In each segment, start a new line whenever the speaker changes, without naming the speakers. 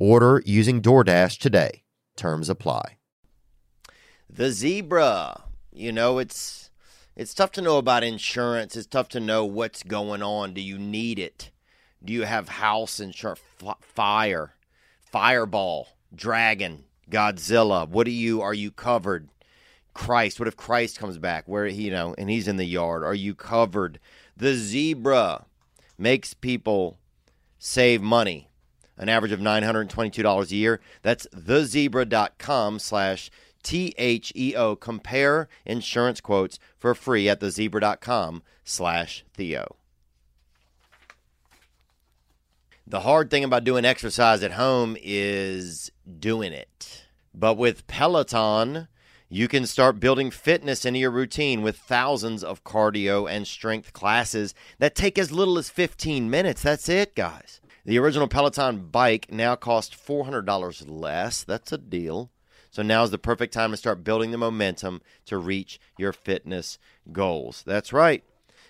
Order using DoorDash today. Terms apply. The zebra. You know, it's it's tough to know about insurance. It's tough to know what's going on. Do you need it? Do you have house insurance? F- fire, fireball, dragon, Godzilla. What do you? Are you covered? Christ. What if Christ comes back? Where he, you know, and he's in the yard. Are you covered? The zebra makes people save money an average of $922 a year. That's thezebra.com slash T-H-E-O. Compare insurance quotes for free at thezebra.com slash Theo. The hard thing about doing exercise at home is doing it. But with Peloton, you can start building fitness into your routine with thousands of cardio and strength classes that take as little as 15 minutes. That's it, guys. The original Peloton bike now costs $400 less. That's a deal. So now is the perfect time to start building the momentum to reach your fitness goals. That's right.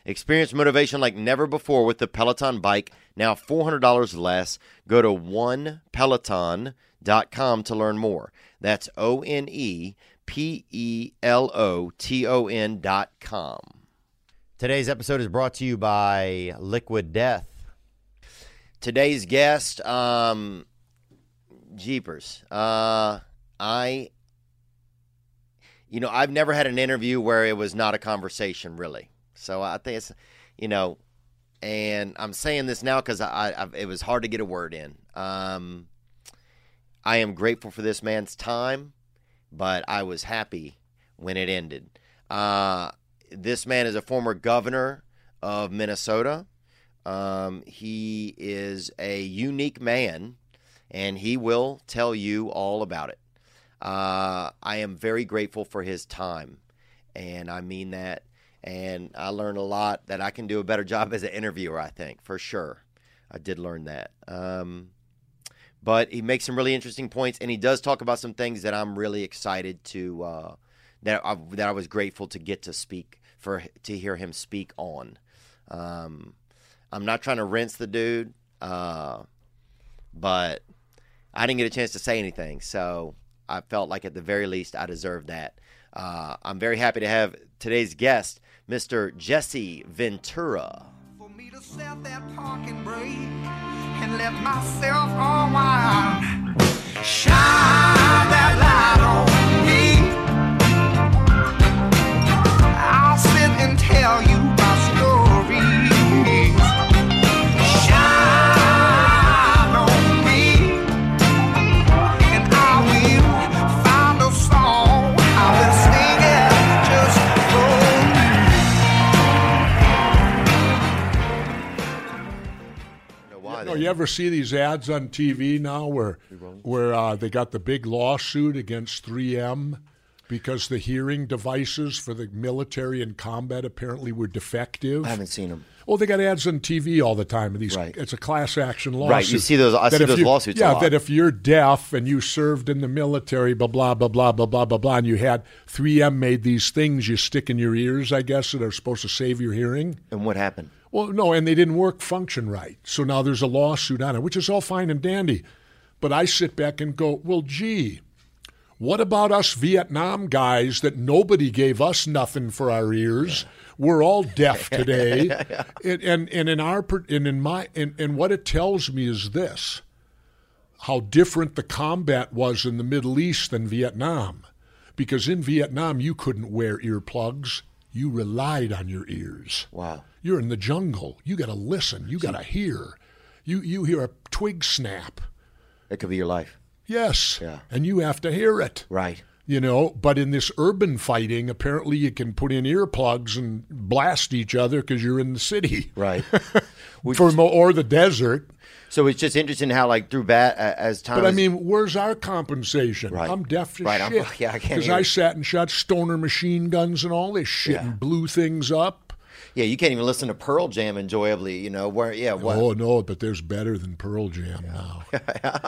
Experience motivation like never before with the Peloton bike, now $400 less. Go to onepeloton.com to learn more. That's O N E P E L O T O N.com. Today's episode is brought to you by Liquid Death. Today's guest, um, Jeepers. Uh, I you know, I've never had an interview where it was not a conversation, really. So I think it's, you know, and I'm saying this now because I, I it was hard to get a word in. Um, I am grateful for this man's time, but I was happy when it ended. Uh, this man is a former governor of Minnesota. Um, he is a unique man, and he will tell you all about it. Uh, I am very grateful for his time, and I mean that. And I learned a lot that I can do a better job as an interviewer, I think, for sure. I did learn that. Um, but he makes some really interesting points, and he does talk about some things that I'm really excited to uh, that I, that I was grateful to get to speak for to hear him speak on. Um, I'm not trying to rinse the dude, uh, but I didn't get a chance to say anything, so I felt like at the very least I deserved that. Uh, I'm very happy to have today's guest, Mr. Jesse Ventura.
For me to set that parking brake and let myself unwind. Shine that light on me. I'll sit and tell you my stories. Shine on me. And I will find a song. I will sing it just for you.
I don't know why
No,
they-
you ever see these ads on TV now where where uh, they got the big lawsuit against 3M because the hearing devices for the military and combat apparently were defective?
I haven't seen him.
Well, they got ads on TV all the time. These,
Right.
it's a class action lawsuit.
Right, you see those- I
That
see
if
those
you-
lawsuits a
Yeah,
lot.
that if you're deaf and you served in the military, blah blah blah blah blah blah blah blah, and you had 3M made these things you stick in your ears, I guess, that are supposed to save your hearing.
And what happened?
Well, no, and they didn't work function right. So now there's a lawsuit on it, which is all fine and dandy. But I sit back and go, well, gee, what about us Vietnam guys that nobody gave us nothing for our ears? We're all deaf today. and, and, and in our per- and in my and, and what it tells me is this. how different the combat was in the Middle East than Vietnam. Because in Vietnam, you couldn't wear earplugs, you relied on your ears.
Wow.
You're in the jungle, you got to listen, you got to hear. You, you hear a twig snap.
It could be your life.
Yes.
Yeah.
And you have to hear it.
Right.
You know, but in this urban fighting, apparently you can put in earplugs and blast each other because you're in the city.
Right. We-
For mo- or the desert.
so it's just interesting how like through bat a- as time.
But I
is-
mean, where's our compensation?
Right.
I'm deaf as
Right, I'm-
shit.
yeah, I can't
Because
hear.
I sat and shot stoner machine guns and all this shit
Yeah.
and blew things up.
yeah, you can't even listen to Pearl Jam enjoyably. You know where? Yeah. What?
Oh no, but there's better than Pearl Jam now.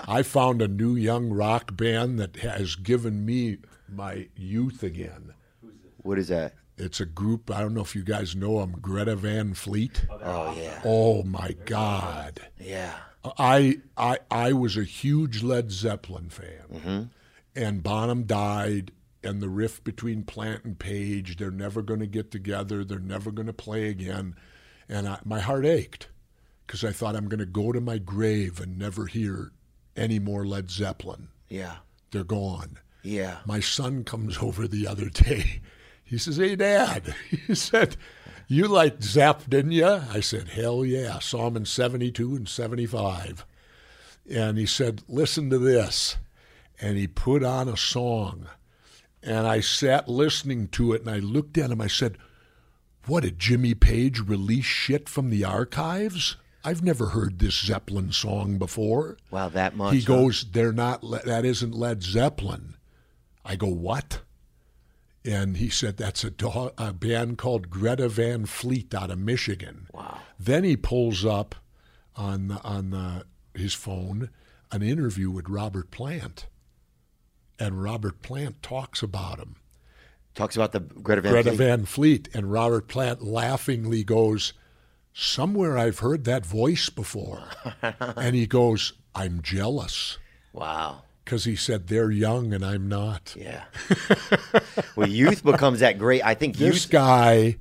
I found a new young rock band that has given me my youth again.
What is that?
It's a group. I don't know if you guys know them. Greta Van Fleet.
Oh yeah.
Oh my God!
Yeah.
I I I was a huge Led Zeppelin fan, and Bonham died, and the rift between Plant and Page. They're never going to get together. They're never going to play again, and I, my heart ached because I thought I'm going to go to my grave and never hear any more Led Zeppelin.
Yeah.
They're gone
Yeah.
my son comes over the other day. He says, Hey, Dad. He said, You liked Zepp, didn't you? I said, Hell yeah. Saw him in 72 and 75. And he said, Listen to this. And he put on a song. And I sat listening to it and I looked at him. I said, What did Jimmy Page release shit from the archives? I've never heard this Zeppelin song before.
Wow, that much.
He
huh?
goes, "They're not. Le- That isn't Led Zeppelin." I go, "What?" And he said, "That's a, dog, a band called Greta Van Fleet out of Michigan." Wow. Then he pulls up on the, on the, his phone an interview with Robert Plant, and Robert Plant talks about him.
talks about the Greta Van.
Greta
Fleet.
Van Fleet and Robert Plant laughingly goes, "Somewhere I've heard that voice before," and he goes, "I'm jealous."
Wow.
because he said they're young and I'm not.
Yeah. well, youth becomes that great. I think
This
youth.
guy,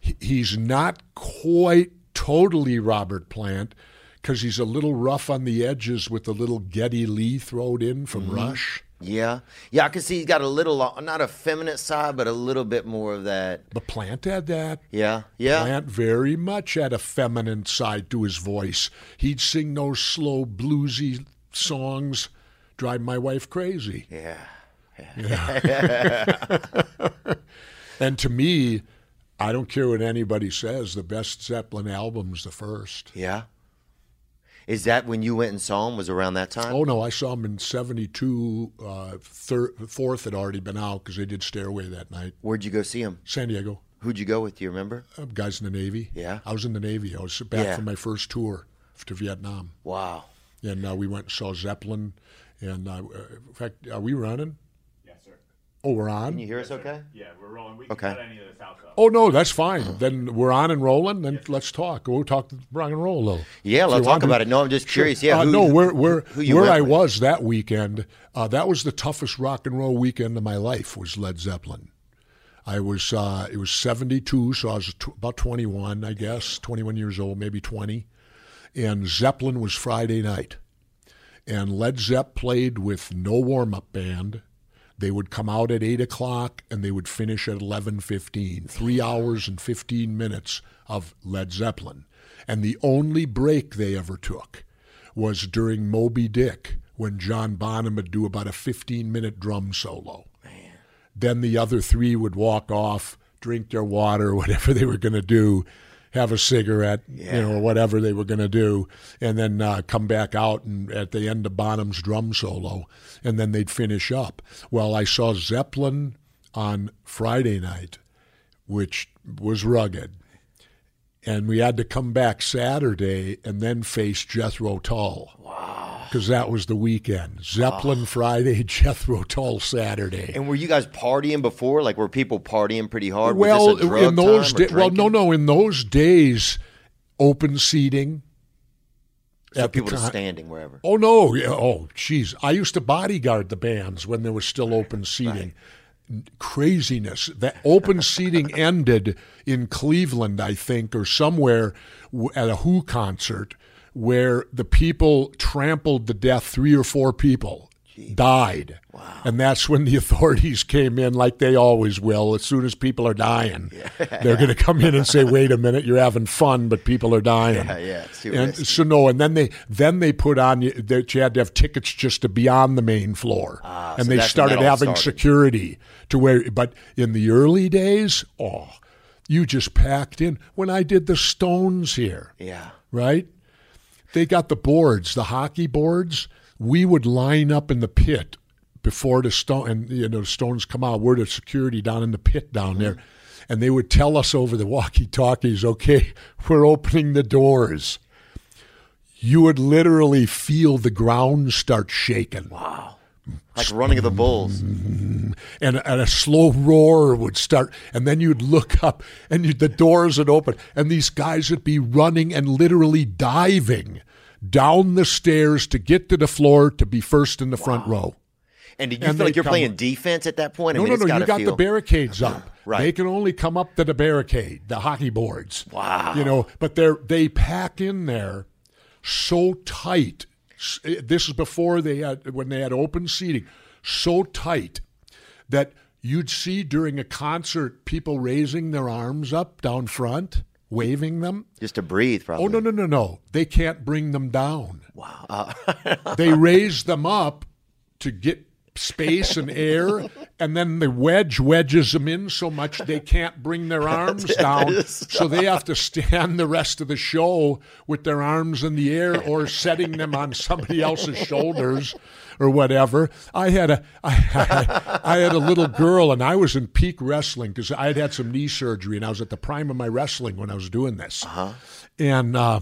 he- he's not quite totally Robert Plant because he's a little rough on the edges with the little Getty Lee thrown in from Rush.
Yeah. Yeah, I can see he's got a little, uh, not a feminine side, but a little bit more of that.
But Plant had that.
Yeah. Yeah.
Plant very much had a feminine side to his voice. He'd sing those slow bluesy songs, drive my wife crazy.
Yeah.
And to me, I don't care what anybody says, the best Zeppelin album's the first.
Yeah. Is that when you went and saw him? Was around that time?
Oh no, I saw him in '72. Uh, thir- fourth had already been out because they did Stairway that night.
Where'd you go see him?
San Diego,
Who'd you go with? Do you remember?
uh, guys in the Navy.
Yeah.
I was in the Navy. I was back
Yeah.
from my first tour to Vietnam,
Wow.
and uh, we went and saw Zeppelin. And uh, in fact, are we running?
Yes, sir.
Oh, we're
Can you
on.
hear us okay?
Yeah, we're rolling. We can
Okay.
cut any of this out, though.
Oh no, that's fine. Then we're on and rolling. Then let's talk. We'll talk rock and roll though.
Yeah,
If
let's
you
talk
want to-
about it. No, I'm just curious. Yeah.
Uh,
who-
no, where where
who you
where
went
I
with.
was that weekend, uh, that was the toughest rock and roll weekend of my life. Was Led Zeppelin. I was uh, it was seventy two, so I was tw- about twenty one, I guess, twenty one years old, maybe twenty. And Zeppelin was Friday night, and Led Zepp played with no warm up band. They would come out at eight o'clock and they would finish at eleven fifteen. Three hours and fifteen minutes of Led Zeppelin, and the only break they ever took was during Moby Dick when John Bonham would do about a 15 minute drum solo. Then the other three would walk off, drink their water, whatever they were going to do, have a cigarette, you know, or whatever they were going to do, and then uh, come back out and at the end of Bonham's drum solo, and then they'd finish up. Well, I saw Zeppelin on Friday night, which was rugged and we had to come back Saturday and then face Jethro Tull. Wow. Because that was the weekend. Zeppelin Friday, Jethro Tull Saturday.
And were you guys partying before? Like, were people partying pretty hard? Was
well,
this a drug
in those
time or
days, well, no,
drinking?
no, in those days, open seating.
So
at the
people just
time-
standing wherever.
Oh no! Yeah, Oh, jeez! I used to bodyguard the bands when there was still open seating. Craziness! That open seating ended in Cleveland, I think, or somewhere w- at a Who concert where the people trampled to death three or four people died and that's when the authorities came in like they always will as soon as people are dying they're going to come in and say wait a minute you're having fun but people are dying
Yeah, yeah, it's too
and
risky.
so no and then they then they put on you that you had to have tickets just to be on the main floor and
Ah, so
they
that's when
started
that all
having
started.
security to where but in the early days oh you just packed in when i did the stones here
Yeah.
right? They got the boards, the hockey boards. We would line up in the pit before the stone, and you know, the stones come out. We're the security down in the pit down there,
Mm-hmm.
and they would tell us over the walkie-talkies, "Okay, we're opening the doors." You would literally feel the ground start shaking,
Like running of the bulls.
and, and a slow roar would start, and then you'd look up, and you, the doors would open, and these guys would be running and literally diving down the stairs to get to the floor to be first in the front row.
And do you
And
feel
they
like you're
come-
playing defense at that point? I
No,
mean,
no,
it's
no! You
gotta
got
feel-
the barricades up.
Right.
They can only come up to the barricade, the hockey boards.
Wow.
You know, but they are they pack in there so tight. S- eh, This is before they had when they had open seating, so tight that you'd see during a concert people raising their arms up down front, waving them.
Just to breathe, probably.
Oh no, no, no, no! They can't bring them down. Wow. they raise them up to get space and air, and then the wedge wedges them in so much they can't bring their arms down. So they have to stand the rest of the show with their arms in the air or setting them on somebody else's shoulders or whatever. I had a I, I, I had a little girl and I was in peak wrestling because I had had some knee surgery and I was at the prime of my wrestling when I was doing this. Uh-huh. And uh,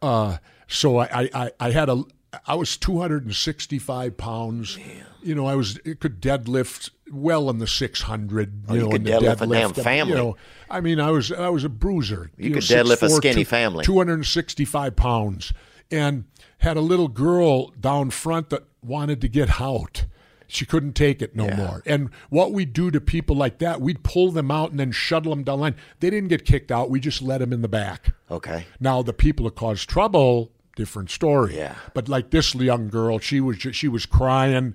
uh, so I, I- I, I had a I was 265 pounds. You know, I was it could deadlift well in the 600. you
Oh, you
know,
could
in the
deadlift a
deadlift,
damn
and,
family.
You know, I mean, I was I was a bruiser. You,
could deadlift a skinny family.
265 pounds, and had a little girl down front that wanted to get out. She couldn't take it no more. And what we do to people like that, we'd pull them out and then shuttle them down the line. They didn't get kicked out. We just let them in the back.
Okay.
Now the people that caused trouble, different story.
Yeah.
But like this young girl, she was ju- she was crying,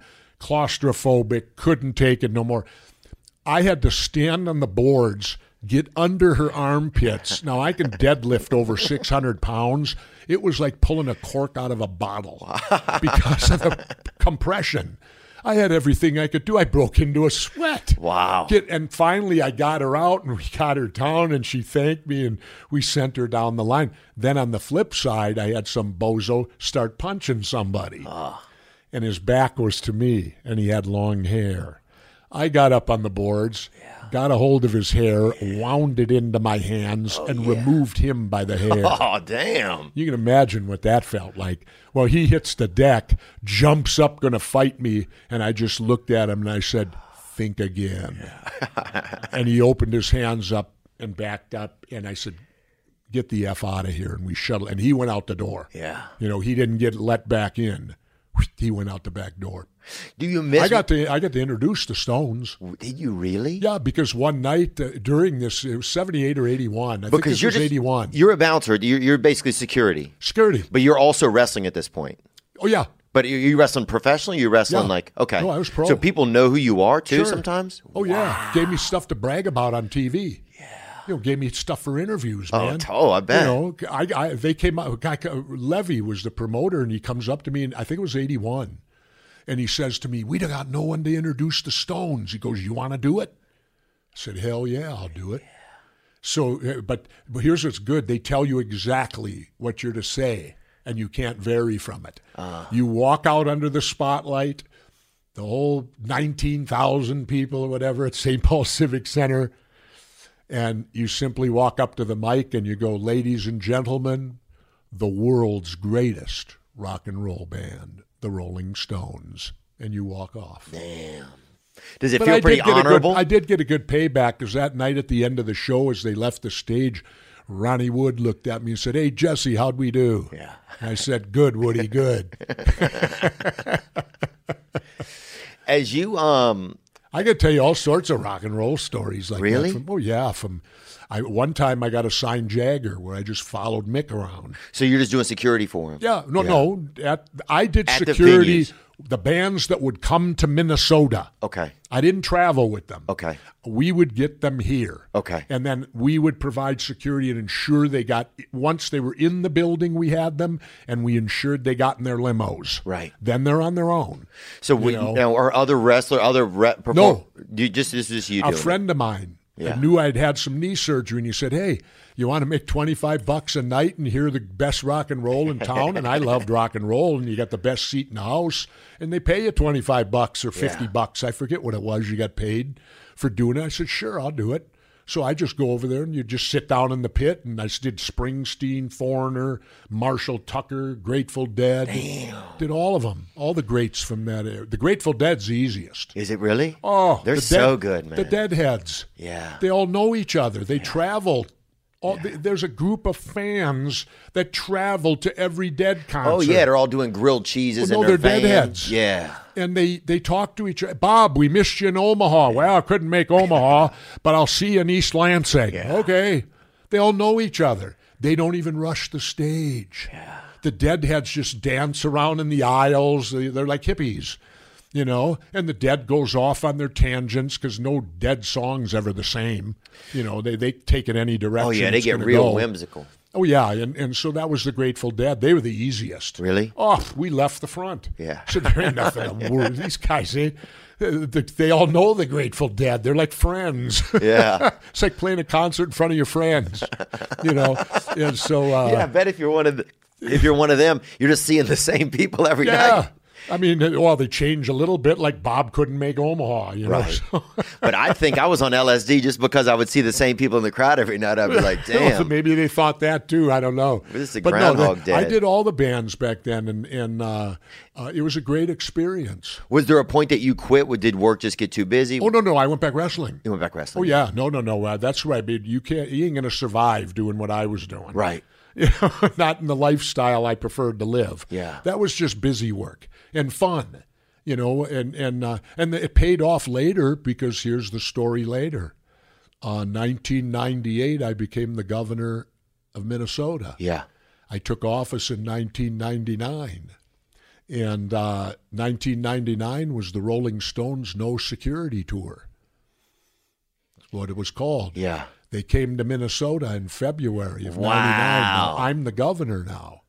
claustrophobic, couldn't take it no more. I had to stand on the boards, get under her armpits. now I can deadlift over six hundred pounds. It was like pulling a cork out of a bottle because of the compression. I had everything I could do. I broke into a sweat.
Wow.
Get- and finally, I got her out and we got her down, and she thanked me, and we sent her down the line. Then on the flip side, I had some bozo start punching somebody, and his back was to me, and he had long hair. I got up on the boards, got a hold of his hair, wound it into my hands, and removed him by the hair.
Oh damn.
You can imagine what that felt like. Well, he hits the deck, jumps up, going to fight me, and I just looked at him and I said, "Think again." and he opened his hands up and backed up, and I said, "Get the f out of here!" And we shuttled, and he went out the door.
Yeah.
you know, he didn't get let back in. He went out the back door.
Do you miss
I got to I got to introduce the Stones.
Did you really?
Yeah, because one night uh, during this, it was seventy-eight or eighty-one. I think
Because
this
you're
was
just,
eighty-one.
You're a bouncer. You're, you're basically security,
Security.
but you're also wrestling at this point.
Oh yeah,
But you you wrestling professionally. You're wrestling
Yeah.
like okay.
No, I was pro.
So people know who you are too
Sure.
sometimes.
Oh yeah, gave me stuff to brag about on TV. Yeah, you know, gave me stuff for interviews,
Oh,
man.
t- oh, I bet.
You know, I, I they came out. a Guy, uh, Levy was the promoter, and he comes up to me, and I think it was '81, and he says to me, "We don't got no one to introduce the Stones." He goes, "You want to do it?" I said, "Hell yeah, I'll do it." So, uh, but, but here's what's good: they tell you exactly what you're to say, and you can't vary from it.
Uh-huh.
You walk out under the spotlight the whole 19,000 people or whatever at St. Paul Civic Center. And you simply walk up to the mic and you go, ladies and gentlemen, the world's greatest rock and roll band, the Rolling Stones. And you walk off.
Does it
But
feel
I
pretty
did get A
honorable?
good, I did get a good payback because that night at the end of the show, as they left the stage, Ronnie Wood looked at me and said, Hey, Jesse, how'd we do? Yeah. I said, Good, Woody, good.
As you um
I could tell you all sorts of rock and roll stories like
Really?
that. From, oh yeah, from I one time I got a signed Jagger where I just followed Mick around.
So you're just doing security for him.
Yeah, no, no. At, I did
At the
security.
venues.
the bands that would come to Minnesota.
Okay.
I didn't travel with them.
Okay.
We would get them here.
Okay.
And then we would provide security and ensure they got, once they were in the building, we had them and we ensured they got in their limos.
Right.
Then they're on their own.
So we
know.
now are other wrestler, other rep. Perform-
No.
you just this is just you
A
doing. it.
friend of mine
Yeah.
I knew I'd had some knee surgery and he said, Hey, you want to make 25 bucks a night and hear the best rock and roll in town? and I loved rock and roll and you got the best seat in the house and they pay you 25 bucks or 50
Yeah.
bucks. I forget what it was you got paid for doing it. I said, Sure, I'll do it. So I just go over there and you just sit down in the pit and I did Springsteen, Foreigner, Marshall Tucker, Grateful Dead. Did all of them, all the greats from that era. The Grateful Dead's the easiest.
Is it really?
Oh,
they're
the
so
dead-
good, man.
The Deadheads.
Yeah.
They all know each other. They travel. All, th- There's a group of fans that travel to every Dead concert.
Oh yeah, they're all doing grilled cheeses in
Well, no,
their van.
they're deadheads.
Yeah.
and they, they talk to each other. Bob, we missed you in Omaha. Well, I couldn't make Omaha, but I'll see you in East Lansing. Okay. They all know each other. They don't even rush the stage. Yeah. The deadheads just dance around in the aisles. They- They're like hippies, you know? And the dead goes off on their tangents because no dead song's ever the same. You know, they, they take it any direction.
Oh yeah, they
it's
get
gonna
real
go.
whimsical.
Oh, yeah. And, and so that was the Grateful Dead. They were the easiest.
Really?
Oh, we left the front.
Yeah.
So there ain't nothing to worry. These guys, eh, they, they all know the Grateful Dead. They're like friends.
Yeah.
it's like playing a concert in front of your friends, you know. And so, uh,
yeah, I bet if you're one of the, if you're one of them, you're just seeing the same people every
yeah.
night.
I mean, well, they change a little bit. Like Bob couldn't make Omaha, you know.
Right.
So,
But I think I was on LSD just because I would see the same people in the crowd every night. I'd be like, damn.
maybe they thought that too. I don't know.
This is a
they-
Groundhog Day.
I did all the bands back then, and and uh, uh, it was a great experience.
Was there a point that you quit? Would- Did work just get too busy?
Oh no, no, I went back wrestling.
You went back
Oh
wrestling.
yeah, no, no, no. Uh, that's right. Dude. You can't. You ain't gonna survive doing what I was doing.
Right.
You know, not in the lifestyle I preferred to live.
Yeah.
That was just busy work and fun. You know, and and uh, and it paid off later because here's the story later. Uh, 1998, I became the governor of Minnesota.
Yeah.
I took office in 1999. And uh, 1999 was the Rolling Stones No Security Tour. That's what it was called.
Yeah.
They came to Minnesota in February of 99.
Wow.
Now, I'm the governor now.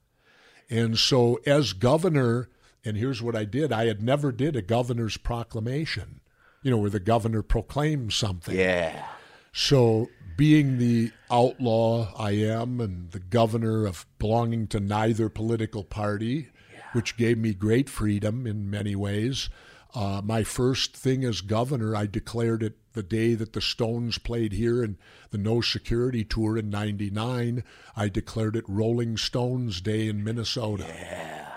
And so as governor, and here's what I did. I had never did a governor's proclamation, you know, where the governor proclaims something.
Yeah.
So, being the outlaw I am and the governor of belonging to neither political party, which gave me great freedom in many ways, uh, my first thing as governor, I declared it the day that the Stones played here and the No Security Tour in 99. I declared it Rolling Stones Day in Minnesota.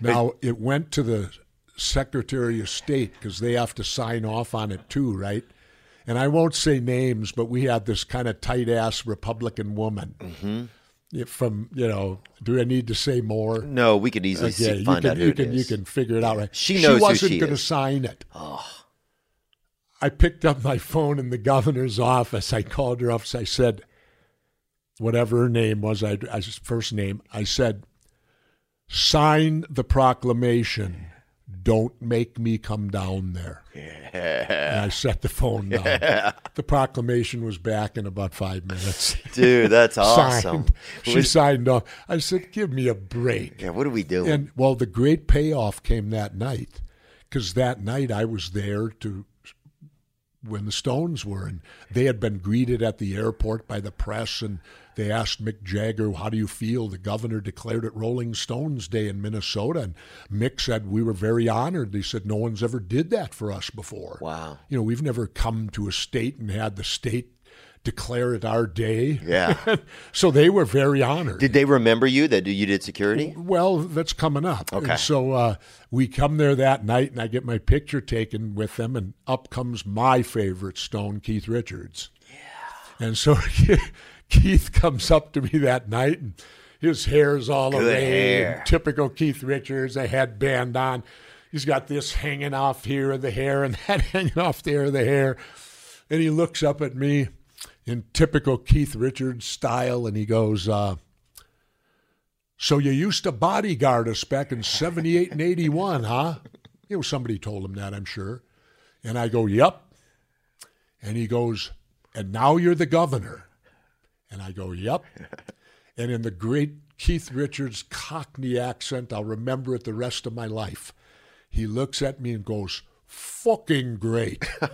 Now, it went to the Secretary of State because they have to sign off on it too, right? and I won't say names, but we had this kind of tight ass Republican woman Yeah, from you know. Do I need to say more?
No, we could easily
yeah,
see,
you
find
can
out who
you
it
can you
is.
can figure it out, right?
She knows who
wasn't
she
gonna
is.
sign it. I picked up my phone in the governor's office. I called her office. I said, whatever her name was, I, I first name. I said, sign the proclamation. Don't make me come down there. And I set the phone down. The proclamation was back in about five minutes.
Dude, that's awesome.
Signed. She
Was-
signed off. I said, give me a break.
yeah, what are we doing?
And well, the great payoff came that night because that night I was there to when the Stones were, and they had been greeted at the airport by the press, and they asked Mick Jagger, "How do you feel?" The governor declared it Rolling Stones Day in Minnesota, and Mick said, "We were very honored." They said, "No one's ever did that for us before."
Wow.
You know, we've never come to a state and had the state declare it our day.
yeah.
So they were very honored.
Did they remember you that you did security?
Well, that's coming up.
Okay.
And so uh, we come there that night, and I get my picture taken with them, and up comes my favorite Stone, Keith Richards. Yeah. And so Keith comes up to me that night, and his hair's all
Good
arrayed,
hair.
and typical Keith Richards, a headband on. He's got this hanging off here of the hair, and that hanging off there of the hair, and he looks up at me. in typical Keith Richards style, and he goes, uh, So you used to bodyguard us back in 78 and 81, huh? You know, somebody told him that, I'm sure. And I go, Yep. And he goes, And now you're the governor. And I go, Yep. and in the great Keith Richards Cockney accent, I'll remember it the rest of my life. He looks at me and goes, Fucking great.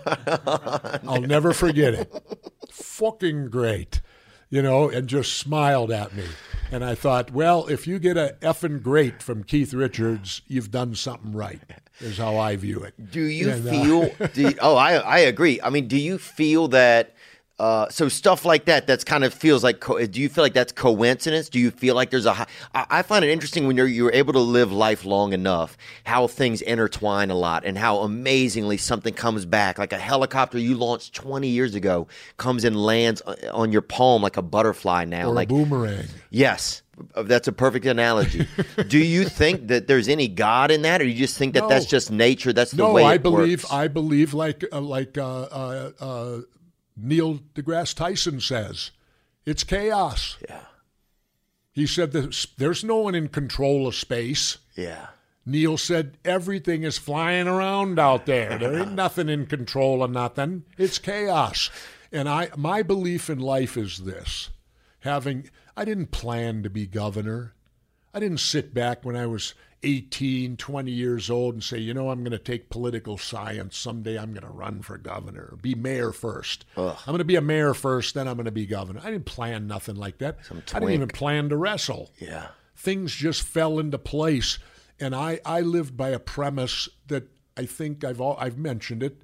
I'll never forget it. Fucking great. You know, and just smiled at me. And I thought, well, if you get a effing great from Keith Richards, you've done something right, is how I view it.
Do you
And, uh,
feel? do you- oh, I I agree. I mean, do you feel that? Uh, so stuff like that that's kind of feels like co- do you feel like that's coincidence do you feel like there's a hi- I I find it interesting when you're you're able to live life long enough how things intertwine a lot and how amazingly something comes back like a helicopter you launched 20 years ago comes and lands o- on your palm like a butterfly now
Or a
like
boomerang.
yes that's a perfect analogy do you think that there's any god in that or you just think that
No.
that's just nature that's the
No,
way
I
it
believe
works?
I believe like uh, like uh, uh, uh, Neil deGrasse Tyson says, it's chaos. Yeah. He said that there's no one in control of space.
Yeah.
Neil said everything is flying around out there. There ain't nothing in control of nothing. It's chaos. And I my belief in life is this. Having I didn't plan to be governor. I didn't sit back when I was 18, 20 years old and say, you know, I'm going to take political science. Someday I'm going to run for governor, be mayor first. I'm going to be a mayor first, then I'm going to be governor. I didn't plan nothing like that. I didn't even plan to wrestle
Yeah.
things just fell into place. And I, I lived by a premise that I think I've all, I've mentioned it.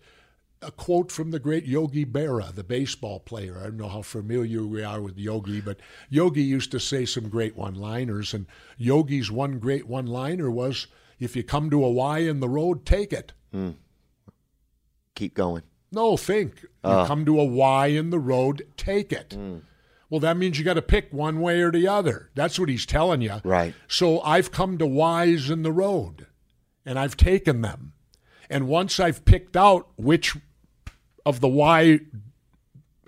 A quote from the great Yogi Berra, the baseball player. I don't know how familiar we are with Yogi, but Yogi used to say some great one liners. And Yogi's one great one liner was if you come to a Y in the road, take it.
Keep going.
No, think. You come to a Y in the road, take it. Well, that means you got to pick one way or the other. That's what he's telling you.
Right.
So I've come to Y's in the road and I've taken them. And once I've picked out which of the Y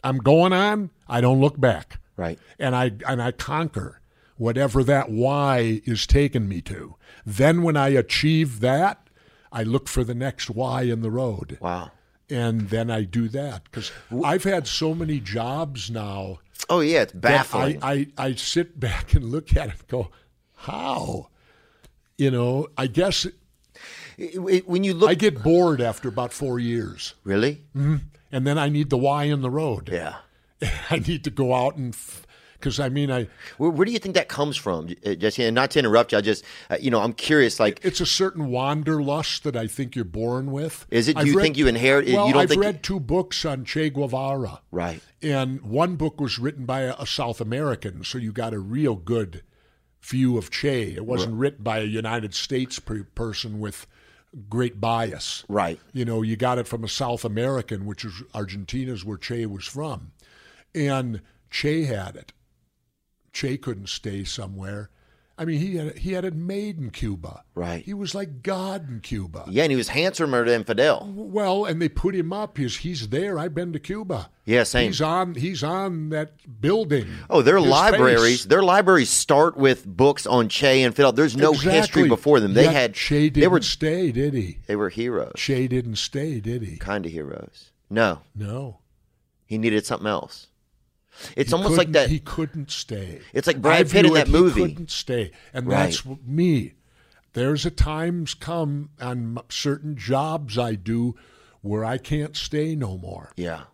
I'm going on, I don't look back.
Right.
And I and I conquer whatever that Y is taking me to. Then when I achieve that, I look for the next Y in the road
Wow.
and then I do that because I've had so many jobs now
Oh yeah, it's
that
baffling.
I, I I sit back and look at it and go, how? You know, I guess
It- it- when you look,
I Mm-hmm. get bored after about four years,
really,
and then I need the why in the road.
yeah.
I need to go out and. because I mean, I
Where, where do you think that comes from, uh, Jesse? And not to interrupt you, I just, uh, you know, I'm curious. Like,
it's a certain wanderlust that I think you're born with.
Is it- do you think you inherit it?
Well,
You don't
I've
think-
read two books on Che Guevara.
right?
And one book was written by a, a South American, so you got a real good view of Che. It wasn't written by a United States per- person with great bias.
Right.
You know, you got it from a South American, which is Argentina's where Che was from. And Che had it. Che couldn't stay somewhere. I mean, he had, he had it made in Cuba.
Right.
He was like God in Cuba.
Yeah, and he was handsomer than Fidel.
Well, and they put him up. He's he's there. I've been to Cuba.
Yeah, same.
He's on he's on that building.
Oh, their
His
libraries,
face.
their libraries start with books on Che and Fidel. There's no history
Exactly.
before them. They
Yet
had,
Che didn't
they were,
stay, did he?
they were heroes,
Che didn't stay, did he?
kind of heroes. No,
No.
he needed something else. It's
He
almost like
couldn't-
that.
He couldn't stay.
It's like
I
Brad Pitt in
view it,
that movie.
He couldn't stay, and
Right.
that's w- me. There's a times come on m- certain jobs I do where I can't stay no more.
yeah,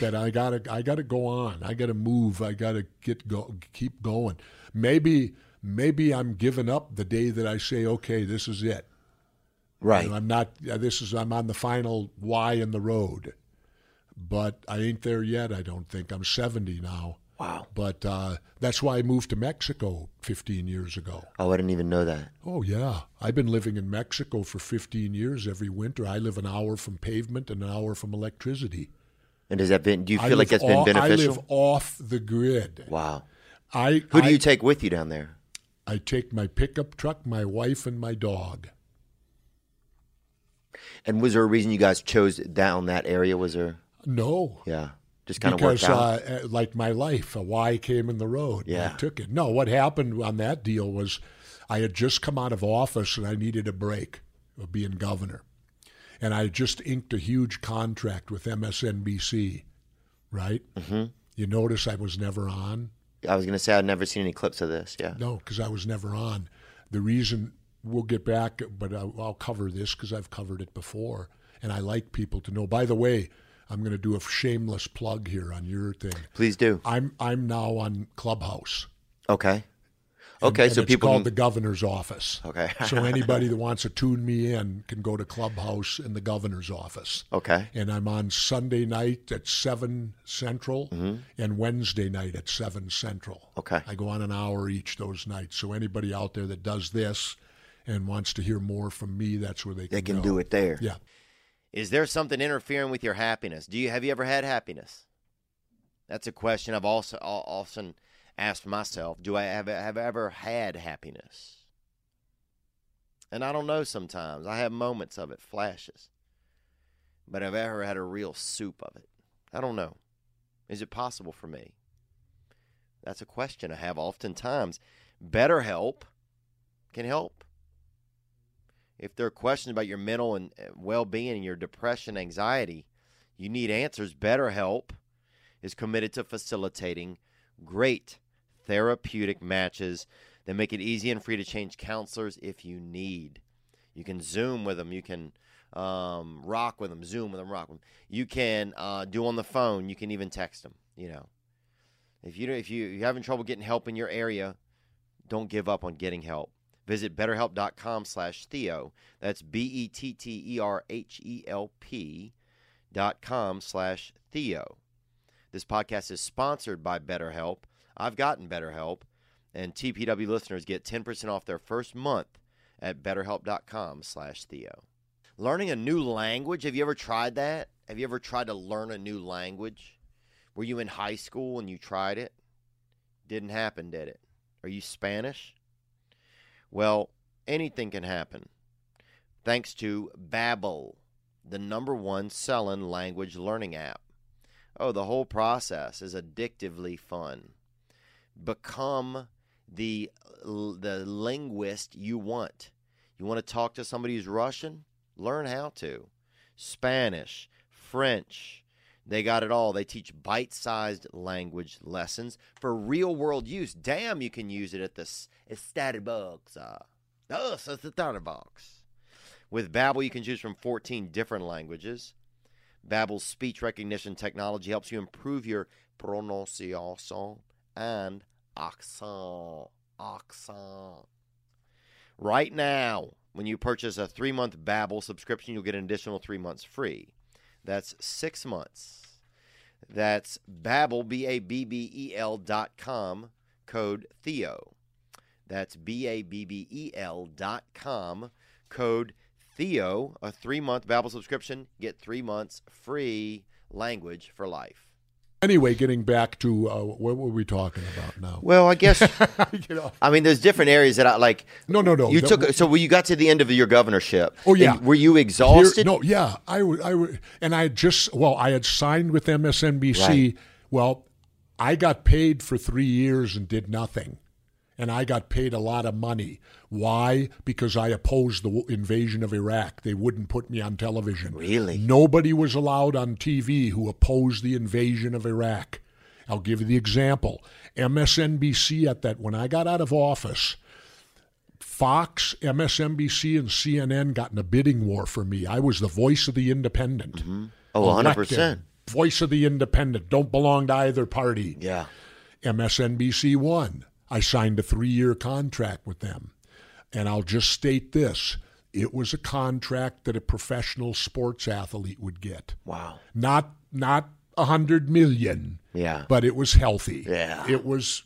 that I gotta I gotta go on. I gotta move. I gotta get go keep going. Maybe maybe I'm giving up the day that I say, okay, this is it.
right.
You know, I'm not. uh, This is I'm on the final Y in the road, but I ain't there yet. I don't think I'm 70 now.
Wow.
But uh, that's why I moved to Mexico 15 years ago.
Oh, I didn't even know that.
Oh yeah, I've been living in Mexico for 15 years. Every winter, I live an hour from pavement and an hour from electricity.
And does that been? Do you
I
feel like
live
that's been
off-
beneficial?
I live off the grid.
wow.
I
Who do
I,
you take with you down there?
I take my pickup truck, my wife, and my dog.
And was there a reason you guys chose down that area? Was there?
No,
Yeah. Just kind of worked
because
out.
uh, uh, like my life, a Y came in the road.
Yeah.
I took it. No, what happened on that deal was I had just come out of office and I needed a break of being governor, and I just inked a huge contract with MSNBC. Right. Mm-hmm. You notice I was never on.
I was gonna say I've never seen any clips of this. Yeah.
uh, No, because I was never on. The reason we'll get back, but I, I'll cover this because I've covered it before, and I like people to know. By the way, I'm going to do a shameless plug here on your thing.
Please do.
I'm I'm now on Clubhouse.
Okay. Okay,
and
so
it's
people
called
can,
the governor's office.
Okay.
so anybody that wants to tune me in can go to Clubhouse in the governor's office.
Okay.
And I'm on Sunday night at seven central
Mm-hmm.
and Wednesday night at seven central.
Okay.
I go on an hour each those nights. So anybody out there that does this and wants to hear more from me, that's where they can
They can
go.
do it there. Is
Yeah.
there something interfering with your happiness? Do you have you ever had happiness? That's a question I've also al- often asked myself. Do I have have I ever had happiness? And I don't know sometimes. I have moments of it, flashes. But have I ever had a real soup of it? I don't know. Is it possible for me? That's a question I have oftentimes. BetterHelp can help. If there are questions about your mental and uh, well-being and your depression, anxiety, you need answers. BetterHelp is committed to facilitating great therapeutic matches that make it easy and free to change counselors if you need. You can Zoom with them. You can um, rock with them. Zoom with them. Rock with them. You can uh, do on the phone. You can even text them. You know, if you if you if you're having trouble getting help in your area, don't give up on getting help. Visit betterhelp.com slash Theo. That's E B-E-T-T-E-R-H-E-L-P E dot com slash Theo. This podcast is sponsored by BetterHelp. I've gotten BetterHelp, and TPW listeners get 10% off their first month at betterhelp.com slash Theo. Learning a new language, have you ever tried that? Have you ever tried to learn a new language? Were you in high school and you tried it? Didn't happen, did it? Are you Spanish? Well, anything can happen. Thanks to Babbel, the number one selling language learning app. Oh, the whole process is addictively fun. Become the the linguist you want. You want to talk to somebody who's Russian? Learn how to. Spanish, French. They got it all. They teach bite-sized language lessons for real-world use. Damn, you can use it at the s- at Starbucks. uh. Oh, so it's the Starbucks. With Babbel, you can choose from 14 different languages. Babbel's speech recognition technology helps you improve your pronunciation and accent. Accent. Right now, when you purchase a three-month Babbel subscription, you'll get an additional three months free. That's six months. That's Babbel, B-A-B-B-E-L E dot com, code Theo. That's B A B B E L dot com. Code Theo, a three month Babbel subscription. Get three months free language for life.
Anyway, getting back to uh, what were we talking about now?
Well, I guess,
Get off.
I mean, there's different areas that I like.
No, no, Oh, no.
You
That-
took, so when you got to the end of your governorship,
Oh, yeah.
and were you
Here-
exhausted?
no, yeah, I would, I would, and I had just well, I had signed with MSNBC.
Right.
Well, I got paid for three years and did nothing, and I got paid a lot of money. Why? Because I opposed the w- invasion of Iraq. They wouldn't put me on television.
Really?
Nobody was allowed on TV who opposed the invasion of Iraq. I'll give you the example. MSNBC at that when I got out of office. Fox, MSNBC, and CNN got in a bidding war for me. I was the voice of the independent.
Oh, 100%.
Elected. Voice of the independent. Don't belong to either party.
Yeah.
MSNBC won. I signed a three year contract with them. And I'll just state this it was a contract that a professional sports athlete would get.
Wow.
Not, not a hundred million
Yeah.
but it was healthy.
Yeah.
It was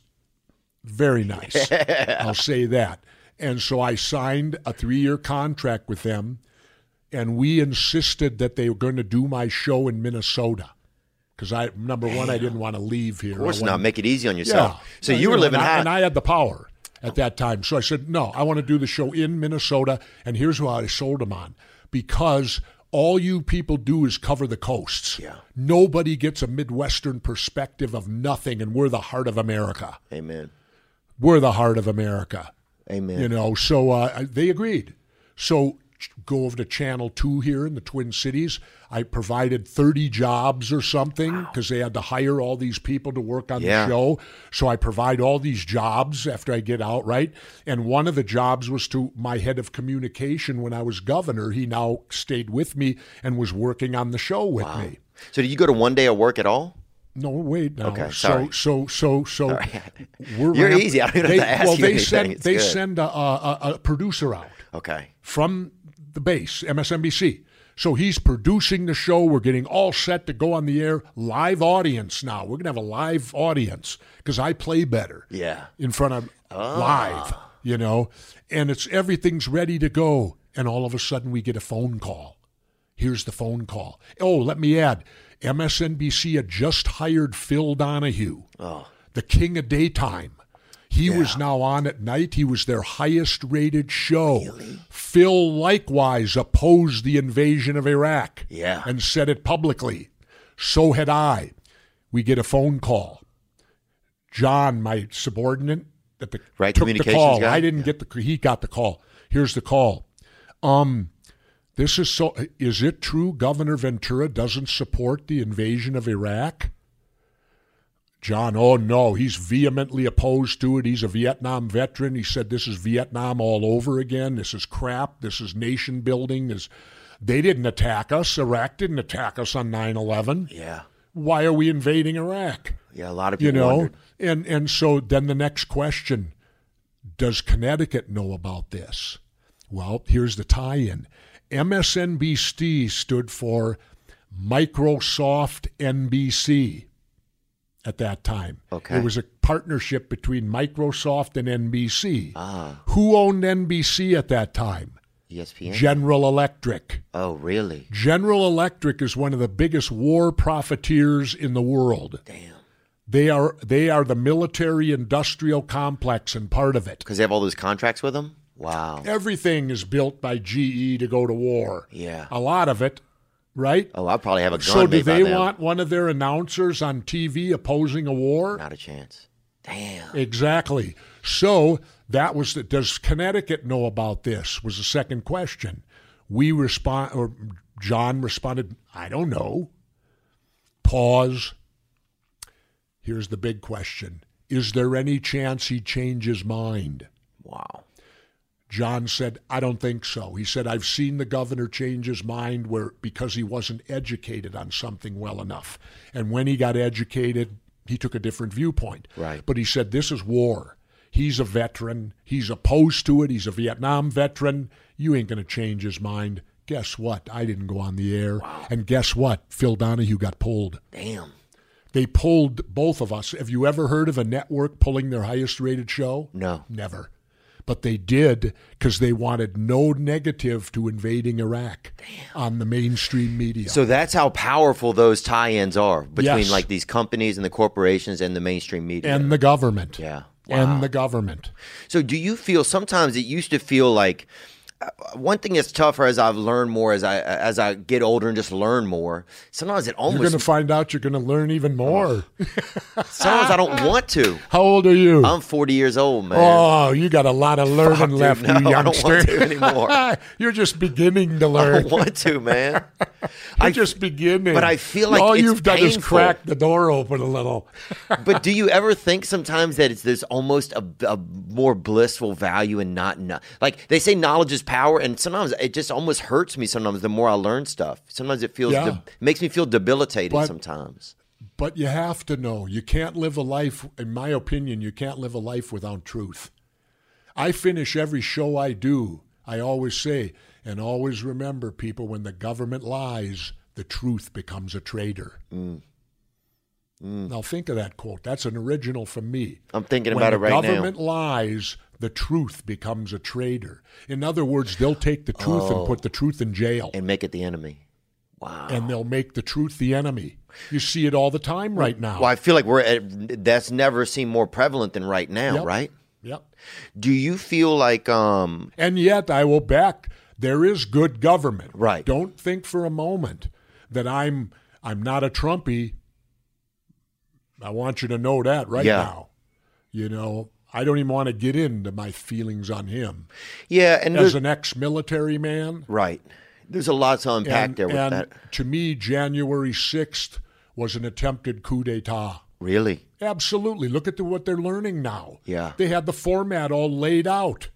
very nice. I'll say that. And so I signed a three year contract with them, and we insisted that they were going to do my show in Minnesota. Because I, number one, I didn't want to leave here.
of course
I
not.
wanted-
Make it easy on yourself. So
No,
you were
know,
living
and I,
high.
And I had the power at that time. So I said, no, I want to do the show in Minnesota. And here's what I sold them on because all you people do is cover the coasts.
Yeah.
Nobody gets a Midwestern perspective of nothing, and we're the heart of America.
Amen.
We're the heart of America.
Amen.
You know, so uh, they agreed. So ch- go over to Channel 2 here in the Twin Cities. I provided 30 jobs or something because they had to hire all these people to work on
Yeah.
the show. So I provide all these jobs after I get out, right? And one of the jobs was to my head of communication when I was governor. He now stayed with me and was working on the show with me.
so did you go to one day of work at all?
No, wait. Now,
Okay,
so
sorry.
so so so we're
You're
ramp-
easy. I don't even have
they,
to ask
Well,
you
they
anything.
send
It's
they
good.
send a, a, a- a producer out
Okay.
from the base, MSNBC. So he's producing the show. We're getting all set to go on the air. Live audience now. We're gonna have a live audience because I play better
Yeah.
in front of live. You know, and it's everything's ready to go, and all of a sudden we get a phone call. Here's the phone call. Oh, let me add MSNBC had just hired Phil Donahue,
Oh,
the king of daytime. He was now on at night. He was their highest rated show. Phil likewise opposed the invasion of Iraq
Yeah.
and said it publicly. So had I. We get a phone call. John, my subordinate, at the,
Right,
took the
communications
call.
guy?
I didn't get the he got the call. Here's the call. Um, This is so. Is it true Governor Ventura doesn't support the invasion of Iraq? John, oh no, he's vehemently opposed to it. He's a Vietnam veteran. He said this is Vietnam all over again. This is crap. This is nation building. This, they didn't attack us. Iraq didn't attack us on 9 11.
Yeah.
Why are we invading Iraq?
Yeah. A lot of
You
people.
know?
wondered.
And, and so then the next question Does Connecticut know about this? Well, here's the tie in MSNBC stood for Microsoft NBC at that time.
Okay.
It was a partnership between Microsoft and NBC.
Uh. Ah,
Who owned NBC at that time?
ESPN.
General Electric.
oh, really?
General Electric is one of the biggest war profiteers in the world.
Damn.
They are they are the military industrial complex and part of it.
Because they have all those contracts with them. Wow.
Everything is built by GE to go to war.
Yeah.
A lot of it, right?
Oh, I'll probably have a gun.
Uh, so do
made by
they
them.
want one of their announcers on TV opposing a war?
Not a chance. Damn.
Exactly. So that was the, does Connecticut know about this? Was the second question. We respond or John responded, I don't know. Pause. Here's the big question. Is there any chance he changed his mind?
Wow.
John said, I don't think so. He said, I've seen the governor change his mind where because he wasn't educated on something well enough. And when he got educated, he took a different viewpoint.
Right.
But he said, This is war. He's a veteran. He's opposed to it. He's a Vietnam veteran. You ain't going to change his mind. Guess what? I didn't go on the air. And guess what? Phil Donahue got pulled.
Damn.
They pulled both of us. Have you ever heard of a network pulling their highest rated show?
No.
Never. But they did because they wanted no negative to invading Iraq on the mainstream media.
So that's how powerful those tie-ins are between
Yes.
like these companies and the corporations and the mainstream media.
and the government.
yeah.
And the government.
So do you feel sometimes it used to feel like uh, one thing that's tougher as I've learned more as I as I get older and just learn more. Sometimes it
You're going
almost
to find out you're going to learn even more.
sometimes I don't want to.
How old are you?
I'm 40 years old, man.
oh, you got a lot of learning
dude,
left,
no, I
you
don't want
youngster.
to anymore.
you're just beginning to
I
learn.
don't want to, man.
You're just beginning.
but I feel like
all
it's
you've done is
painful.
crack the door open a little.
but do you ever think sometimes that it's there's almost a, a more blissful value in not know- like they say knowledge is power and sometimes it just almost hurts me sometimes the more I learn stuff sometimes it feels
Yeah.
de- makes me feel debilitated
But-
sometimes
But you have to know. You can't live a life, in my opinion, you can't live a life without truth. I finish every show I do. I always say, and always remember, people, when the government lies, the truth becomes a traitor.
Mm.
Now, think of that quote. That's an original from me.
I'm thinking
When
Mm. about it right
the government
now
lies, the truth becomes a traitor. In other words, they'll take the truth and put the truth in jail
Oh. and make it the enemy wow
and they'll make the truth the enemy. You see it all the time right now.
well I feel like we're at, that's never seemed more prevalent than right now
Yep.
right
Yep.
do you feel like um
And yet I will back There is good government.
Right.
Don't think for a moment that I'm I'm not a Trumpy. I want you to know that right
Yeah.
now. You know, I don't even want to get into my feelings on him
Yeah, and
as
there's,
an ex-military man.
right. There's a lot to unpack
and,
there with
and
that.
to me, January sixth was an attempted coup d'état.
Really?
Absolutely. Look at the, what they're learning now.
Yeah.
They had the format all laid out.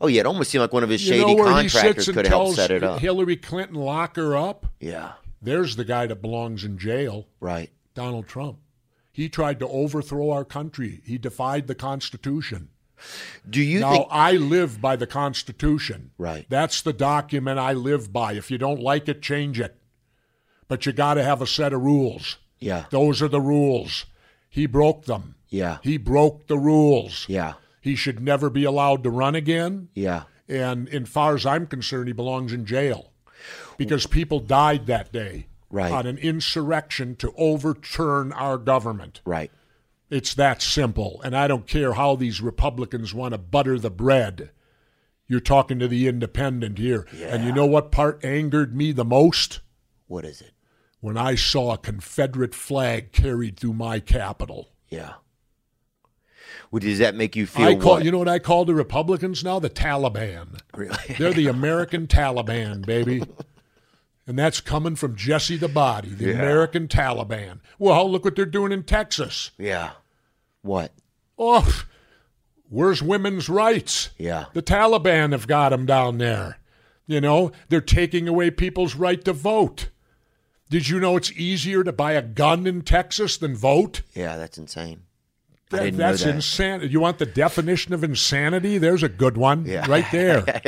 Oh yeah, it almost seemed like one of his
You
shady
know where he
contractors
sits and
could have helped
tells
set it up.
Hillary Clinton lock her up.
Yeah,
There's the guy that belongs in jail,
right.
Donald Trump. He tried to overthrow our country. He defied the Constitution.
Do you
now
think?
I live by the Constitution.
Right.
That's the document I live by. If you don't like it, change it. But you got to have a set of rules.
Yeah,
Those are the rules. He broke them.
yeah,
He broke the rules.
yeah,
He should never be allowed to run again.
yeah.
And in far as I'm concerned, he belongs in jail because people died that day
Right.
on an insurrection to overturn our government.
Right.
It's that simple. And I don't care how these Republicans want to butter the bread. You're talking to the independent here. And you know what part angered me the most?
What is it?
When I saw a Confederate flag carried through my Capitol.
Yeah. Well, does that make you feel?
I call
what?
you know what I call the Republicans now? The Taliban.
Really?
They're the American Taliban, baby. And that's coming from Jesse the Body, the American Taliban. Well, look what they're doing in Texas.
yeah. What?
Oh, where's women's rights?
Yeah.
The Taliban have got them down there. You know, they're taking away people's right to vote. Did you know it's easier to buy a gun in Texas than vote?
Yeah, that's insane.
That-
didn't know
that's
that.
insanity. You want the definition of insanity? There's a good one right there.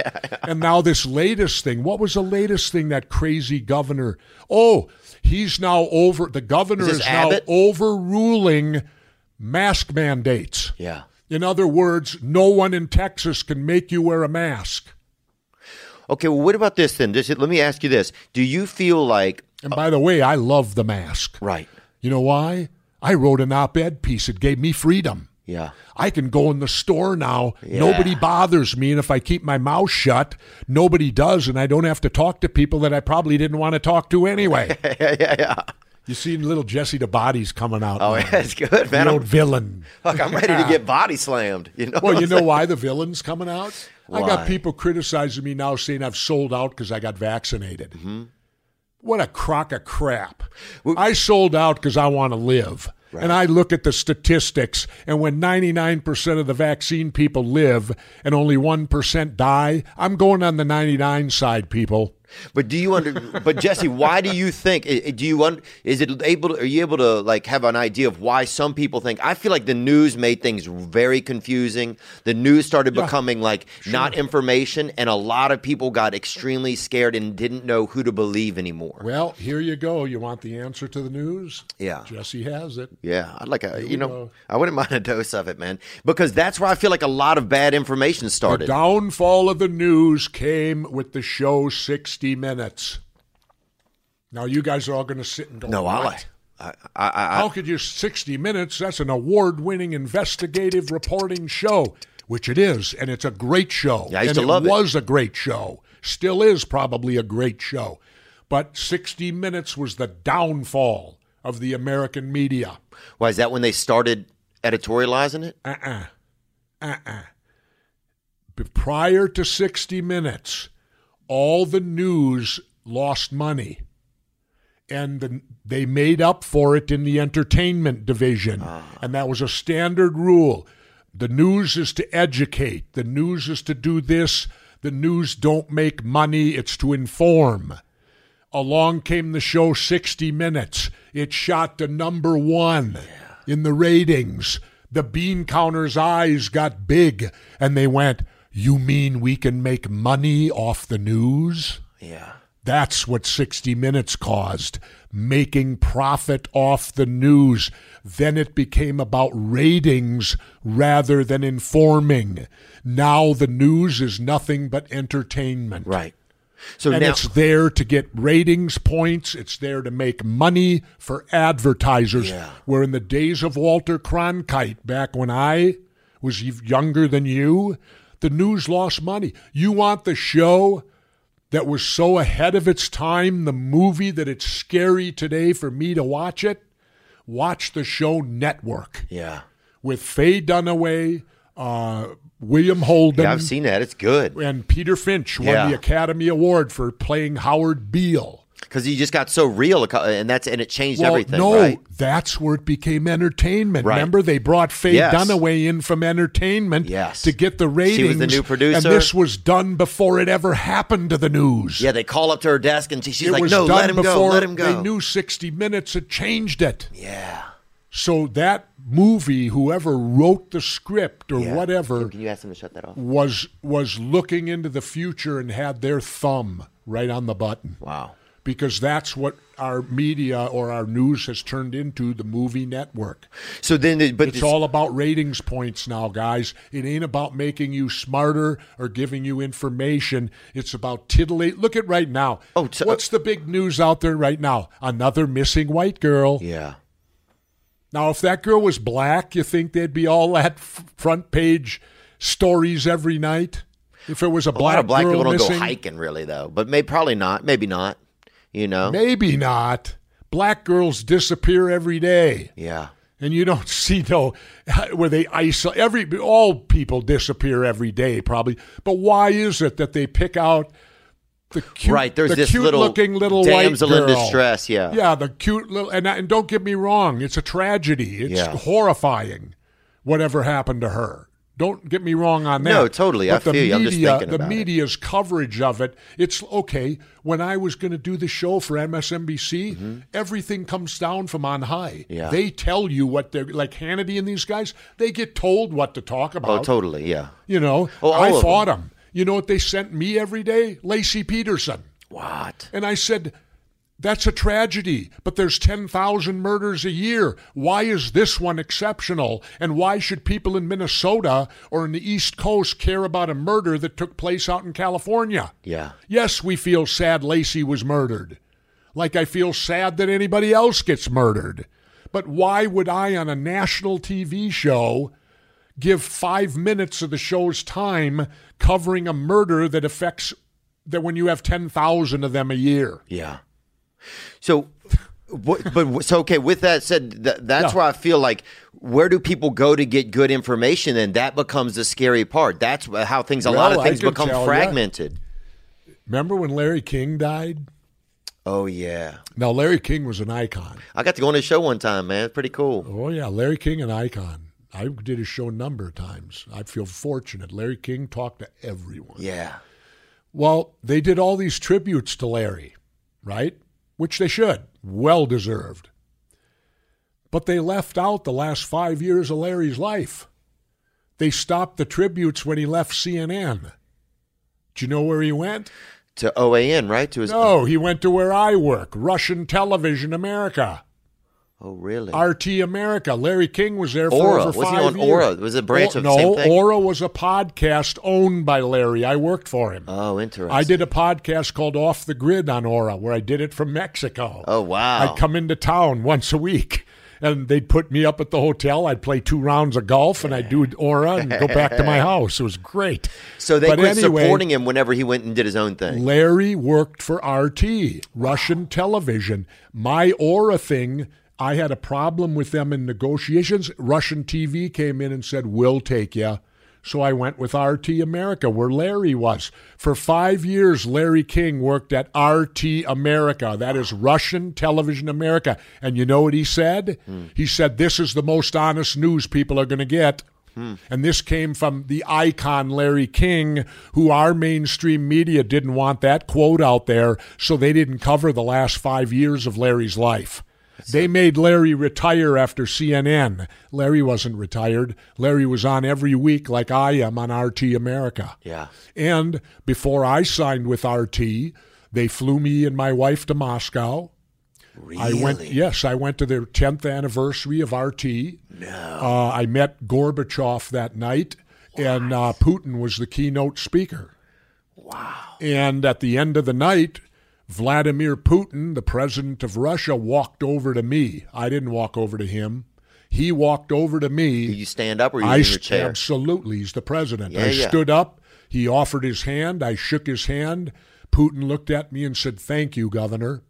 and now this latest thing. What was the latest thing that crazy governor? Oh, he's now over. The governor
Is
is,
this
now
Abbott?
overruling mask mandates.
Yeah.
In other words, no one in Texas can make you wear a mask.
Okay. Well, what about this then? This, let me ask you this: Do you feel like?
And by the way, I love the mask.
Right.
You know why? I wrote an op ed piece, it gave me freedom.
Yeah.
I can go in the store now. Nobody bothers me. And if I keep my mouth shut, nobody does. And I don't have to talk to people that I probably didn't want to talk to anyway. yeah, yeah, yeah. You see little Jesse the body's coming out.
Oh,
now.
that's good, man.
The
I'm,
old villain.
fuck, I'm ready to get body slammed. You know.
Well,
what
you
I'm
know
saying?
why the villain's coming out? I
Why?
got people criticizing me now saying I've sold out because I got vaccinated.
Mm-hmm.
What a crock of crap. I sold out because I want to live. And I look at the statistics, and when 99% of the vaccine people live and only 1% die, I'm going on the 99 side, people.
But do you under? but Jesse, why do you think? i- i- Do you un, Is it able? To, are you able to like have an idea of why some people think? I feel like the news made things very confusing. The news started becoming like not information, and a lot of people got extremely scared and didn't know who to believe anymore.
Well, here you go. You want the answer to the news?
Yeah.
Jesse has it.
Yeah, I'd like a you know
go.
I wouldn't mind a dose of it, man, because that's where I feel like a lot of bad information
The
started.
downfall of the news came with the show 60 Minutes. Now you guys are all going to sit and go.
no, I
"What?
like. I, I, I,
How could you 60 Minutes? That's an award-winning investigative reporting show, which it is, and it's a great show.
Yeah, I used
and
to love it.
was a great show, still is probably a great show, but 60 Minutes was the downfall of the American media.
why is that when they started editorializing it?
uh-uh, uh-uh. B- Prior to 60 Minutes, all the news lost money. And the, they made up for it in the entertainment division. And that was a standard rule. The news is to educate. The news is to do this. The news don't make money. It's to inform. Along came the show 60 Minutes. It shot to number one in the ratings. The bean counter's eyes got big and they went, You mean we can make money off the news?
Yeah.
That's what 60 Minutes caused making profit off the news. Then it became about ratings rather than informing. Now the news is nothing but entertainment.
Right. So
And
now
it's there to get ratings points. It's there to make money for advertisers.
Yeah.
Where in the days of Walter Cronkite, back when I was ev- younger than you, The news lost money. You want the show that was so ahead of its time, the movie that it's scary today for me to watch it? Watch the show Network
Yeah.
with Faye Dunaway, uh, William Holden,
Yeah, I've seen that. It's good
and Peter Finch won
Yeah.
the Academy Award for playing Howard Beale.
because you just got so real, and that's and it changed everything.
no,
right?
that's where it became entertainment.
Right.
Remember, they brought Faye
Yes.
Dunaway in from entertainment
Yes.
to get the ratings.
She was the new
and
producer.
this was done before it ever happened to the news.
Yeah, they call up to her desk and she- she's
it
like,
was
"No,
done
let him
before
go, let him go."
they knew 60 Minutes had changed it.
yeah.
So that movie, whoever wrote the script or
yeah.
whatever,
Can you ask him to shut that off?
was was looking into the future and had their thumb right on the button
Wow.
because that's what our media or our news has turned into the movie network.
So then, the, but
It's
this-
all about ratings points now, guys. It ain't about making you smarter or giving you information. It's about titillate. Look at right now.
Oh, t-
What's the big news out there right now? Another missing white girl.
yeah,
Now, if that girl was black, you think there'd be all that f- front page stories every night? If it was a,
a lot
black,
of black
girl
people don't
missing,
go hiking really though, but may probably not, maybe not. You know,
maybe not. Black girls disappear every day,
yeah,
and you don't see no where they isolate. Every all people disappear every day, probably. But why is it that they pick out the cute,
right. There's
the
this
cute
little
looking little
damsel
white girl?
in distress. Yeah,
Yeah, the cute little and, and don't get me wrong, it's a tragedy. It's
Yeah.
horrifying whatever happened to her. Don't get me wrong on that.
No, totally,
But
I
the
feel you. I'm just
media,
thinking
the
about it.
media's coverage of it. It's okay. When I was going to do the show for MSNBC, everything comes down from on high.
Mm-hmm. Yeah.
They tell you what they're like. Hannity and these guys, they get told what to talk
Oh,
about.
totally. Yeah.
you know,
Oh, all
I
of
fought them. You know what they sent me every day? Lacey Peterson.
What?
And I said, that's a tragedy, but there's 10,000 murders a year. Why is this one exceptional? And why should people in Minnesota or in the East Coast care about a murder that took place out in California?
Yeah.
Yes, we feel sad Lacey was murdered. Like I feel sad that anybody else gets murdered. But why would I, on a national TV show, give five minutes of the show's time covering a murder that affects that when you have 10,000 of them a year?
Yeah. So, what, but so okay. With that said, th- that's
Yeah.
where I feel like where do people go to get good information, and that becomes the scary part. That's how things. A lot
Well,
of
I
things
can
become
tell ya.
fragmented.
Remember when Larry King died?
Oh yeah,
Now, Larry King was an icon.
I got to go on his show one time, man. It's pretty cool.
Oh, yeah, Larry King, an icon. I did his show a number of times. I feel fortunate. Larry King talked to everyone.
Yeah,
Well, they did all these tributes to Larry, right? Which they should. Well deserved. But they left out the last five years of Larry's life. They stopped the tributes when he left CNN. Do you know where he went?
to OAN, right? To his.
No, he went to where I work Russian Television America,
Oh really?
RT America. Larry King was there for
Aura.
over
Wasn't he
five
on
years.
Aura? Was it a branch of the
no,
same thing?
Aura was a podcast owned by Larry. I worked for him.
oh, interesting.
I did a podcast called Off the Grid on Aura where I did it from Mexico.
Oh wow.
I'd come into town once a week and they'd put me up at the hotel. I'd play two rounds of golf and I'd do Aura and go back to my house. It was great.
so they
but
quit
anyway-
supporting him whenever he went and did his own thing.
Larry worked for RT, Russian television. My Aura thing, I had a problem with them in negotiations. Russian TV came in and said, We'll take you. So I went with RT America, where Larry was. For five years, Larry King worked at RT America. That is Russian Television America. And you know what he said? He said, This is the most honest news people are going to get. Hmm. And this came from the icon Larry King, who our mainstream media didn't want that quote out there, so they didn't cover the last five years of Larry's life. They made Larry retire after CNN. Larry wasn't retired. Larry was on every week, like I am on RT America.
Yeah.
And before I signed with RT, they flew me and my wife to Moscow.
Really?
I went. Yes, I went to their tenth anniversary of RT. No. Uh, I met Gorbachev that night, and uh, Putin was the keynote speaker. Wow. And at the end of the night, Vladimir Putin, the president of Russia, walked over to me. I didn't walk over to him. He walked over to me.
Did you stand up or were you
I
in
st-
your chair?
absolutely. He's the president.
Yeah,
I
yeah.
stood up. He offered his hand. I shook his hand. Putin looked at me and said, "Thank you, Governor."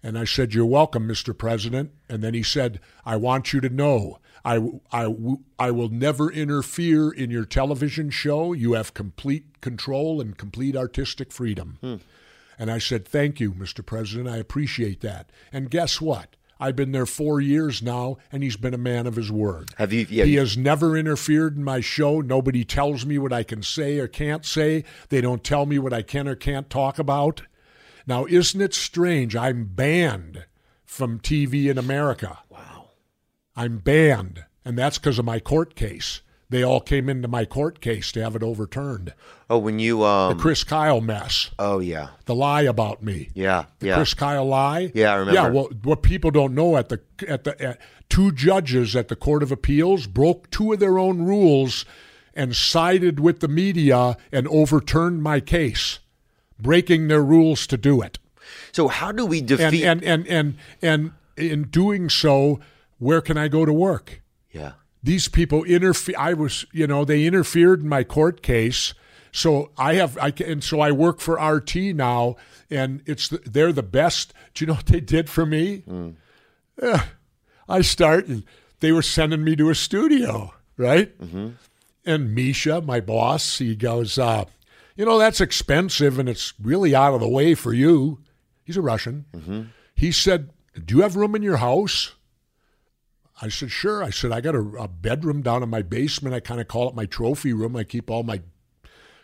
And I said, "You're welcome, Mr. President." And then he said, "I want you to know, I w- I w- I will never interfere in your television show. You have complete control and complete artistic freedom."
Hmm.
And I said, Thank you, Mr. President. I appreciate that. And guess what? I've been there four years now, and he's been a man of his word.
Have you- yeah,
he
you-
has never interfered in my show. Nobody tells me what I can say or can't say. They don't tell me what I can or can't talk about. Now, isn't it strange? I'm banned from TV in America.
Wow.
I'm banned, and that's because of my court case. They all came into my court case to have it overturned.
Oh, when you um.
Chris Kyle mess,
Oh yeah,
the lie about me.
yeah, yeah.
Chris Kyle lie.
Yeah, I remember.
Yeah, well, what people don't know at the at the at, two judges at the Court of Appeals broke two of their own rules and sided with the media and overturned my case, breaking their rules to do it.
so how do we
And
defeat?
and and and and in doing so, where can I go to work?
yeah.
these people interfere. I was, you know, they interfered in my court case. So I have, I can, and so I work for RT now, and it's the, they're the best. Do you know what they did for me? Eh, I start, and they were sending me to a studio, right? And Misha, my boss, he goes, uh, you know, that's expensive, and it's really out of the way for you. He's a Russian. He said, "Do you have room in your house?" I said, sure. I said, I got a, a bedroom down in my basement. I kind of call it my trophy room. I keep all my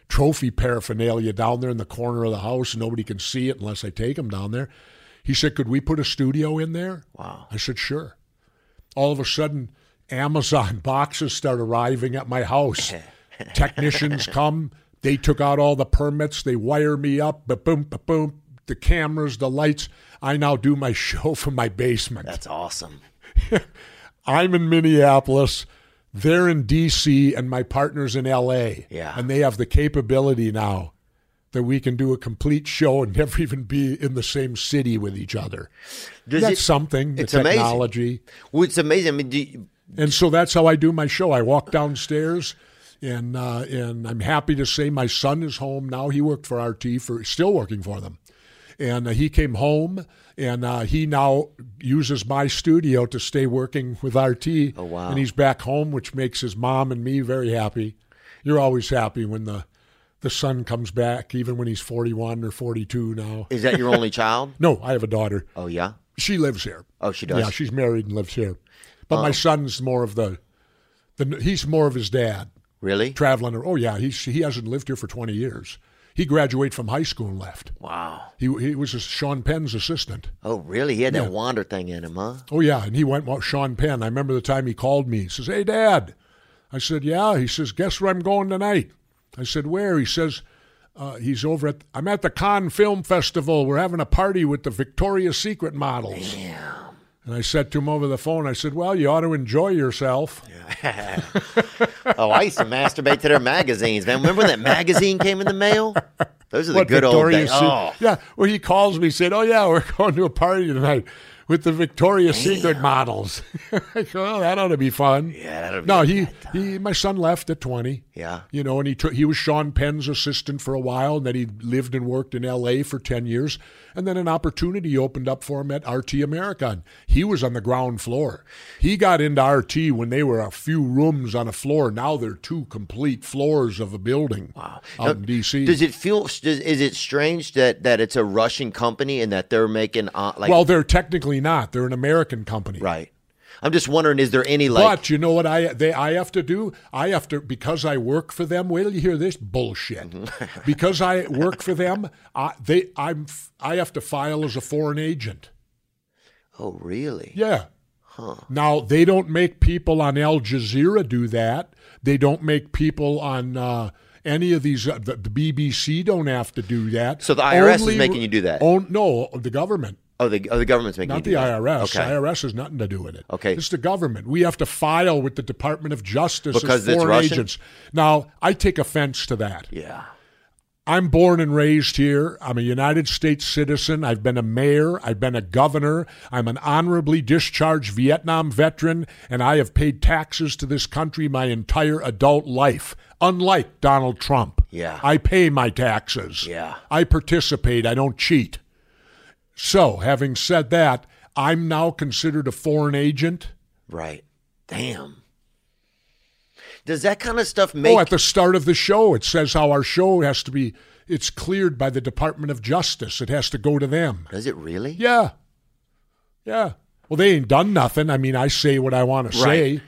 trophy paraphernalia down there in the corner of the house. Nobody can see it unless I take them down there. He said, could we put a studio in there? Wow. I said, sure. All of a sudden, Amazon boxes start arriving at my house. Technicians come. They took out all the permits. They wire me up. Ba boom, ba boom. The cameras, the lights. I now do my show from my basement.
That's awesome.
I'm in Minneapolis, they're in DC, and my partner's in LA.
Yeah.
And they have the capability now that we can do a complete show and never even be in the same city with each other.
Does
that's
it-
something. The
it's amazing.
technology.
Well, it's amazing. I mean, do you,
And so that's how I do my show. I walk downstairs, and uh, and I'm happy to say my son is home now. He worked for RT for still working for them, and uh, he came home, and uh, he now uses my studio to stay working with RT.
Oh, wow.
And he's back home, which makes his mom and me very happy. You're always happy when the the son comes back, even when he's 41 or 42 now.
is that your only child?
No, I have a daughter.
Oh yeah.
She lives here.
Oh, she does. Oh.
Yeah, she's married and lives here. But my son's more of the, the he's more of his dad
Really?
traveling. Oh yeah, he's he hasn't lived here for twenty years. He graduated from high school and left.
Wow.
He he was Sean Penn's assistant.
Oh really? He had that wander thing in him, huh?
Oh yeah, and he went well, Sean Penn. I remember the time he called me. He says, "Hey, Dad." I said, "Yeah." He says, "Guess where I'm going tonight?" I said, "Where?" He says, uh, "He's over at I'm at the Cannes Film Festival. We're having a party with the Victoria's Secret models." And I said to him over the phone, I said, "Well, you ought to enjoy yourself."
Oh, I used to masturbate to their magazines, man. Remember when that magazine came in the mail? Those are the
What,
good old days.
Victoria's Se-
Oh,
Yeah. Well, he calls me, said, "Oh yeah, we're going to a party tonight with the Victoria's Secret models." I go, "Oh, that ought to be fun."
Yeah, that'll be
no,
a
he he. My son left at twenty.
Yeah.
You know, and he took he was Sean Penn's assistant for a while, and then he lived and worked in L.A. for ten years, and then an opportunity opened up for him at RT America. And he was on the ground floor. He got into RT when they were a few rooms on a floor. Now they're two complete floors of a building. Wow. Out
Now,
in D.C.
Does it feel? Does, is it strange that that it's a Russian company and that they're making uh, like
well, they're technically not. They're an American company.
right? I'm just wondering, is there any like?
But you know what I they I have to do? I have to because I work for them. Wait till you hear this bullshit.
Mm-hmm.
because I work for them, I they I'm f- I have to file as a foreign agent.
oh, really?
Yeah. Now they don't make people on Al Jazeera do that. They don't make people on uh, any of these. Uh, the, the BBC don't have to do that.
So the IRS is making you do that?
On, no, the government.
Oh, the oh, the government's making you
Not
do
the
that.
IRS.
Okay.
IRS has nothing to do with it.
Okay.
It's the government. We have to file with the Department of Justice
Because
as
it's
foreign
Russian?
agents. Now, I take offense to that.
Yeah.
I'm born and raised here. I'm a United States citizen. I've been a mayor. I've been a governor. I'm an honorably discharged Vietnam veteran, and I have paid taxes to this country my entire adult life. Unlike Donald Trump,
Yeah.
I pay my taxes.
Yeah.
I participate. I don't cheat. So, having said that, I'm now considered a foreign agent.
Right. Damn. Does that kind of stuff make
Oh, at the start of the show, it says how our show has to be. It's cleared by the Department of Justice. It has to go to them.
Does it really?
Yeah. Yeah. Well, they ain't done nothing. I mean, I say what I want to say,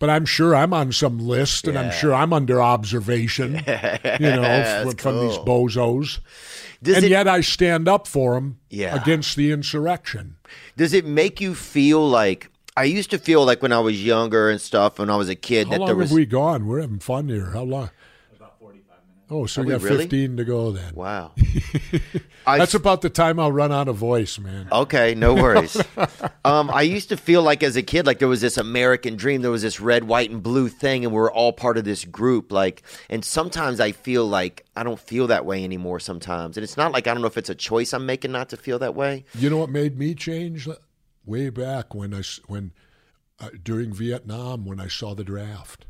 but I'm sure I'm on some list and I'm sure I'm under observation, you know, from, from these bozos.
Does
and
it
yet I stand up for them
Yeah.
against the insurrection.
does it make you feel like I used to feel like when I was younger and stuff when I was a kid
How
that
long
there
have
was
we gone? We're having fun here. How long? About 45 minutes. Oh, so we
we
got
really?
15 to go then.
wow. I
That's about the time I'll run out of voice, man.
Okay, no worries. um, I used to feel like as a kid, like there was this American dream, there was this red, white, and blue thing, and we were all part of this group. Like, and sometimes I feel like I don't feel that way anymore. Sometimes, and it's not like I don't know if it's a choice I'm making not to feel that way.
You know what made me change? Way back when I s- when uh, during Vietnam when I saw the draft.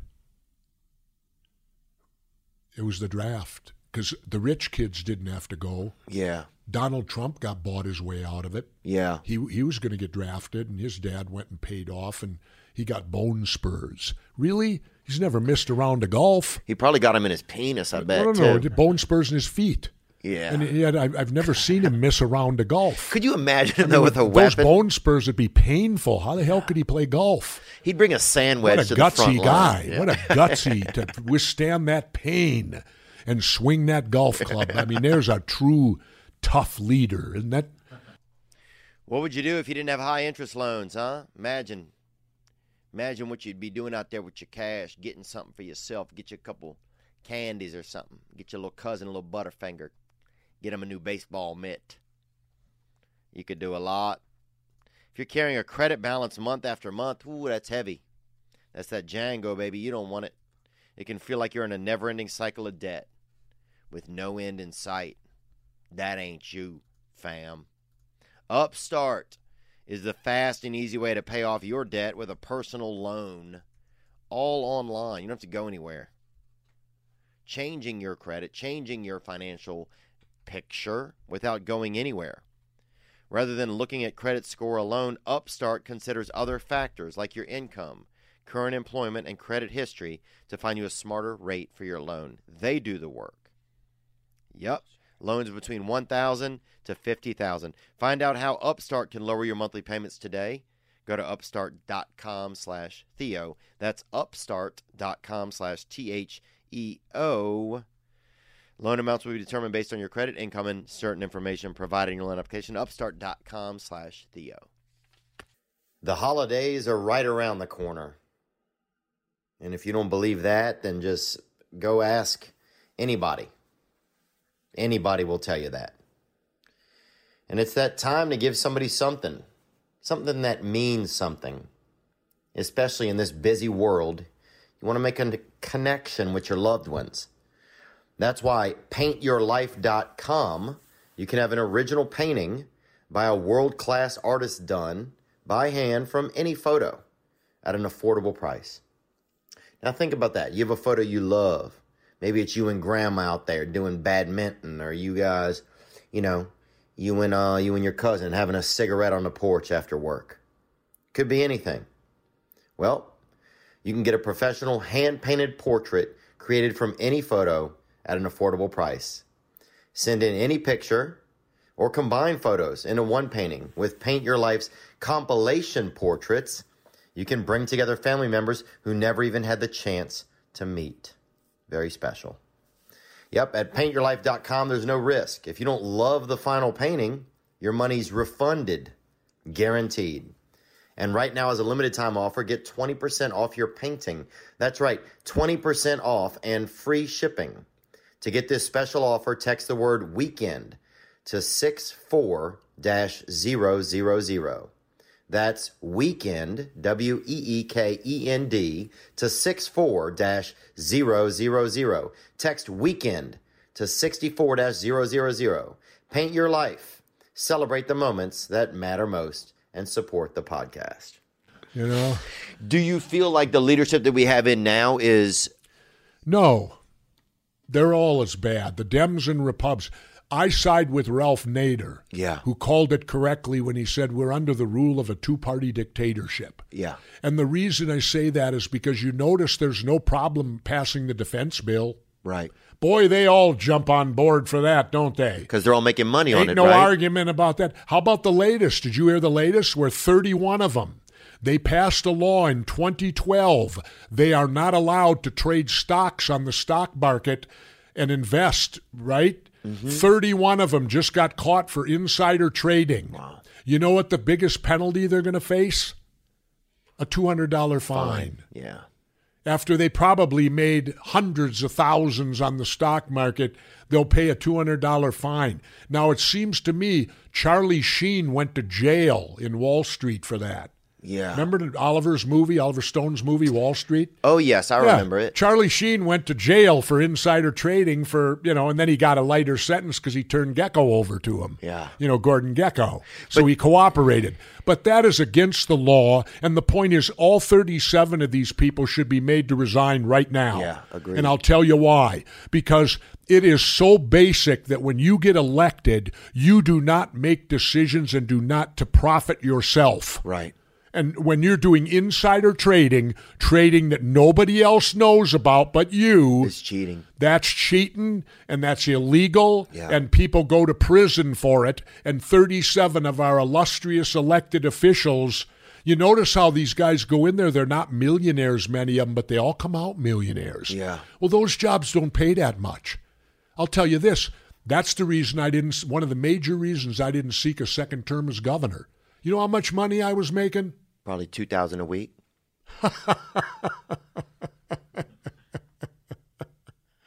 It was the draft because the rich kids didn't have to go.
Yeah,
Donald Trump got bought his way out of it.
yeah,
He he was going to get drafted, and his dad went and paid off, and he got bone spurs. Really, he's never missed a round of golf.
he probably got him in his penis. I bet
no, no,
too.
no, bone spurs in his feet.
Yeah.
and yet I, I've never seen him miss a round of golf.
Could you imagine him though with a
Those
weapon?
bone spurs would be painful. How the hell could he play golf?
He'd bring a sand wedge
What a
to the front
gutsy guy.
line. Yeah.
What a gutsy to withstand that pain and swing that golf club. I mean, there's a true tough leader. Isn't that
What would you do if you didn't have high interest loans, huh? Imagine. Imagine what you'd be doing out there with your cash, getting something for yourself, get you a couple candies or something, get your little cousin a little butterfinger, get him a new baseball mitt. You could do a lot. If you're carrying a credit balance month after month, ooh, that's heavy. That's that Django, baby. You don't want it. It can feel like you're in a never ending cycle of debt with no end in sight. That ain't you, fam. Upstart is the fast and easy way to pay off your debt with a personal loan, all online. You don't have to go anywhere. Changing your credit, changing your financial picture without going anywhere. Rather than looking at credit score alone, Upstart considers other factors like your income, current employment, and credit history to find you a smarter rate for your loan. They do the work. Yep. Loans between 1000 to 50000 Find out how Upstart can lower your monthly payments today. Go to upstart.com slash Theo. That's upstart.com slash T-H-E-O. Loan amounts will be determined based on your credit, income, and certain information provided in your loan application. Upstart.com slash Theo. The holidays are right around the corner. And if you don't believe that, then just go ask anybody. Anybody will tell you that. And it's that time to give somebody something, something that means something, especially in this busy world. You want to make a connection with your loved ones. That's why paintyourlife.com, you can have an original painting by a world class artist done by hand from any photo at an affordable price. Now think about that. You have a photo you love. Maybe it's you and grandma out there doing badminton or you guys, you know, you and uh you and your cousin having a cigarette on the porch after work. Could be anything. Well, you can get a professional hand-painted portrait created from any photo at an affordable price. Send in any picture or combine photos into one painting with Paint Your Life's compilation portraits. You can bring together family members who never even had the chance to meet. Very special. Yep, at paintyourlife.com, there's no risk. If you don't love the final painting, your money's refunded, guaranteed. And right now, as a limited time offer, get 20% off your painting. That's right, 20% off and free shipping. To get this special offer, text the word weekend to 64 000. That's weekend, W E E K E N D, to 64 000. Text weekend
to 64 000. Paint your life, celebrate the moments that matter most, and support the podcast.
You know?
Do you feel like the leadership that we have in now is
No, they're all as bad. The Dems and Repubs. I side with Ralph Nader,
Yeah.
who called it correctly when he said we're under the rule of a two-party dictatorship.
yeah
And the reason I say that is because you notice there's no problem passing the defense bill.
right
Boy, they all jump on board for that, don't they?
because they're all making money on
Ain't
it
no
right
argument about that. How about the latest? Did you hear the latest? Where 31 of them. They passed a law in 2012. They are not allowed to trade stocks on the stock market and invest, right? 31 of them just got caught for insider trading. Wow. You know what the biggest penalty they're going to face? A $200 fine
yeah
after they probably made hundreds of thousands on the stock market, they'll pay a $200 fine. Now, it seems to me Charlie Sheen went to jail in Wall Street for that.
yeah
Remember Oliver's movie, Oliver Stone's movie, Wall Street?
oh yes I
Yeah.
remember it
Charlie Sheen went to jail for insider trading for, you know, and then he got a lighter sentence because he turned Gecko over to him.
Yeah.
You know, Gordon Gecko. So he cooperated. But that is against the law. And the point is, all 37 of these people should be made to resign right now.
Yeah, agreed.
And I'll tell you why. Because it is so basic that when you get elected, you do not make decisions and do not to profit yourself.
right
And when you're doing insider trading, trading that nobody else knows about but you,
it's cheating
that's cheating and that's illegal,
Yeah.
and people go to prison for it. And 37 of our illustrious elected officials, you notice how these guys go in there, they're not millionaires, many of them, but they all come out millionaires.
Yeah.
Well, those jobs don't pay that much. I'll tell you this that's the reason I didn't, one of the major reasons I didn't seek a second term as governor. You know how much money I was making?
probably two thousand a week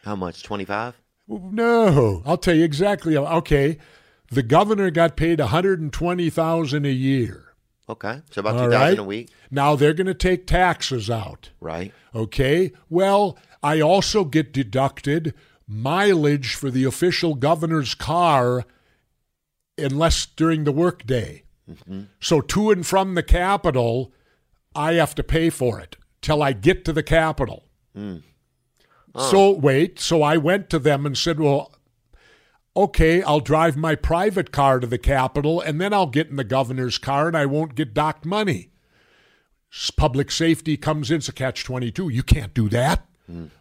how much twenty five
No, I'll tell you exactly. Okay, the governor got paid one hundred and twenty thousand a year.
okay so about
All
two thousand
right?
a week
Now they're going to take taxes out.
right
Okay, well, I also get deducted mileage for the official governor's car, unless during the workday. So to and from the Capitol, I have to pay for it till I get to the Capitol. So wait, so I went to them and said, "Well, okay, I'll drive my private car to the Capitol, and then I'll get in the governor's car, and I won't get docked money." S- Public safety comes in, it's a catch twenty-two. You can't do that.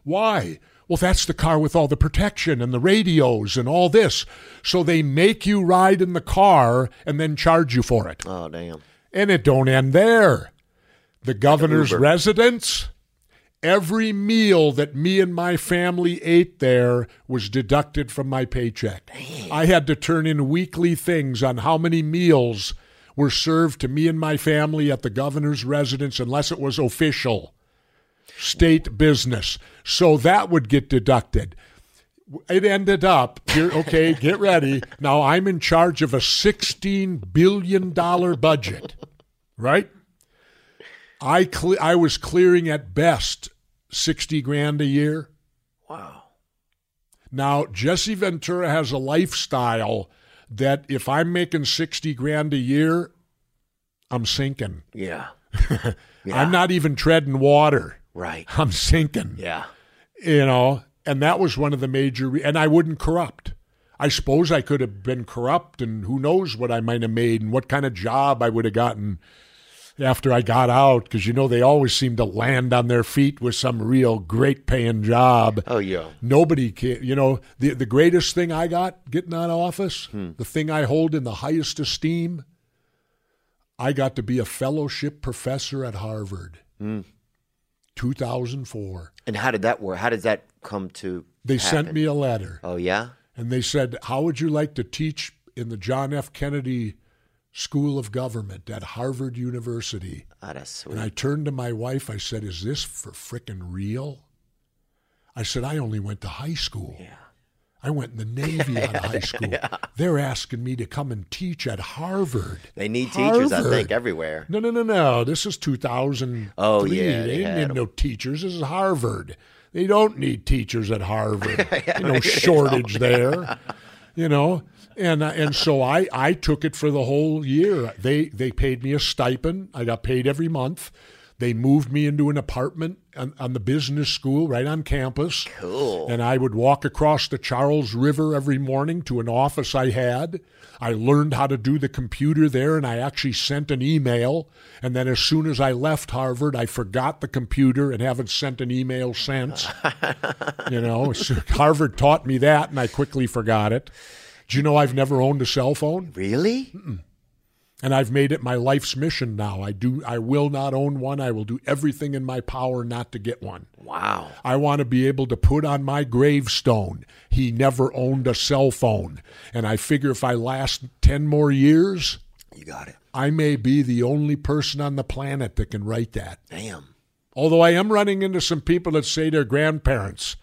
Why? Well, that's the car with all the protection and the radios and all this. So they make you ride in the car and then charge you for it.
oh damn
And it don't end there. The governor's
Uber.
residence, every meal that me and my family ate there was deducted from my paycheck. I had to turn in weekly things on how many meals were served to me and my family at the governor's residence unless it was official state business. So that would get deducted. It ended up, here, okay, get ready. Now I'm in charge of a $16 billion budget, right? I, cle- I was clearing at best 60 grand a year.
wow
Now, Jesse Ventura has a lifestyle that if I'm making 60 grand a year, I'm sinking.
yeah
I'm not even treading water.
right
I'm sinking.
yeah
you know and that was one of the major re- and i wouldn't corrupt i suppose i could have been corrupt and who knows what i might have made and what kind of job i would have gotten after i got out because you know they always seem to land on their feet with some real great paying job
oh yeah
nobody can you know the, the greatest thing i got getting out of office the thing i hold in the highest esteem i got to be a fellowship professor at harvard 2004
and how did that work how does that come to
they sent
happen?
me a letter
oh yeah
and they said, How would you like to teach in the John F. Kennedy School of Government at Harvard University?
oh, that's sweet
And I turned to my wife. I said, Is this for frickin' real? I said, I only went to high school.
yeah
I went in the Navy out of high school. They're asking me to come and teach at Harvard.
They need teachers, I think,
Harvard.
everywhere.
No, no, no, no. This is 2003.
Oh, yeah,
They
they
didn't
had
need
'em.
no teachers. This is Harvard. They don't need teachers at Harvard. You know, shortage there. You know, and uh, and so I I took it for the whole year. They they paid me a stipend. I got paid every month. They moved me into an apartment on, on the business school right on campus. Cool. And I would walk across the Charles River every morning to an office I had. I learned how to do the computer there, and I actually sent an email. And then as soon as I left Harvard, I forgot the computer and haven't sent an email since. you know, so Harvard taught me that, and I quickly forgot it. Do you know I've never owned a cell phone?
Really?
and I've made it my life's mission now. I do I will not own one. I will do everything in my power not to get one.
Wow.
I want to be able to put on my gravestone he never owned a cell phone. And I figure if I last 10 more years,
You got it.
I may be the only person on the planet that can write that.
Damn.
Although I am running into some people that say their grandparents,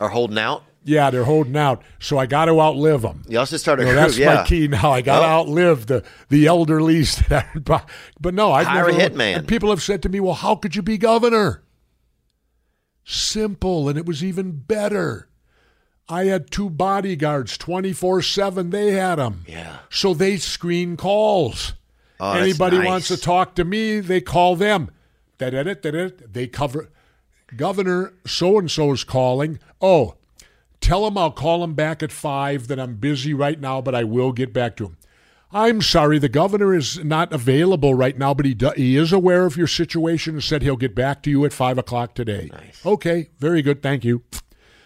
Are holding out?
yeah, they're holding out, so I got to outlive them.
You also started a
So
group,
that's
yeah.
my key now. I got to
Oh.
outlive the the elderlies that are. bu- But no, I've
Hire a
never.
hitman.
and people have said to me, "Well, how could you be governor?" Simple, and it was even better. I had two bodyguards, twenty four seven. They had them,
Yeah.
so they screen calls.
Oh, that's
Anybody
nice.
wants to talk to me, they call them. Da da da da da. They cover. Governor so and so is calling. Oh, Tell him I'll call him back at five, that I'm busy right now, but I will get back to him. I'm sorry, the governor is not available right now, but he, do, he is aware of your situation and said he'll get back to you at five o'clock today. Okay, very good, thank you.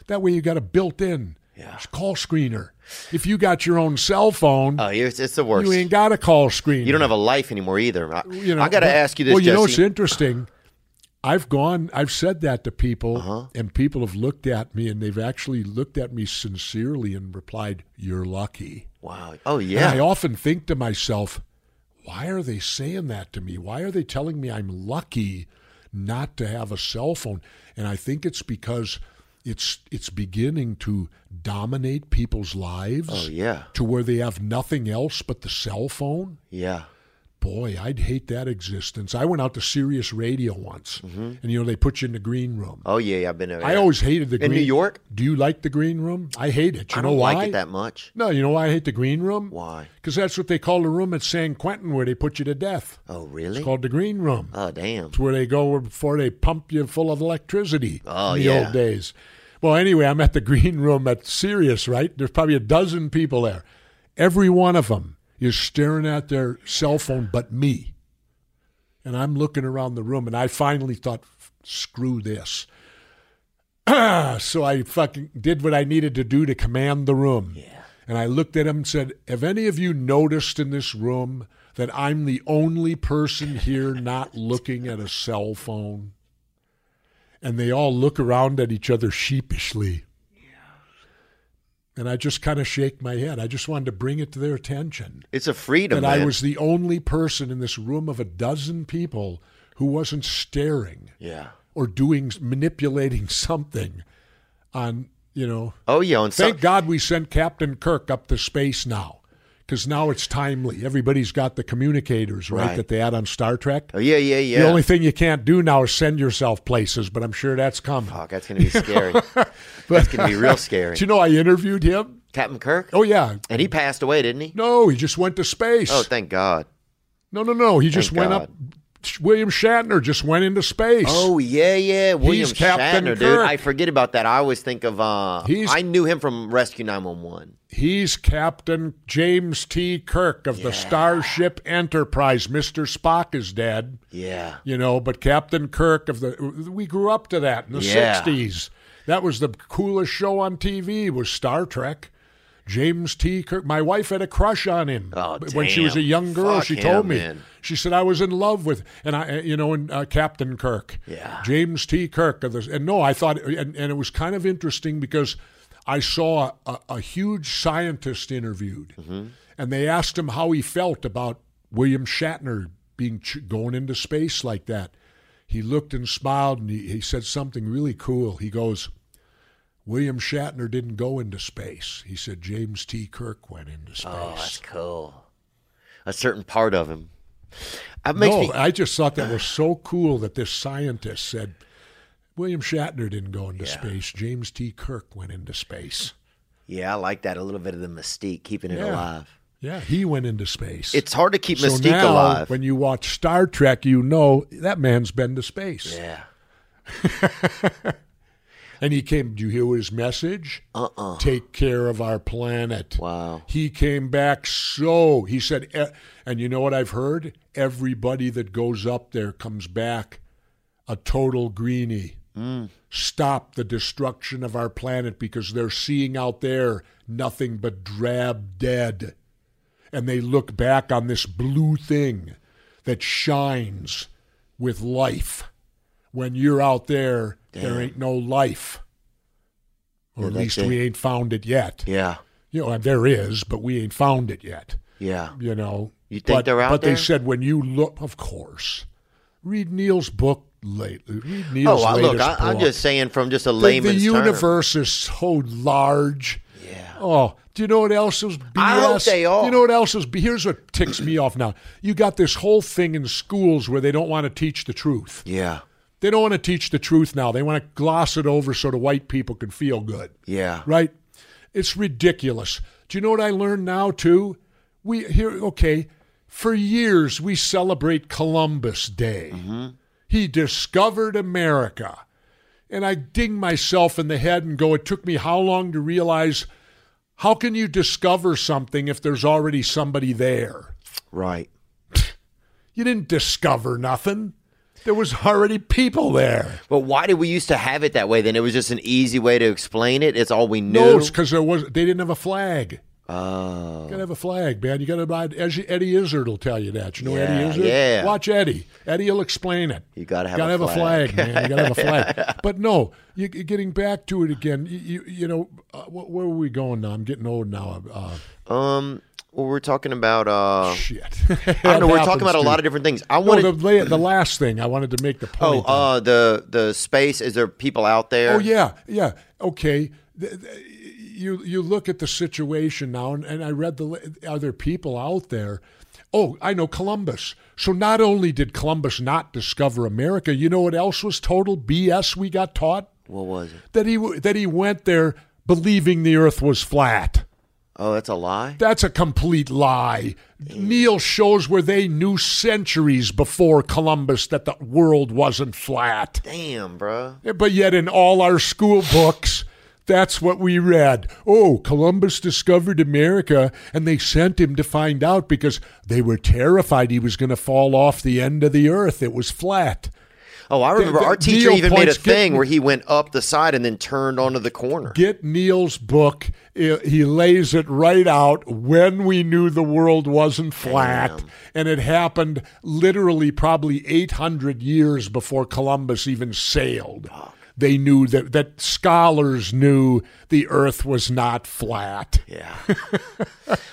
That way you got a built in
Yeah.
call screener. If you got your own cell phone,
Oh, it's, it's the worst.
you
You,
ain't got a call screener.
don't have a life anymore either. I,
You know,
I got to
but-
ask you this,
Well, you know it's
Jesse.
interesting. I've gone. I've said that to people,
Uh-huh.
and people have looked at me, and they've actually looked at me sincerely and replied, "You're lucky."
wow. Oh,
And I
yeah.
often think to myself, "Why are they saying that to me? Why are they telling me I'm lucky not to have a cell phone?" And I think it's because it's it's beginning to dominate people's lives
Oh, yeah.
to where they have nothing else but the cell phone
Yeah.
boy, I'd hate that existence. I went out to Sirius Radio once, and you know they put you in the green room.
Mm-hmm. Oh, yeah. I've been there.
I always hated the
In
green.
New York?
Do you like the green room? I hate it. You
I
know
don't
why?
like it that much.
No, you know why I hate the green room?
Why?
Because that's what they call the room at San Quentin where they put you to death.
Oh, really?
It's called the green room.
Oh, damn.
It's where they go before they pump you full of electricity.
Oh,
in the
yeah.
old days. Well, anyway, I'm at the green room at Sirius, right? There's probably a dozen people there. Every one of them is staring at their cell phone, but me. And I'm looking around the room, and I finally thought, "Screw this." so I fucking did what I needed to do to command the room. Yeah. And I looked at him and said, Have any of you noticed in this room that I'm the only person here not looking at a cell phone? And they all look around at each other sheepishly. And I just kind of shake my head. I just wanted to bring it to their attention
It's a freedom.
that I
man.
was the only person in this room of a dozen people who wasn't staring
Yeah.
or doing manipulating something on you know
Oh, yeah. On
thank
some,
god we sent captain kirk up to space now because now it's timely everybody's got the communicators right,
Right.
that they had on star trek
oh, yeah, yeah, yeah.
the only thing you can't do now is send yourself places but i'm sure that's coming
Fuck, that's going to be scary. that's going to be real scary.
do you know i interviewed him
Captain Kirk?
oh yeah
And he passed away, didn't he?
no he just went to space
Oh, thank God.
no no no he just
Thank
went
God.
up william shatner just went into space
Oh yeah, yeah. William
Captain
Shatner, dude.
Kirk.
I forget about that. I always think of. Uh,
He's-
I knew him from Rescue Nine One One.
He's Captain James T. Kirk of the Starship Enterprise. Mr. Spock is dead,
Yeah.
you know, but Captain Kirk of the we grew up to that in the
Yeah.
60s. That was the coolest show on TV was Star Trek. James T. Kirk. My wife had a crush on him
Oh,
b- when she was a
damn.
young girl.
Fuck
she
him,
told me.
man.
She said I was in love with, and I, you know, and uh, Captain Kirk.
Yeah.
James T. Kirk. Of the, and no, I thought, and, and it was kind of interesting because I saw a, a huge scientist interviewed,
Mm-hmm.
and they asked him how he felt about William Shatner being ch- going into space like that. He looked and smiled, and he, he said something really cool. He goes, William Shatner didn't go into space. He said James T. Kirk went into space.
Oh, that's cool. A certain part of him. That makes
no,
me.
I just thought that was so cool that this scientist said William Shatner didn't go into space. James T. Kirk went into space.
yeah, I like that. A little bit of the mystique, keeping it
Yeah.
alive.
Yeah, he went into space.
It's hard to keep
so
mystique
now,
alive.
when you watch Star Trek, you know that man's been to space.
yeah.
And he came. Do you hear his message? Uh-uh. Take care of our planet.
Wow.
He came back so he said, "E- and you know what I've heard? Everybody that goes up there comes back a total greenie. Stop the destruction of our planet because they're seeing out there nothing but drab dead. And they look back on this blue thing that shines with life. When you're out there, there ain't no life. Or
Yeah,
at
that's
least
it.
we ain't found it yet.
Yeah.
You know, and there is, but we ain't found it yet.
Yeah.
You know,
You think
but,
they're out
But
there?
they said when you look, of course, read Neil's book lately. Read Neil's
oh, I,
latest
look, I, I'm
book.
just saying from just a
the, the
layman's term.
universe is so large.
Yeah.
Oh, do you know what else is BS?
I hope they are.
You know what else is? Here's what ticks me off now. You got this whole thing in schools where they don't want to teach the truth.
Yeah.
They don't want to teach the truth now. They want to gloss it over so the white people can feel good
Yeah.
right? It's ridiculous. Do you know what I learned now too? We here okay, for years we celebrate Columbus Day. He discovered America. And I ding myself in the head and go, it took me how long to realize how can you discover something if there's already somebody there?
Right.
You didn't discover nothing. There was already people there.
But why did we used to have it that way? Then it was just an easy way to explain it. It's all we knew.
No, it's because there was they didn't have a flag.
oh,
Gotta have a flag, man. You gotta buy. Ez- Eddie Izzard will tell you that. You know
Yeah,
Eddie Izzard.
yeah.
Watch Eddie. Eddie will explain it.
You gotta have
gotta
a
have
flag.
a flag, man. You gotta have a flag. But no, you, you're getting back to it again. You, you, you know, uh, wh- where were we going now? I'm getting old now. Uh,
um, well, we're talking about. Uh,
shit.
I don't know. We're talking about a lot of different things. I wanted.
No, the, la- the last thing I wanted to make the
oh,
point. of.
uh, the the space. Is there people out there?
oh yeah, yeah. Okay. Th- th- You you look at the situation now, and, and I read the li- are there people out there? Oh, I know Columbus. So not only did Columbus not discover America, you know what else was total BS we got taught
What was it?
that he w- that he went there believing the Earth was flat.
Oh, that's a lie.
That's a complete lie. Neil shows where they knew centuries before Columbus that the world wasn't flat.
Damn, bro.
But yet, in all our school books, that's what we read. Oh, Columbus discovered America, and they sent him to find out because they were terrified he was going to fall off the end of the earth. It was flat.
Oh, I remember
the-
our teacher
Neil
even made a
points-
thing
get-
where he went up the side and then turned onto the corner.
Get Neil's book. I- He lays it right out when we knew the world wasn't flat. And it happened literally probably 800 years before Columbus even sailed. They knew that, that scholars knew the earth was not flat.
yeah.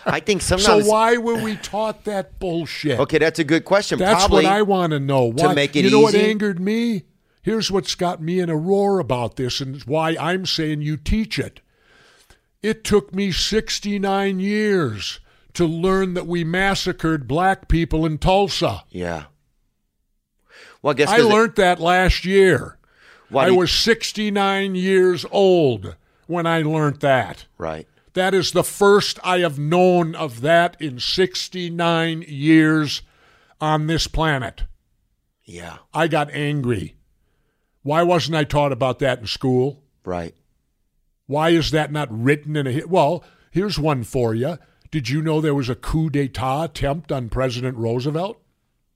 I think
So
sometimes.
why were we taught that bullshit?
Okay, that's a good question.
That's
Probably.
what I want to know. Why,
make it
you know what
easy?
angered me? Here's what's got me in a roar about this and why I'm saying you teach it. It took me 69 years to learn that we massacred black people in Tulsa.
yeah. Well, I guess
I
'cause it-
learned that last year.
why
I
do you-
was 69 years old when I learned that.
right.
That is the first I have known of that in 69 years on this planet.
Yeah.
I got angry. Why wasn't I taught about that in school?
Right.
Why is that not written in a. hi- Well, here's one for you. Did you know there was a coup d'etat attempt on President Roosevelt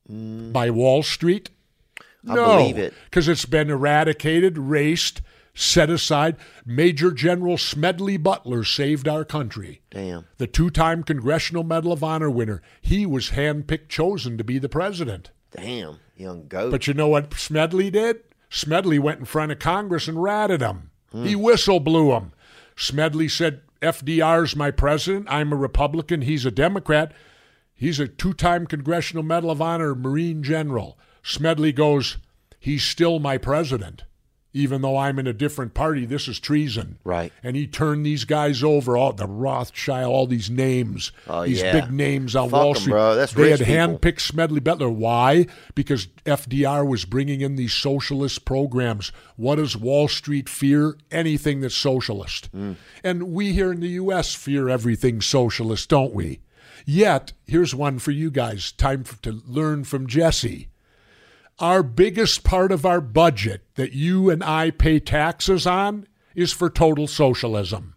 by Wall Street?
Mm. I
no,
believe it.
Because it's been eradicated, raced, set aside. Major General Smedley Butler saved our country
Damn.
the two time Congressional Medal of Honor winner. He was handpicked, chosen to be the president.
Damn. Young goat.
But you know what Smedley did? Smedley went in front of Congress and ratted him. He whistle blew him. Smedley said, FDR's my president. I'm a Republican. He's a Democrat. He's a two time Congressional Medal of Honor Marine general. Smedley goes, He's still my president, even though I'm in a different party, this is treason.
Right.
And he turned these guys over, all the Rothschild, all these names,
Oh,
these
yeah.
big names on
Fuck
Wall
'em,
Street.
bro. That's
they
rich
had
people.
handpicked Smedley Bettler. Why? Because FDR was bringing in these socialist programs. What does Wall Street fear? Anything that's socialist.
Hmm.
And we here in the U.S. fear everything socialist, don't we? Yet, here's one for you guys. Time for, to learn from Jesse. Our biggest part of our budget that you and I pay taxes on is for total socialism.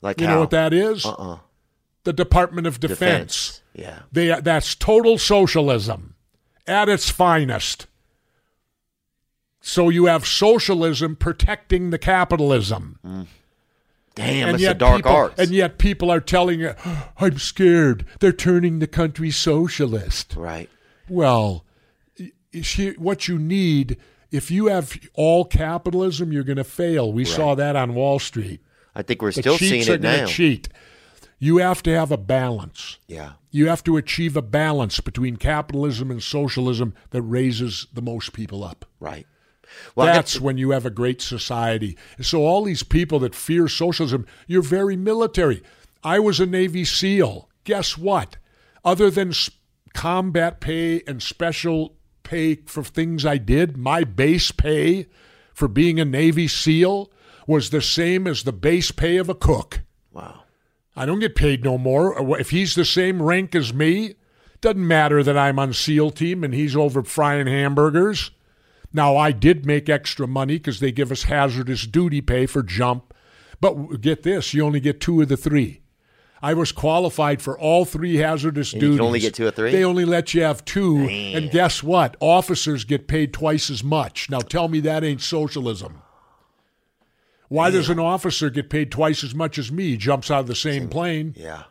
Like
You
how?
know what that is?
Uh-uh.
The Department of Defense.
Defense. Yeah.
They, that's total socialism at its finest. So you have socialism protecting the capitalism,
Damn, it's the dark
people,
arts.
and yet people are telling you, "Oh, "I'm scared. They're turning the country socialist."
right.
Well, i- is she- what you need, if you have all capitalism, you're going to fail. We saw that on Wall Street.
I think we're
The
still
cheats
seeing
are
it
gonna
now.
Cheat. You have to have a balance.
Yeah.
You have to achieve a balance between capitalism and socialism that raises the most people up.
Right. Well, I got-
That's when you have a great society. So, all these people that fear socialism, you're very military. I was a Navy SEAL. Guess what? Other than s- combat pay and special pay for things I did, my base pay for being a Navy SEAL was the same as the base pay of a cook.
wow.
I don't get paid no more. If he's the same rank as me, doesn't matter that I'm on SEAL team and he's over frying hamburgers. Now, I did make extra money because they give us hazardous duty pay for jump. But w- get this you only get two of the three. I was qualified for all three hazardous
And you
duties.
can only get two of three?
They only let you have two. And guess what? Officers get paid twice as much. Now, tell me that ain't socialism. Why does an officer get paid twice as much as me? He jumps out of the same plane,
Yeah.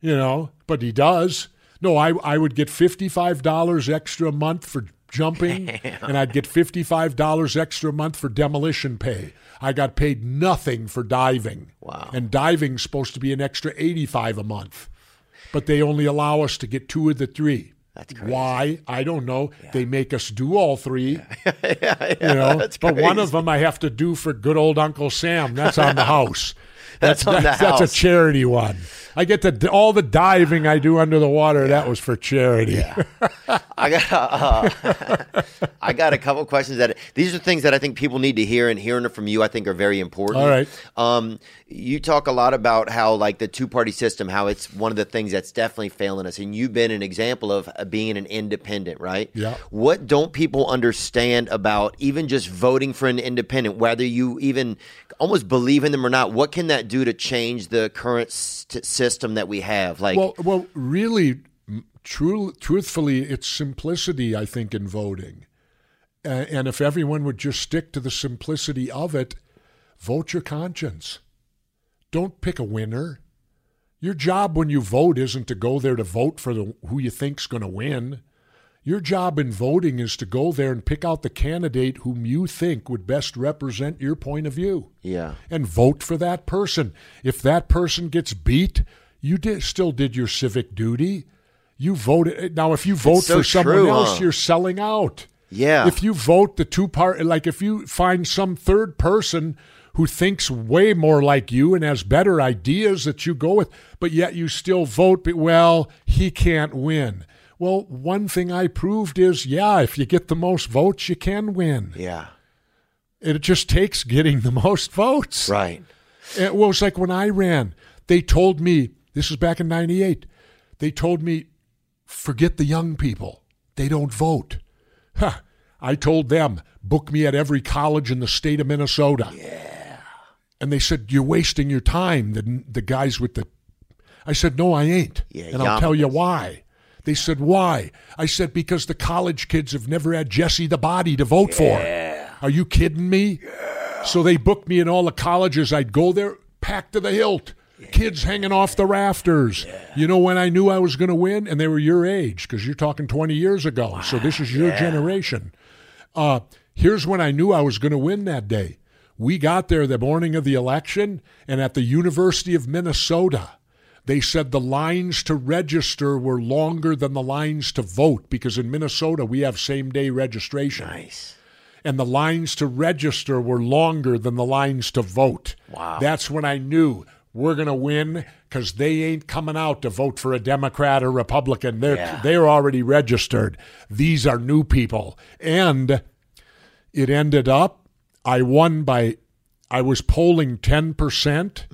you know, but he does. No, I, I would get $55 extra a month for jumping, and I'd get $55 extra a month for demolition pay. I got paid nothing for diving.
Wow.
And diving's supposed to be an extra 85 a month. But they only allow us to get two of the three.
That's crazy.
Why? I don't know. They make us do all three. you know, but one of them I have to do for good old Uncle Sam. That's on the house.
That's on the
That's
house.
a charity one. I get the all the diving I do under the water. That was for charity.
I got uh, I got a couple questions that these are things that I think people need to hear, and hearing it from you, I think, are very important.
All right.
Um, you talk a lot about how like the two party system, how it's one of the things that's definitely failing us, and you've been an example of uh, being an independent, right?
Yeah.
What don't people understand about even just voting for an independent, whether you even almost believe in them or not? What can that do to change the current st- system that we have? Like,
Well, well, really, m- true, truthfully, it's simplicity. I think in voting, A- and if everyone would just stick to the simplicity of it, vote your conscience. Don't pick a winner. Your job when you vote isn't to go there to vote for the, who you think's going to win. Your job in voting is to go there and pick out the candidate whom you think would best represent your point of view
yeah.
and vote for that person. If that person gets beat, you did, still did your civic duty. You voted. eh, Now, if you vote
so
for someone
true,
else,
huh?
you're selling out.
Yeah.
If you vote the two part, like if you find some third person who thinks way more like you and has better ideas that you go with, but yet you still vote, but well, he can't win. Well, one thing I proved is yeah, if you get the most votes, you can win.
Yeah.
It just takes getting the most votes.
Right.
It was Eh, like when I ran, they told me, this was back in 98, they told me, forget the young people. They don't vote. Huh. I told them, book me at every college in the state of Minnesota. Yeah. And they said, you're wasting your time, the, the guys with the. I said, no, I ain't.
Yeah,
and I'll tell
yum.
you why. They said, why? I said, because the college kids have never had Jesse the body to vote for. Are you kidding me? So they booked me in all the colleges. I'd go there, packed to the hilt, kids hanging off the rafters. You know when I knew I was going to win, and they were your age because you're talking 20 years ago. So this is your generation. Uh, here's when I knew I was going to win that day. We got there the morning of the election, and at the University of Minnesota, they said the lines to register were longer than the lines to vote because in Minnesota we have same day registration.
Nice.
and the lines to register were longer than the lines to vote. Wow. That's when I knew we're going to win because they ain't coming out to vote for a Democrat or Republican. They're, they're already registered. These are new people. And it ended up, I won by, I was polling 10%. percent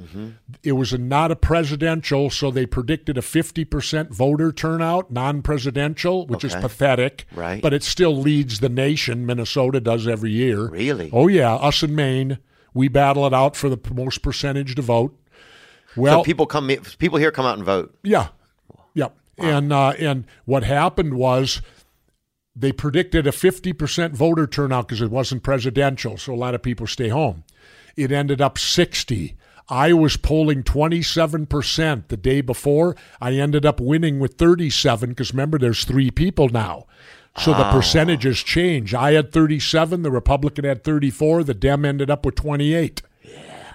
It was a, not a presidential, so they predicted a 50% voter turnout, non presidential, which is pathetic.
Right.
But it still leads the nation. Minnesota does every year.
Really?
Oh, yeah. Us in Maine, we battle it out for the p- most percentage to vote. Well,
So people come, in- people here come out and vote.
yeah, yeah. And uh, and what happened was they predicted a fifty percent voter turnout because it wasn't presidential, so a lot of people stay home. It ended up sixty. I was polling twenty seven percent the day before. I ended up winning with thirty seven because remember, there's three people now. So the percentages change. I had 37, the Republican had 34, the Dem ended up with 28.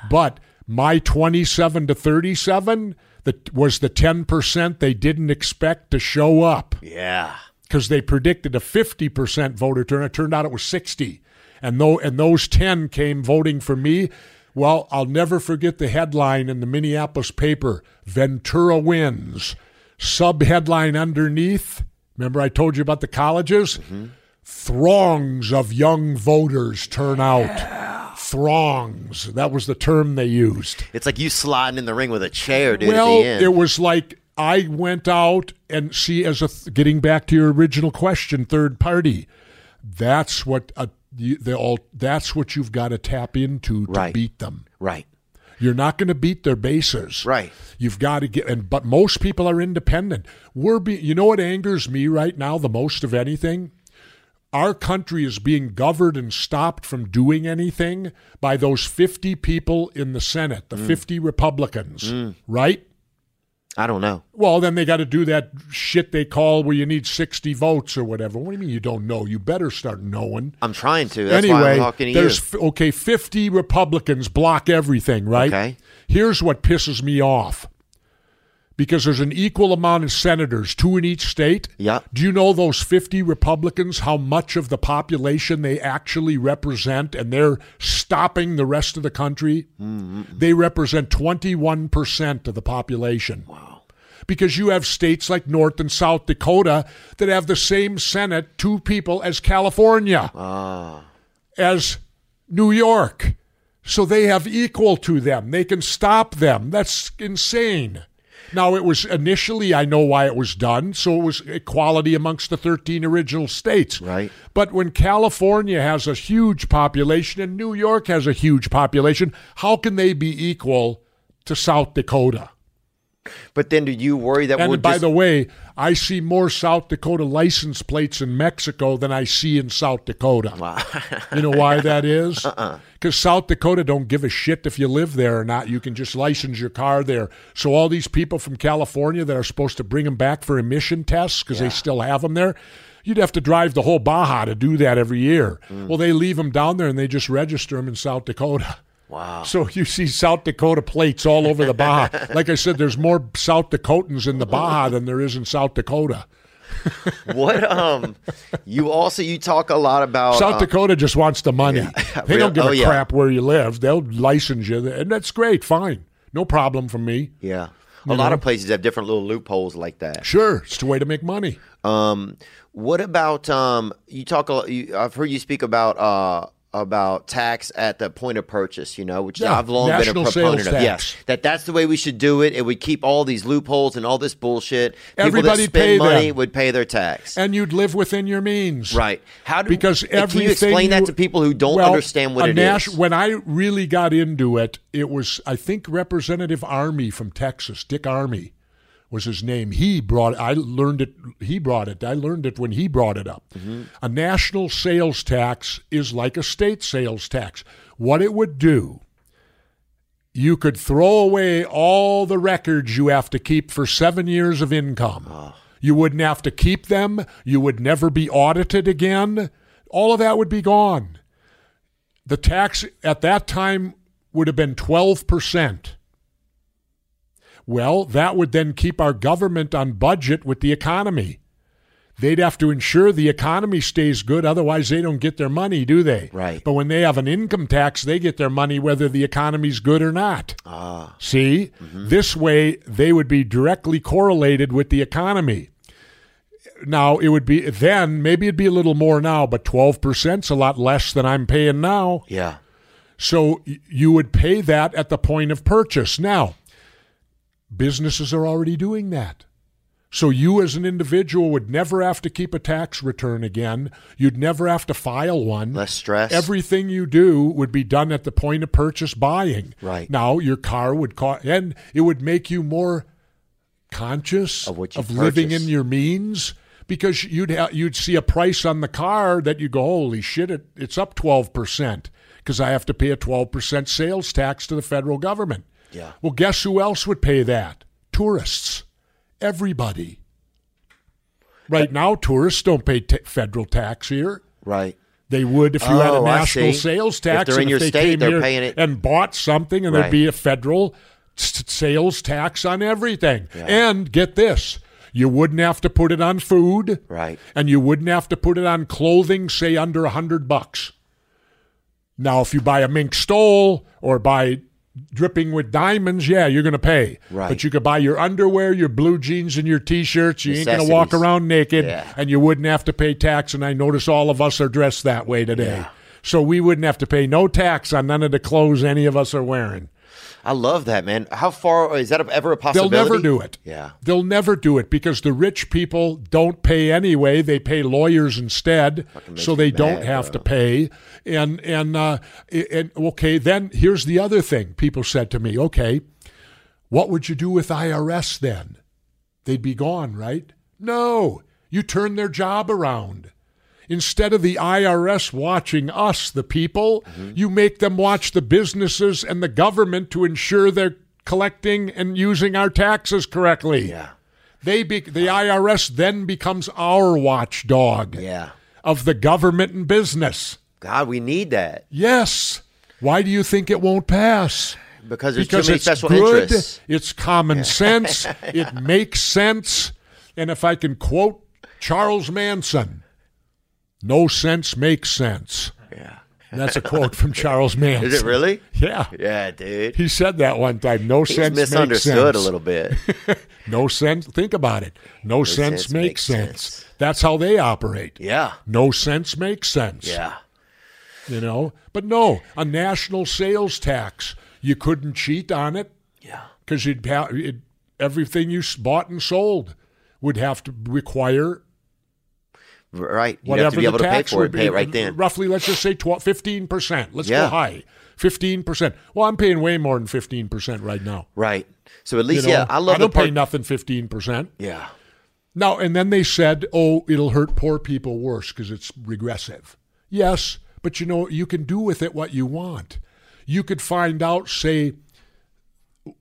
But my 27 to 37 that was the 10% they didn't expect to show up
Yeah.
because they predicted a 50% voter turnout. It turned out it was 60. And though and those 10 came voting for me. Well, I'll never forget the headline in the Minneapolis paper, Ventura wins. Sub-headline underneath, remember I told you about the colleges? Throngs of young voters turn out. Throngs. That was the term they used.
It's like you sliding in the ring with a chair, dude,
Well,
at the end.
it was like I went out and see as a th- getting back to your original question, third party. That's what a, you, they all. That's what you've got to tap into to
Right.
beat them.
right.
You're not going to beat their bases,
Right.
You've got to get and but most people are independent. We're be, you know what angers me right now the most of anything. Our country is being governed and stopped from doing anything by those 50 people in the Senate, the 50 Republicans, right?
I don't know.
Well, then they got to do that shit they call where you need 60 votes or whatever. What do you mean you don't know? You better start knowing.
I'm trying to. That's why I'm
anyway,
talking to you.
there's f- okay, 50 Republicans block everything, right?
Okay.
Here's what pisses me off. Because there's an equal amount of senators, two in each state.
Yeah.
Do you know those 50 Republicans how much of the population they actually represent and they're stopping the rest of the country? They represent 21% of the population because you have states like North and South Dakota that have the same Senate, two people, as California, as New York. So they have equal to them. They can stop them. That's insane. Now, it was initially, I know why it was done. So it was equality amongst the 13 original states.
Right.
But when California has a huge population and New York has a huge population, how can they be equal to South Dakota?
But then do you worry that
And
we'll
by
just,
the way, I see more South Dakota license plates in Mexico than I see in South Dakota. you know why that is? Because
Uh-uh.
South Dakota don't give a shit if you live there or not. You can just license your car there. So all these people from California that are supposed to bring them back for emission tests because they still have them there. You'd have to drive the whole Baja to do that every year.
Mm.
Well, they leave them down there and they just register them in South Dakota.
Wow.
So you see South Dakota plates all over the Baja. like I said, there's more South Dakotans in the Baja than there is in South Dakota.
what um you also you talk a lot about
South
uh,
Dakota just wants the money. They
real-
don't give
oh,
a
yeah.
crap where you live. They'll license you, and that's great. Fine, no problem for me.
yeah. A lot of places have different little loopholes like that.
Sure, it's the way to make money.
Um what about um you talk a you, I've heard you speak about uh about tax at the point of purchase, you know, which
Yeah,
I've long been a
national
proponent
sales
of.
tax.
Yes, that that's the way we should do it. It would keep all these loopholes and all this bullshit. People that
Everybody'd
spend
pay
money
them.
would pay their tax.
And you'd live within your means,
Right. How do
Because
can
everything
you explain that
you-
to people who don't
Well,
understand what
a
it is?
nas- When I really got into it, it was I think Representative Army from Texas, Dick Army, was his name. He brought. I learned it. He brought it. I learned it when he brought it up.
Mm-hmm.
A national sales tax is like a state sales tax. What it would do. You could throw away all the records you have to keep for seven years of income.
Ah.
You wouldn't have to keep them. You would never be audited again. All of that would be gone the tax at that time would have been 12%. Well, that would then keep our government on budget with the economy. They'd have to ensure the economy stays good, otherwise they don't get their money, do they?
Right.
But when they have an income tax, they get their money whether the economy's good or not. See? This way they would be directly correlated with the economy. Now it would be then maybe it'd be a little more now, but twelve percent's a lot less than I'm paying now.
Yeah.
So y- you would pay that at the point of purchase. Now, businesses are already doing that. So you as an individual would never have to keep a tax return again. You'd never have to file one.
Less stress.
Everything you do would be done at the point of purchase buying.
Right.
Now your car would cost and it would make you more conscious
Of what you
living
purchase.
in your means because you'd ha- you'd see a price on the car that you go holy shit it, it's up 12% because I have to pay a 12% sales tax to the federal government.
Yeah.
Well, guess who else would pay that? Tourists. Everybody. Right now tourists don't pay t- federal tax here.
Right.
They would if you had a
Oh, I
national
see.
sales
If
tax.
they're in
and
your
they
state,
came
they're
here
paying it.
and bought something, and
Right.
there'd be a federal s- sales tax on everything. And get this. You wouldn't have to put it on food,
Right.
and you wouldn't have to put it on clothing, say under a hundred bucks. Now, if you buy a mink stole or buy dripping with diamonds, yeah, you're going to pay.
Right.
But you could buy your underwear, your blue jeans, and your t-shirts. You ain't going to walk
Necessities.
around naked,
Yeah.
and you wouldn't have to pay tax. And I notice all of us are dressed that way today, so we wouldn't have to pay no tax on none of the clothes any of us are wearing.
I love that, man. How far is that ever a
They'll
possibility?
never do it.
Yeah.
They'll never do it because the rich people don't pay anyway. They pay lawyers instead, so they don't have to pay. And and uh, and okay, then here's the other thing. People said to me, okay, what would you do with IRS then? They'd be gone, right? No, you turn their job around. Instead of the IRS watching us, the people,
Mm-hmm.
you make them watch the businesses and the government to ensure they're collecting and using our taxes correctly.
Yeah.
They be, the IRS then becomes our watchdog
Yeah.
of the government and business.
God, we need that
Yes. Why do you think it won't pass?
because there's
because
too many
it's
special
good,
interests.
it's common sense, it makes sense. And if I can quote Charles Manson, no sense makes sense.
Yeah.
That's a quote from Charles Manson.
Is it really?
Yeah.
Yeah, dude.
He said that one time. No
He's
sense makes
misunderstood
sense.
a little bit.
No sense. Think about it. No, sense,
sense
makes
makes
sense.
sense.
That's how they operate.
Yeah.
No sense makes sense.
Yeah.
You know? But no, a national sales tax. You couldn't cheat on it.
Yeah.
because you'd ha- it, everything you s- bought and sold would have to require
Right. You
whatever
have to be able
the
to pay
tax
for
would
it.
be.
Pay it right then.
Roughly, let's just say 12, 15%. Let's
Yeah.
go high. 15%. Well, I'm paying way more than 15% right now.
Right. So at
You
least,
know?
yeah, I love
I don't
the part.
pay nothing 15%.
yeah.
Now, and then they said, oh, it'll hurt poor people worse because it's regressive. Yes, but you know, you can do with it what you want. You could find out, say,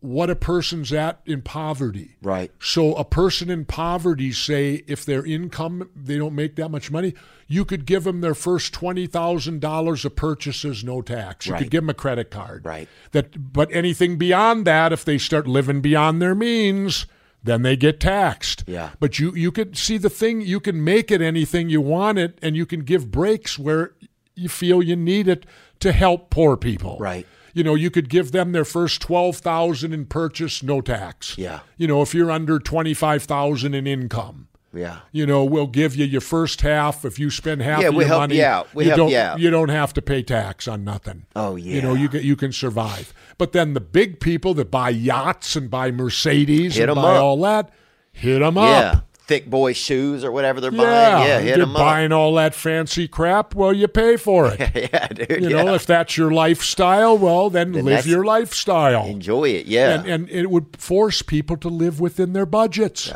what a person's at in poverty.
Right.
So a person in poverty, say, if their income they don't make that much money, you could give them their first twenty thousand dollars of purchases, no tax. You
Right.
could give them a credit card.
Right.
That, but anything beyond that, if they start living beyond their means, then they get taxed.
Yeah.
But you you could see the thing you can make it anything you want it, and you can give breaks where you feel you need it to help poor people.
Right.
You know, you could give them their first twelve thousand in purchase, no tax
Yeah.
you know if you're under 25,000 in income
Yeah.
you know we'll give you your first half if you spend half
Yeah,
of
we
your
help
money
you out. We help
don't
you out.
you don't have to pay tax on nothing
Oh,
you know
yeah.
you can, you can survive but then the big people that buy yachts and buy mercedes
Hit
and
'em
buy
up.
all that hit them
Yeah.
up
Thick boy shoes or whatever they're
yeah,
buying. Yeah. Hit
you're
them up.
buying all that fancy crap well you pay for it
yeah, dude.
you
yeah.
know if that's your lifestyle well then, live
that's-
your lifestyle
Enjoy it. Yeah.
and, and it would force people to live within their budgets.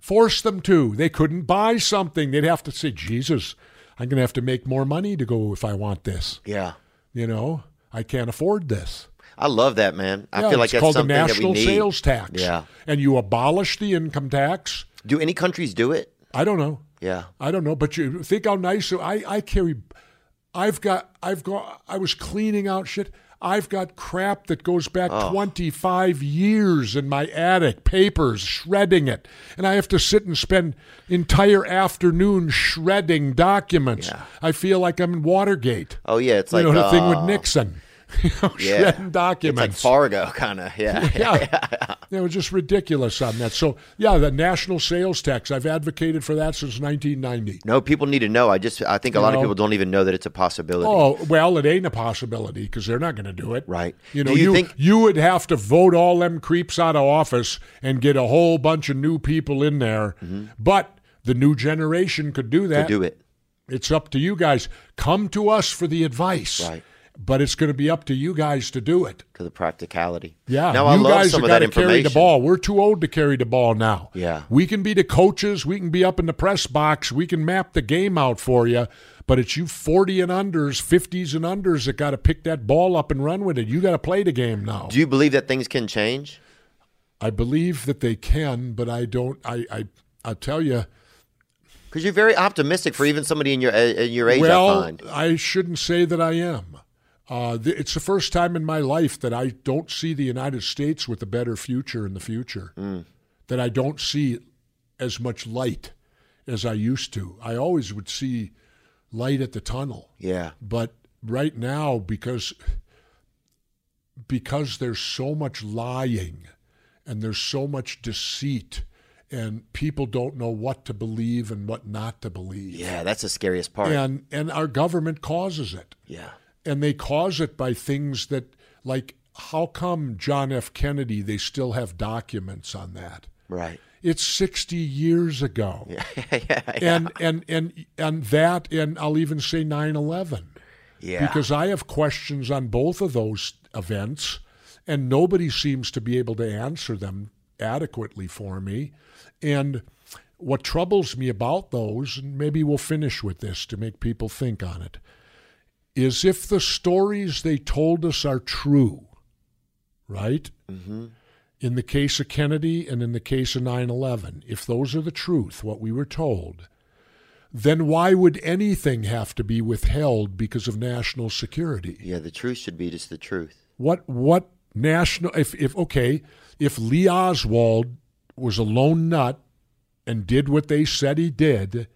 Force them to. They couldn't buy something. They'd have to say, Jesus, I'm going to have to make more money to go if I want this.
yeah.
You know, I can't afford this.
I love that, man. I
Yeah,
feel like
it's
that's
called the
something
national
that we need.
sales tax.
Yeah.
And you abolish the income tax.
Do any countries do it?
I don't know.
Yeah.
I don't know, but you think how nice I I carry. I've got I've got I was cleaning out shit. I've got crap that goes back
Oh.
25 years in my attic, papers, shredding it. And I have to sit and spend entire afternoon shredding documents. I feel like I'm in Watergate.
Oh yeah, it's
you
like
know, the thing
uh,
with Nixon. You know,
yeah.
Shredding
It's like
documents.
Fargo, kind of. Yeah.
yeah. They were just ridiculous on that. So, yeah, the national sales tax. I've advocated for that since 1990.
No, people need to know. I just I think a lot
No.
of people don't even know that it's a possibility.
Oh, well, it ain't a possibility because they're not going to do it.
Right.
You know,
Do you
you,
think-
you would have to vote all them creeps out of office and get a whole bunch of new people in there. But the new generation could do that.
Mm-hmm. Do it.
It's up to you guys. Come to us for the advice.
Right.
But it's going to be up to you guys to do it.
to the practicality.
Yeah,
Now
you
I love
guys
some of
have
that
got to carry
information.
the ball. We're too old to carry the ball now.
Yeah.
we can be the coaches. We can be up in the press box. We can map the game out for you. But it's you forty and unders, fifties and unders that got to pick that ball up and run with it. You got to play the game now.
Do you believe that things can change?
I believe that they can, but I don't. I I I tell you.
Because you're very optimistic for even somebody in your in your age. I
Well,
find.
I shouldn't say that I am. Uh, th- it's the first time in my life that I don't see the United States with a better future in the future.
Hmm.
That I don't see as much light as I used to. I always would see light at the tunnel,
Yeah.
but right now, because because there's so much lying and there's so much deceit, and people don't know what to believe and what not to believe
Yeah, that's the scariest part.
and and our government causes it
yeah.
and they cause it by things that like how come John F Kennedy they still have documents on that
Right.
it's 60 years ago and and and and that and I'll even say 9/11
Yeah.
because I have questions on both of those events and nobody seems to be able to answer them adequately for me and what troubles me about those and maybe we'll finish with this to make people think on it is if the stories they told us are true, right? Mm-hmm. In the case of Kennedy and in the case of 9 11, if those are the truth, what we were told, then why would anything have to be withheld because of national security?
yeah, the truth should be just the truth.
What, what national, if, if, okay, if Lee Oswald was a lone nut and did what they said he did,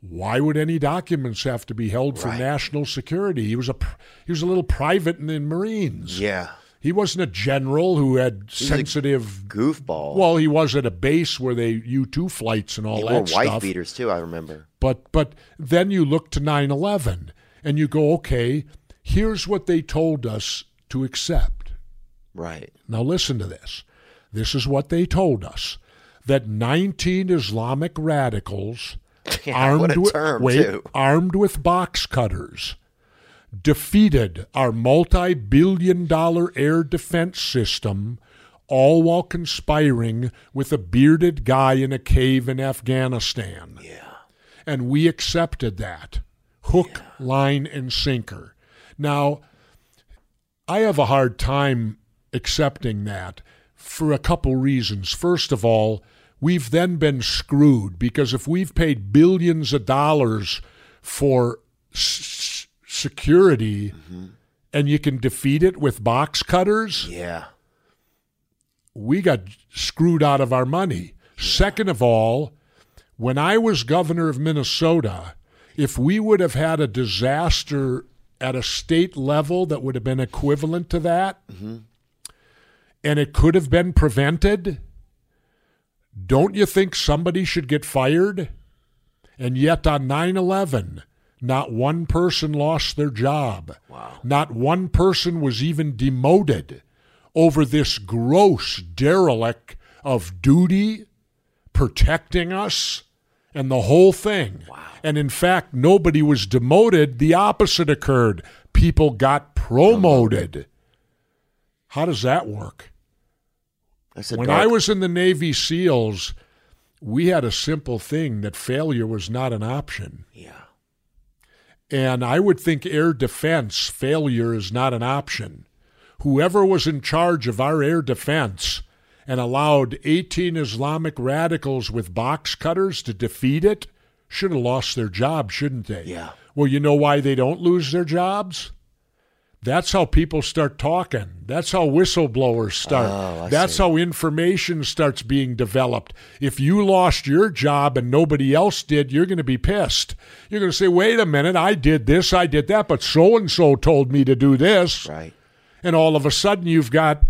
why would any documents have to be held for
Right.
national security? He was a pr- he was a little private in the Marines.
Yeah.
He wasn't a general who had
was a
sensitive.
Goofball.
well, he was at a base where they U two flights and all
he
that
wore white
stuff.
beaters too. I remember.
But but then you look to 9/11 and you go, okay, here's what they told us to accept.
Right.
Now listen to this. This is what they told us that 19 Islamic radicals
Yeah,
armed
what a
with
term,
wait,
too.
armed with box cutters defeated our multi-billion dollar air defense system all while conspiring with a bearded guy in a cave in Afghanistan. Yeah. And we accepted that. Hook, line and sinker. Now, I have a hard time accepting that for a couple reasons. First of all, we've then been screwed because if we've paid billions of dollars for s- security and you can defeat it with box cutters,
Yeah.
we got screwed out of our money. Second of all, when I was governor of Minnesota, if we would have had a disaster at a state level that would have been equivalent to that, and it could have been prevented, don't you think somebody should get fired? And yet on 9 11, not one person lost their job. Wow. Not one person was even demoted over this gross derelict of duty, protecting us, and the whole thing. Wow. And in fact, nobody was demoted. The opposite occurred. People got promoted. How does that work?
That's a
when
dark,
I was in the Navy SEALs, we had a simple thing that failure was not an option.
Yeah.
And I would think air defense failure is not an option. Whoever was in charge of our air defense and allowed 18 Islamic radicals with box cutters to defeat it should have lost their job, shouldn't they?
Yeah.
Well, you know why they don't lose their jobs? That's how people start talking. That's how whistleblowers start. That's how information starts being developed. If you lost your job and nobody else did, you're going to be pissed. You're going to say, wait a minute, I did this, I did that, but so and so told me to do this.
Right.
And all of a sudden, you've got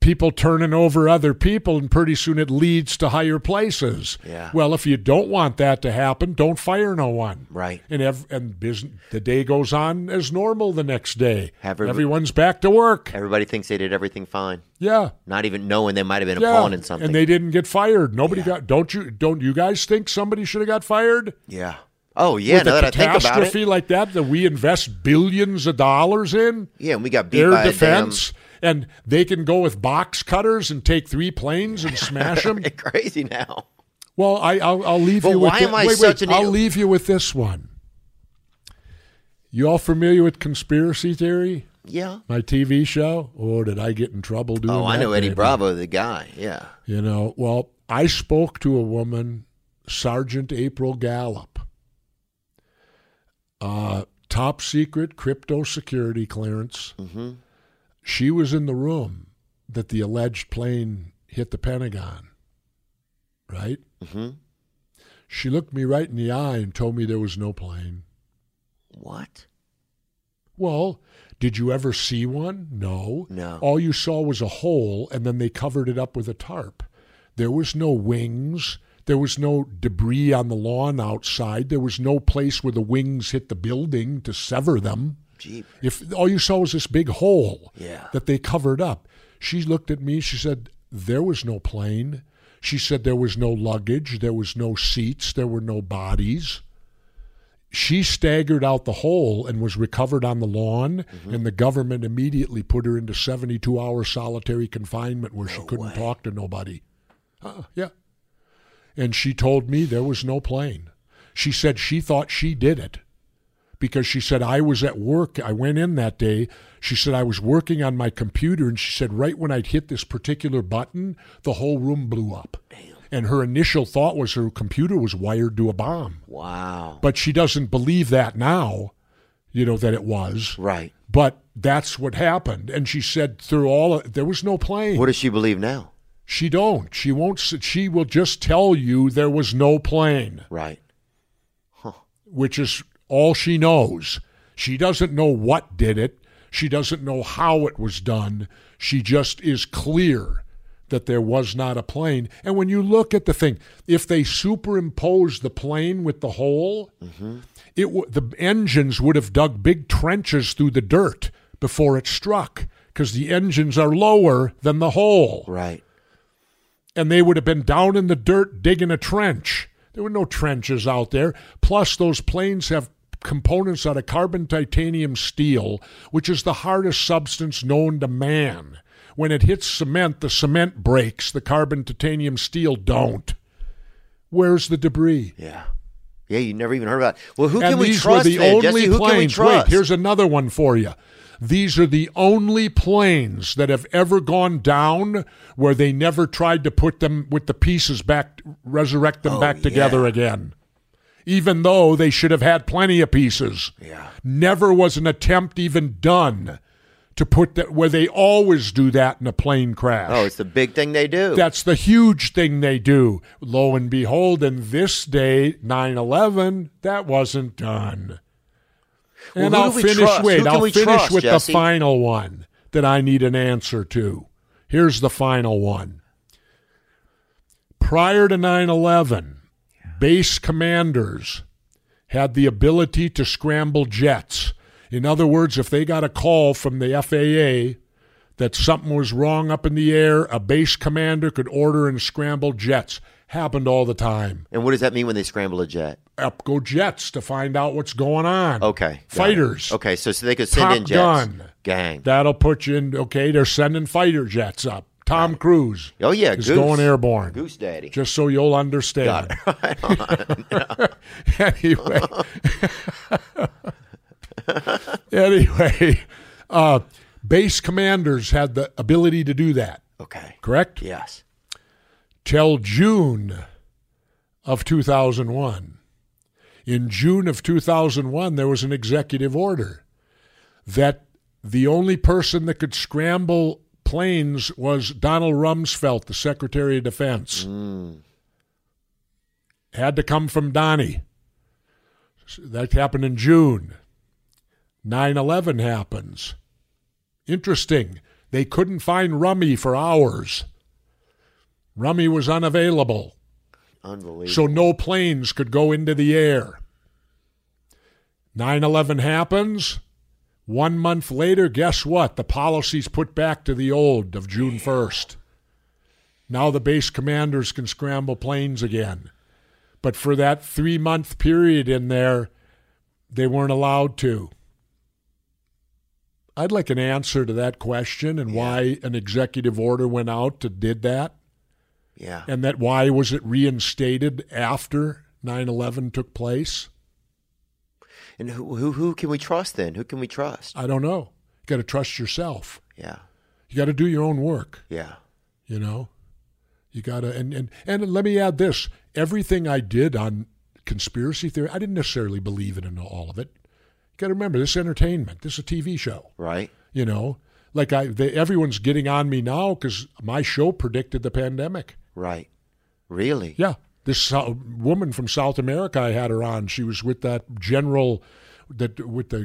people turning over other people, and pretty soon it leads to higher places.
Yeah.
Well, if you don't want that to happen, don't fire no one.
Right.
And ev- and business, the day goes on as normal the next day.
Have every-
Everyone's back to work.
Everybody thinks they did everything fine,
Yeah.
not even knowing they might have been a
Yeah.
pawn in something.
And they didn't get fired. Nobody got don't you don't you guys think somebody should have got fired?
yeah. Oh yeah.
With
now
a
that I think about
catastrophe
it,
like that that we invest billions of dollars in?
yeah, and we got beat
air
by
defense and they can go with box cutters and take three planes and smash
a
them.
damn. Crazy now.
Well, I, I'll, I'll leave
But
you. with
why
thi-
am I
wait, wait,
such an
I'll
idiot?
leave you with this one. You all familiar with conspiracy theory?
Yeah.
My TV show. Oh, did I get in trouble doing?
Oh, I
that,
know Eddie
baby?
Bravo, the guy. Yeah.
You know, well, I spoke to a woman, Sergeant April Gallup, uh, top secret crypto security clearance. She was in the room that the alleged plane hit the Pentagon, right?
hmm
She looked me right in the eye and told me there was no plane.
What?
Well, did you ever see one? No.
No.
All you saw was a hole, and then they covered it up with a tarp. There was no wings. There was no debris on the lawn outside. There was no place where the wings hit the building to sever them.
Jeep.
If all you saw was this big hole
Yeah.
that they covered up, she looked at me. She said, There was no plane. She said, There was no luggage. There was no seats. There were no bodies. She staggered out the hole and was recovered on the lawn, and the government immediately put her into 72 hour solitary confinement where she couldn't talk to nobody. Uh, yeah. And she told me there was no plane. She said she thought she did it because she said I was at work. I went in that day. She said I was working on my computer, and she said right when I'd hit this particular button, the whole room blew up. And her initial thought was her computer was wired to a bomb,
Wow.
but she doesn't believe that now. You know that it was,
Right.
but that's what happened. And she said through all of, there was no plane.
What does she believe now?
she don't. She won't. s- She will just tell you there was no plane.
Right.
which is all she knows. She doesn't know what did it. She doesn't know how it was done. She just is clear that there was not a plane. And when you look at the thing, if they superimpose the plane with the hole, it w- the engines would have dug big trenches through the dirt before it struck because the engines are lower than the hole
Right.
and they would have been down in the dirt digging a trench. There were no trenches out there. Plus, those planes have components out of carbon titanium steel, which is the hardest substance known to man. When it hits cement, the cement breaks, the carbon titanium steel don't. Where's the debris?
Yeah. Yeah, you never even heard about. It. Well, who
and
can we
these
trust
were the
then,
only
Jesse? Who
planes.
can we trust?
Wait, here's another one for you. These are the only planes that have ever gone down where they never tried to put them with the pieces back, resurrect
Oh,
them back together again. Even though they should have had plenty of pieces.
Yeah.
Never was an attempt even done to put that where they always do that in a plane crash.
Oh, it's the big thing they do.
That's the huge thing they do. Lo and behold, in this day, 9 11, that wasn't done.
Well,
And
who
I'll
do we
finish,
trust?
wait,
Who can
I'll
we
finish
trust,
with
Jesse?
the final one that I need an answer to. Here's the final one. Prior to 9 11, base commanders had the ability to scramble jets. In other words, if they got a call from the FAA that something was wrong up in the air, a base commander could order and scramble jets. Happened all the time.
and what does that mean when they scramble a jet?
Up go jets to find out what's going on.
Okay. got it.
Fighters.
Okay, so so they could send
Top
in jets.
Gun.
Gang.
That'll put you in. Okay, they're sending fighter jets up. Tom Cruise
oh yeah,
is
goose.
going airborne.
Goose daddy.
Just so you'll understand. anyway. anyway, uh, base commanders had the ability to do that,
Okay.
correct?
Yes.
till June of 2001. In June of 2001, there was an executive order that the only person that could scramble planes was Donald Rumsfeld, the Secretary of Defense. Had to come from Donnie. S- That happened in June. 9 11 happens. Interesting. They couldn't find Rummy for hours. Rummy was unavailable,
Unbelievable.
so no planes could go into the air. 9 11 happens. One month later, guess what? The policy's put back to the old of June 1st. Now the base commanders can scramble planes again. But for that three month period in there, they weren't allowed to. I'd like an answer to that question and why an executive order went out that did that
yeah.
and that why was it reinstated after 9/11 took place?
And who, who who can we trust then? Who can we trust?
I don't know. You got to trust yourself.
Yeah.
You got to do your own work,
Yeah.
you know. You got to and, and and let me add this. Everything I did on conspiracy theory, I didn't necessarily believe in all of it. You got to remember this is entertainment. This is a TV show.
Right.
you know like i they, everyone's getting on me now because my show predicted the pandemic
Right. Really?
yeah this Sou- woman from south america i had her on she was with that general that with the,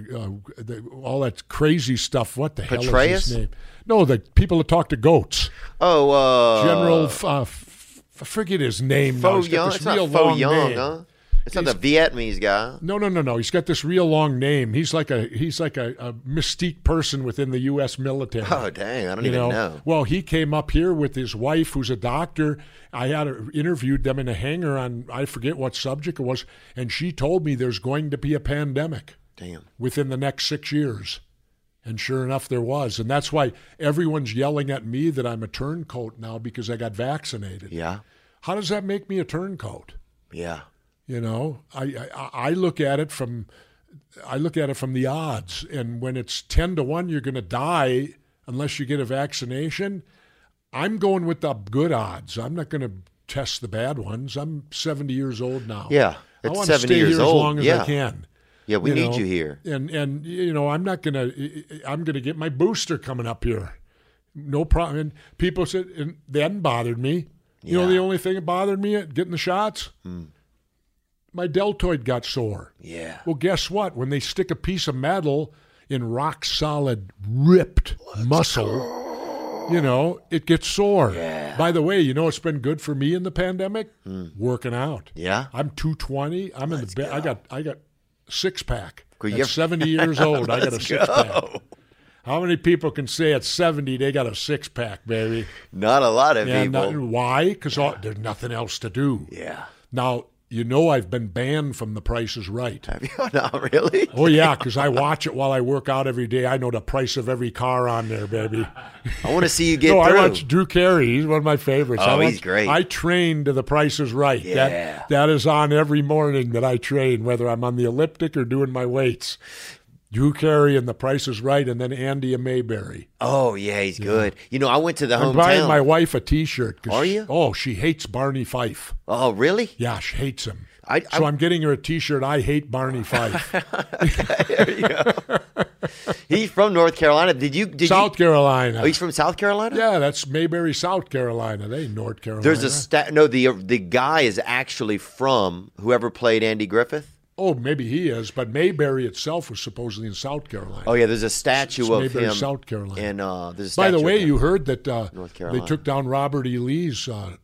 uh, the all that crazy stuff what the hell is
Petraeus?
his name no the people that talk to goats
Oh, uh,
general f- uh, f- I forget his name now.
Fo
He's got
Young.
this
It's not
real
Fo
long
Young,
name.
huh? It's not the Vietnamese guy.
No, no, no, no. He's got this real long name. He's like a he's like a, a mystique person within the U.S. military.
Oh, dang! I don't
you
even
know,
know.
well, he came up here with his wife, who's a doctor. I had her- interviewed them in a hangar on I forget what subject it was, and she told me there's going to be a pandemic
Damn.
within the next six years, and sure enough, there was, and that's why everyone's yelling at me that I'm a turncoat now because I got vaccinated.
Yeah.
How does that make me a turncoat?
Yeah.
You know, I, I I look at it from I look at it from the odds, and when it's ten to one, you're going to die unless you get a vaccination. I'm going with the good odds. I'm not going to test the bad ones. I'm 70 years old now.
Yeah,
I
at
want to
70
stay
years
here
old,
as long as
yeah.
I can.
Yeah. We need
know?
you here.
And and you know, I'm not gonna. I'm gonna get my booster coming up here. No problem. And people said and then bothered me. You know,
Yeah. Hmm.
the only thing that bothered me at getting the shots, my deltoid got sore.
Yeah.
Well, guess what? When they stick a piece of metal in rock solid, ripped muscle, you know, it gets sore. By the way, you know, it's been good for me in the pandemic working out.
Hmm. Yeah.
I'm 220. I'm in the bed. I got I got six pack.
Could
At
you-
70 years old, I got a
Let's
six pack. How many people can say at 70 they got a six pack, baby?
Not a lot of
And
people.
not- why? Because there's nothing else to do.
yeah.
Now, you know, I've been banned from The Price is Right.
Have you not really?
Oh, yeah, because I watch it while I work out every day. I know the price of every car on there, baby.
I want to see you get
no,
through.
I watch Drew Carey. He's one of my favorites.
Oh,
I watch-
he's great.
I train to The Price is Right.
Yeah.
That, that is on every morning that I train, whether I'm on the elliptic or doing my weights. Drew Carey and The Price is Right, and then Andy Mayberry.
Oh yeah, he's good. You know, I went to the
I'm buying
hometown.
my wife a T-shirt. 'cause
Are
she-
you?
oh, she hates Barney Fife.
oh really?
Yeah, she hates him.
I-
so I'm getting her a T-shirt. I hate Barney Fife.
He's from North Carolina. Did you? Did
South
You,
Carolina.
oh, he's from South Carolina.
Yeah, that's Mayberry, South Carolina. They ain't North Carolina.
There's a stat. No, the the guy is actually from whoever played Andy Griffith.
oh, maybe he is, but Mayberry itself was supposedly in South Carolina.
Oh yeah, there's a statue
It's
of
Mayberry,
him
South Carolina.
And uh, there's a
By
statue
the
of
way,
him.
you heard that uh,
North
they
Carolina.
took down Robert E. Lee's uh,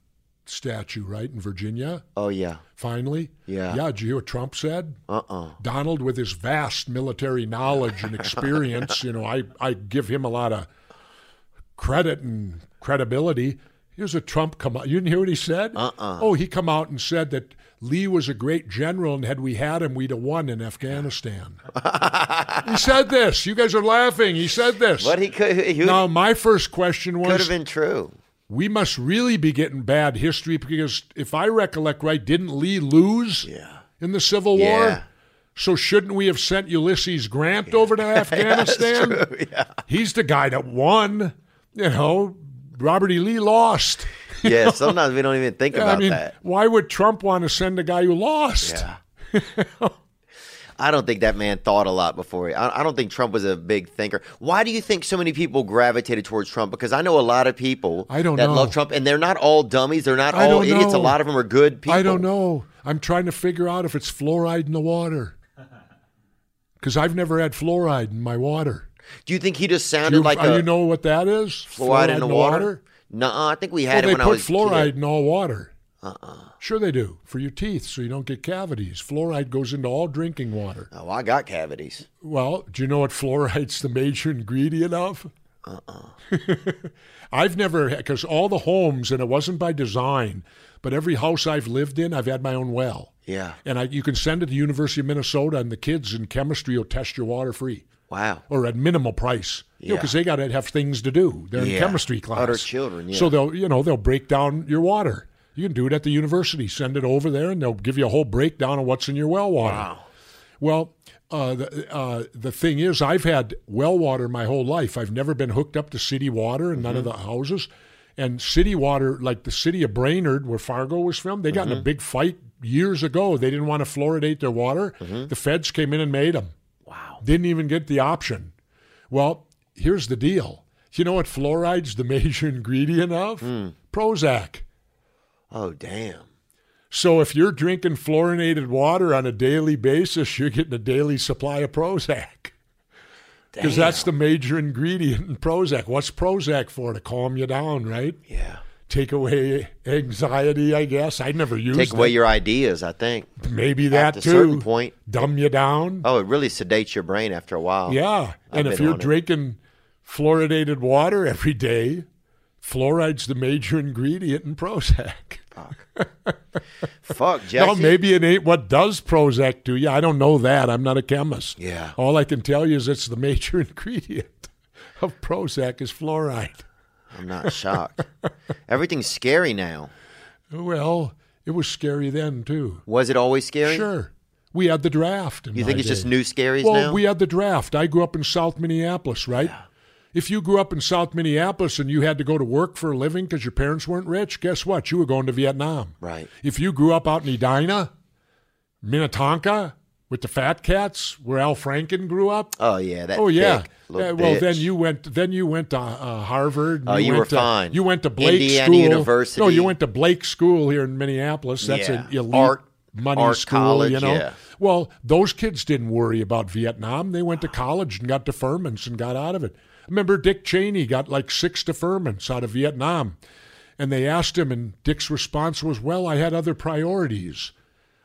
statue, right in Virginia.
Oh yeah.
Finally,
Yeah.
yeah. Did you hear what Trump said?
Uh uh
Donald, with his vast military knowledge and experience, you know, I, I give him a lot of credit and credibility. Here's a Trump come out. You didn't hear what he said? Uh-uh. Oh, he come out and said that Lee was a great general, and had we had him, we'd have won in Afghanistan. he said this. You guys are laughing. He said this.
But he could. He
now, my first question
could have
was,
been true.
we must really be getting bad history because if I recollect right, didn't Lee lose
Yeah.
in the Civil War?
Yeah.
So shouldn't we have sent Ulysses Grant over to Afghanistan? He's the guy that won. You know, Robert E. Lee lost.
Yeah. Sometimes we don't even think about
I mean,
that.
why would Trump want to send a guy who lost?
Yeah. I don't think that man thought a lot before. he- I, I don't think Trump was a big thinker. Why do you think so many people gravitated towards Trump? Because I know a lot of people
I don't
that
know.
love Trump, and they're not all dummies. They're not
I
all
don't
idiots. A
know.
lot of them are good people.
I don't know. I'm trying to figure out if it's fluoride in the water. Because I've never had fluoride in my water.
Do you think he just
Do
sounded
you,
like
uh,
a
you know what that is?
fluoride in the water? No, I think we
Well,
had
they
it when I
put
was a
fluoride
kid.
in all water. Uh-uh. Sure they do, for your teeth, so you don't get cavities. Fluoride goes into all drinking water.
Oh, I got cavities.
Well, do you know what fluoride's the major ingredient of? Uh-uh.
Uh-uh.
I've never, because all the homes, and it wasn't by design, but every house I've lived in, I've had my own well.
Yeah.
And I, you can send it to the University of Minnesota, and the kids in chemistry will test your water free
Wow.
or at minimal price. You
Yeah.
because they got to have things to do. They're
Yeah.
in chemistry class.
Other children, yeah.
So they'll, you know, they'll break down your water. You can do it at the university. Send it over there, and they'll give you a whole breakdown of what's in your well water. Well, uh, the uh, the thing is, I've had well water my whole life. I've never been hooked up to city water in none of the houses. And city water, like the city of Brainerd, where Fargo was filmed, they got in a big fight years ago. They didn't want to fluoridate their water. The feds came in and made them. Wow. Didn't even get the option. Well, here's the deal. You know what fluoride's the major ingredient of?
Hmm.
Prozac.
Oh, damn.
So if you're drinking fluorinated water on a daily basis, you're getting a daily supply of Prozac. Because that's the major ingredient in Prozac. What's Prozac for? To calm you down, right?
Yeah.
Take away anxiety, I guess. I never used
Take away
it.
your ideas, I think.
Maybe
At
that
a
too.
certain point.
Dumb you down.
Oh, it really sedates your brain after a while.
Yeah. and
Oh, I've
if
been
you're
on it.
drinking fluoridated water every day, fluoride's the major ingredient in Prozac.
Fuck, Jesse.
Now, maybe it ain't what does Prozac do you. I don't know that. I'm not a chemist.
Yeah.
All I can tell you is it's the major ingredient of Prozac is fluoride.
I'm not shocked. Everything's scary now.
Well, it was scary then, too.
Was it always scary?
Sure. We had the draft. in
You
my
think it's just
day.
new scaries
well,
now?
we had the draft. I grew up in South Minneapolis, right? If you grew up in South Minneapolis and you had to go to work for a living because your parents weren't rich, guess what? You were going to Vietnam.
Right.
If you grew up out in Edina, Minnetonka, with the Fat Cats, where Al Franken grew up.
Oh yeah, that.
Oh yeah.
thick little
Yeah, well, then
bitch.
you went. Then you went to uh, Harvard. and
Oh, you
went
were
to,
fine.
You went to Blake
Indiana
School.
University.
No, you went to Blake School here in Minneapolis. That's
Yeah.
an elite
Art-
money
art
school. you
college,
know.
yeah.
Well, those kids didn't worry about Vietnam. They went to college and got deferments and got out of it. Remember, Dick Cheney got like six deferments out of Vietnam, and they asked him, and Dick's response was, "Well, I had other priorities."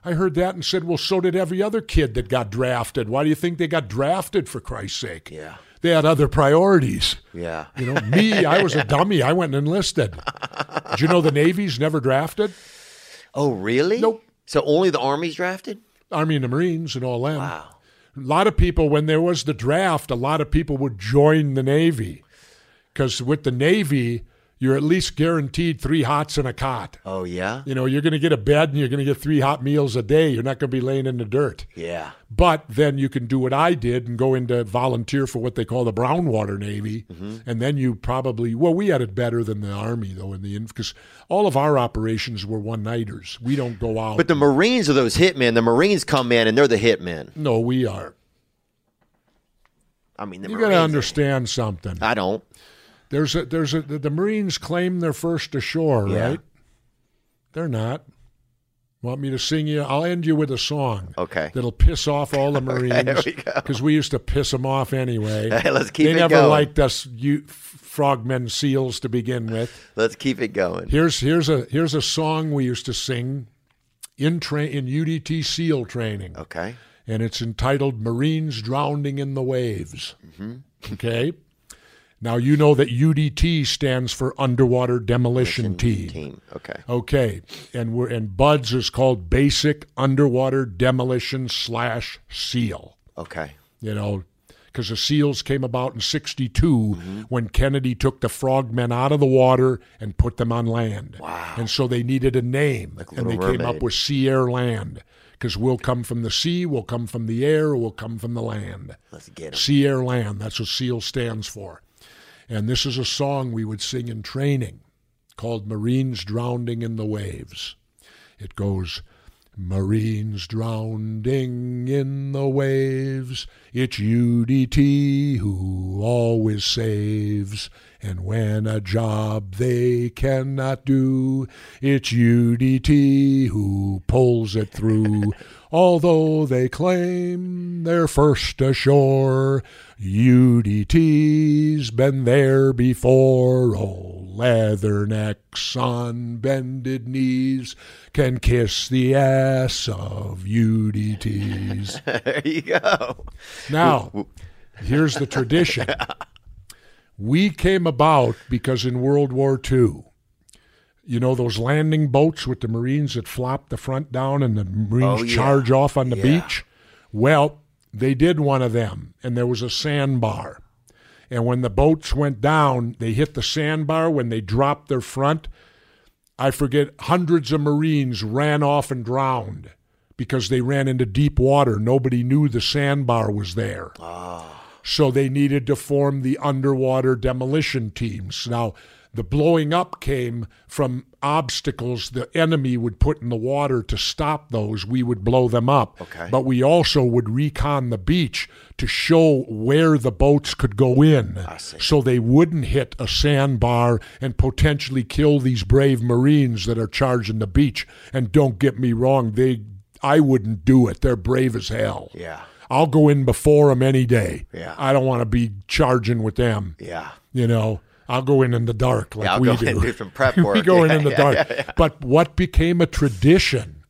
I heard that and said, well, so did every other kid that got drafted. Why do you think they got drafted, for Christ's sake?
Yeah.
They had other priorities.
Yeah.
You know, me, I was a dummy. I went and enlisted. Do you know the Navy's never drafted?
Oh really?
Nope.
So only the army's drafted?
Army and the Marines and all that.
Wow.
A lot of people, when there was the draft, a lot of people would join the Navy because with the Navy, you're at least guaranteed three hots and a cot.
Oh yeah.
You know, you're going to get a bed and you're going to get three hot meals a day. You're not going to be laying in the dirt.
Yeah.
But then you can do what I did and go into volunteer for what they call the Brownwater Navy,
Mm-hmm.
and then you probably well we had it better than the Army though in the because all of our operations were one nighters. We don't go out.
But the Marines are those hitmen. The Marines come in and they're the hitmen.
no, we are.
I mean, the
You got
Marines.
to understand something.
I don't.
There's a there's a the, the Marines claim they're first ashore,
Yeah.
right? They're not. Want me to sing you? I'll end you with a song.
Okay.
That'll piss off all the Marines because we used to piss them off anyway.
Hey, let's keep
they
it
never
going.
liked us you f- frogmen seals to begin with.
Let's keep it going.
Here's here's a here's a song we used to sing in train in UDT SEAL training
Okay.
and it's entitled Marines Drowning in the Waves.
Mm-hmm.
Okay. Now, you know that UDT stands for Underwater Demolition Team.
Team. Okay.
Okay. And we're and BUDS is called Basic Underwater Demolition slash SEAL.
Okay.
You know, because the SEALs came about in 62
Mm-hmm.
when Kennedy took the frogmen out of the water and put them on land. Wow. And so they needed a name. and they
Little
came up
Mermaid.
with Sea Air Land because we'll come from the sea, we'll come from the air, we'll come from the land.
Let's get them.
Sea Air Land, that's what SEAL stands for. And this is a song we would sing in training called Marines Drowning in the Waves. It goes, Marines drowning in the waves. It's UDT who always saves. And when a job they cannot do, it's UDT who pulls it through. Although they claim they're first ashore, UDT's been there before. Oh, leathernecks on bended knees can kiss the ass of UDTs.
There you go.
Now, here's the tradition. We came about because in World War II, you know those landing boats with the Marines that flop the front down and the Marines
Oh, yeah.
charge off on the
Yeah.
beach? Well, they did one of them, and there was a sandbar. And when the boats went down, they hit the sandbar. When they dropped their front, I forget, hundreds of Marines ran off and drowned because they ran into deep water. Nobody knew the sandbar was there. So they needed to form the underwater demolition teams. Now, the blowing up came from obstacles the enemy would put in the water to stop those. We would blow them up.
Okay.
But we also would recon the beach to show where the boats could go in so they wouldn't hit a sandbar and potentially kill these brave Marines that are charging the beach. And don't get me wrong, they I wouldn't do it. They're brave as hell.
Yeah.
I'll go in before them any day.
Yeah.
I don't want to be charging with them.
Yeah.
You know, I'll go in in the dark like
Yeah, I'll
we
go
do.
in and do some prep
we
work.
go in
Yeah,
in the
yeah,
dark.
yeah,
But what became a tradition,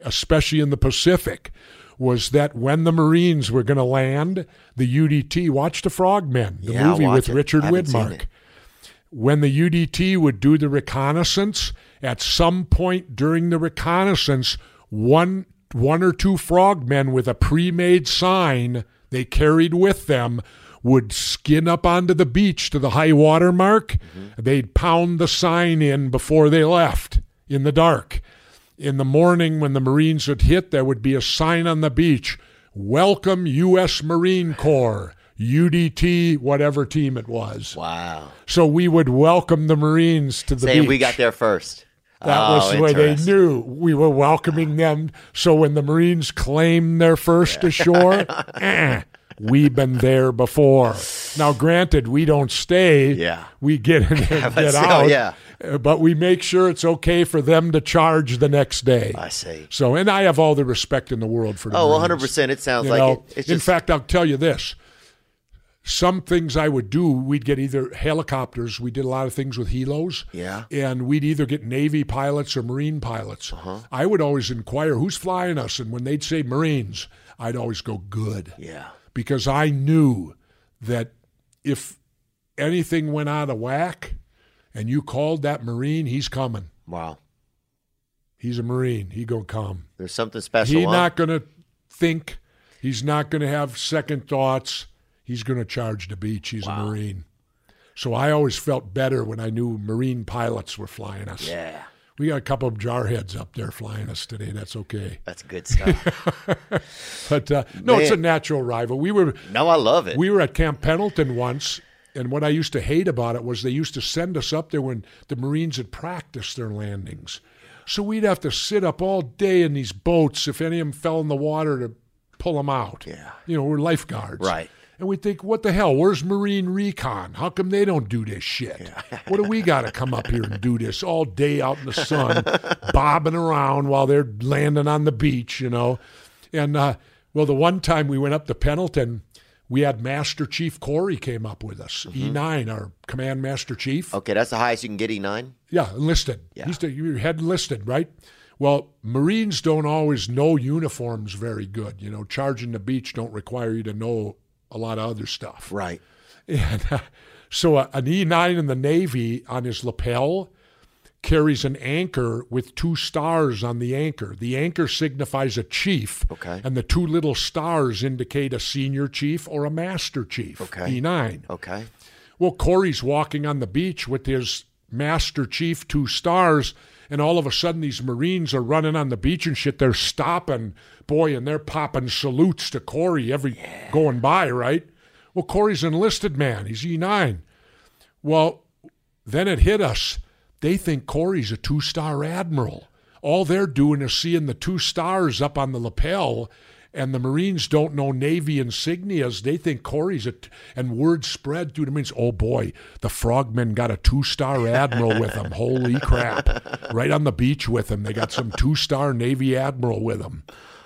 especially in the Pacific, was that when the Marines were going to land, the UDT watched the Frogmen, the
Yeah, I'll
movie
watch
with
it.
Richard
I haven't seen
Widmark
it.
when the UDT would do the reconnaissance, at some point during the reconnaissance, one one or two frogmen with a pre-made sign they carried with them would skin up onto the beach to the high water mark. They'd pound the sign in before they left in the dark. In the morning when the Marines would hit, there would be a sign on the beach, welcome US Marine Corps, UDT, whatever team it was.
Wow.
So we would welcome the Marines to the
Saying
beach.
we got there first.
that
oh,
was the way they
interesting.
knew we were welcoming them. So when the Marines claimed their first ashore, eh, we've been there before. Now, granted, we don't stay.
Yeah.
we get in and
but
get
still,
out.
yeah.
uh, but we make sure it's okay for them to charge the next day.
I see.
So, and I have all the respect in the world for. The
Oh,
Marines.
100%. It sounds
You
like
know,
it. It's
in
just,
fact, I'll tell you this. Some things I would do, we'd get either helicopters. We did a lot of things with helos.
Yeah.
And we'd either get Navy pilots or Marine pilots.
Uh-huh.
I would always inquire who's flying us, and when they'd say Marines, I'd always go good
yeah.
because I knew that if anything went out of whack, and you called that Marine, he's coming.
Wow.
He's a Marine. He gonna come.
There's something special.
He's
huh?
not going to think. He's not going to have second thoughts. He's going to charge the beach. He's a Marine. So I always felt better when I knew Marine pilots were flying us.
Yeah.
We got a couple of jarheads up there flying us today. That's okay.
That's good stuff.
But uh, no, it's a
Man.
natural rival. We were
no, I love it.
we were at Camp Pendleton once, and what I used to hate about it was they used to send us up there when the Marines had practiced their landings. So we'd have to sit up all day in these boats if any of them fell in the water to pull them out.
Yeah.
You know, we're lifeguards.
Right.
And we think, what the hell? Where's Marine Recon? How come they don't do this shit? what do we got to come up here and do this all day out in the sun, bobbing around while they're landing on the beach, you know? And uh, well, the one time we went up to Pendleton, we had Master Chief Corey came up with us, E9, our command master chief.
okay, that's the highest you can get, E E9.
Yeah, enlisted.
Oh. Yeah.
He's the, your head enlisted, right? Well, Marines don't always know uniforms very good. You know, charging the beach don't require you to know a lot of other stuff.
Right.
And uh, so uh, an E9 in the Navy on his lapel carries an anchor with two stars on the anchor. The anchor signifies a chief,
Okay.
and the two little stars indicate a senior chief or a master chief, E
Okay.
E9.
Okay.
Well, Corey's walking on the beach with his master chief, two stars, and all of a sudden these Marines are running on the beach and shit. They're stopping, boy, and they're popping salutes to Corey every going by, right? Well, Corey's enlisted man. He's E E9. Well, then it hit us. They think Corey's a two star admiral. all they're doing is seeing the two stars up on the lapel, and the Marines don't know Navy insignias. They think Corey's a, t- and word spread through the Marines. Oh boy, the frogmen got a two star admiral with them. Holy crap. Right on the beach with them. They got some two star Navy admiral with them.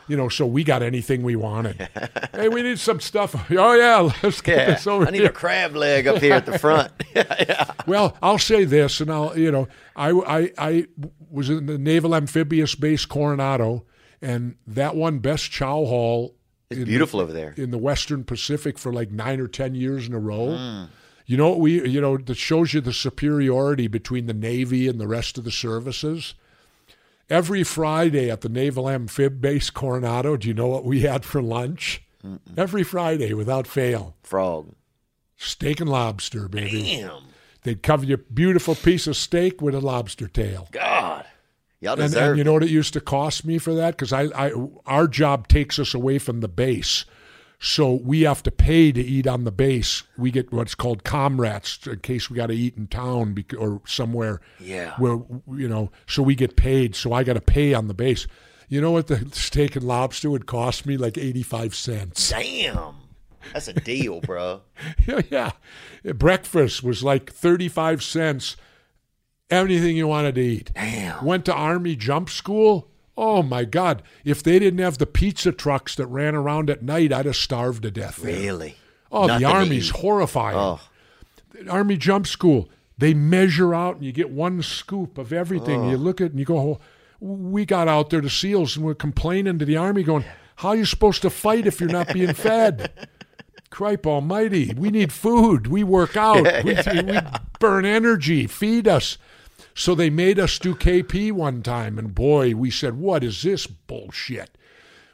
You know, so we got anything we wanted. hey, we need some stuff. Oh, yeah, let's get
Yeah.
this over
I need
here.
a crab leg up here at the front.
Well, I'll say this, and I'll you know, I I I was in the Naval Amphibious Base Coronado, and that one best chow hall
It's beautiful over there.
in the Western Pacific for like nine or ten years in a row. You know what we you know that shows you the superiority between the Navy and the rest of the services. Every Friday at the Naval Amphib Base Coronado, do you know what we had for lunch? Every Friday, without fail,
Frog.
steak and lobster, baby.
Damn.
They'd cover your beautiful piece of steak with a lobster tail.
God. Y'all
And,
deserve
and you know what it used to cost me for that? Because I, I, our job takes us away from the base. So we have to pay to eat on the base. We get what's called comrades in case we got to eat in town bec- or somewhere.
Yeah.
Where, you know, so we get paid. So I got to pay on the base. You know what the steak and lobster would cost me? Like 85 cents.
Damn. That's a deal, bro.
yeah, yeah. Breakfast was like 35 cents. Anything you wanted to eat.
Damn.
Went to Army Jump School. Oh my God. If they didn't have the pizza trucks that ran around at night, I'd have starved to death. there.
Really?
Oh,
Nothing
the
to
Army's
eat.
horrifying.
Oh.
Army Jump School, they measure out and you get one scoop of everything. You look at it and you go, oh, we got out there to SEALs and we're complaining to the Army, going, how are you supposed to fight if you're not being fed? Cripe almighty, we need food. We work out. we, we burn energy. Feed us. So they made us do KP one time, and boy, we said, what is this bullshit?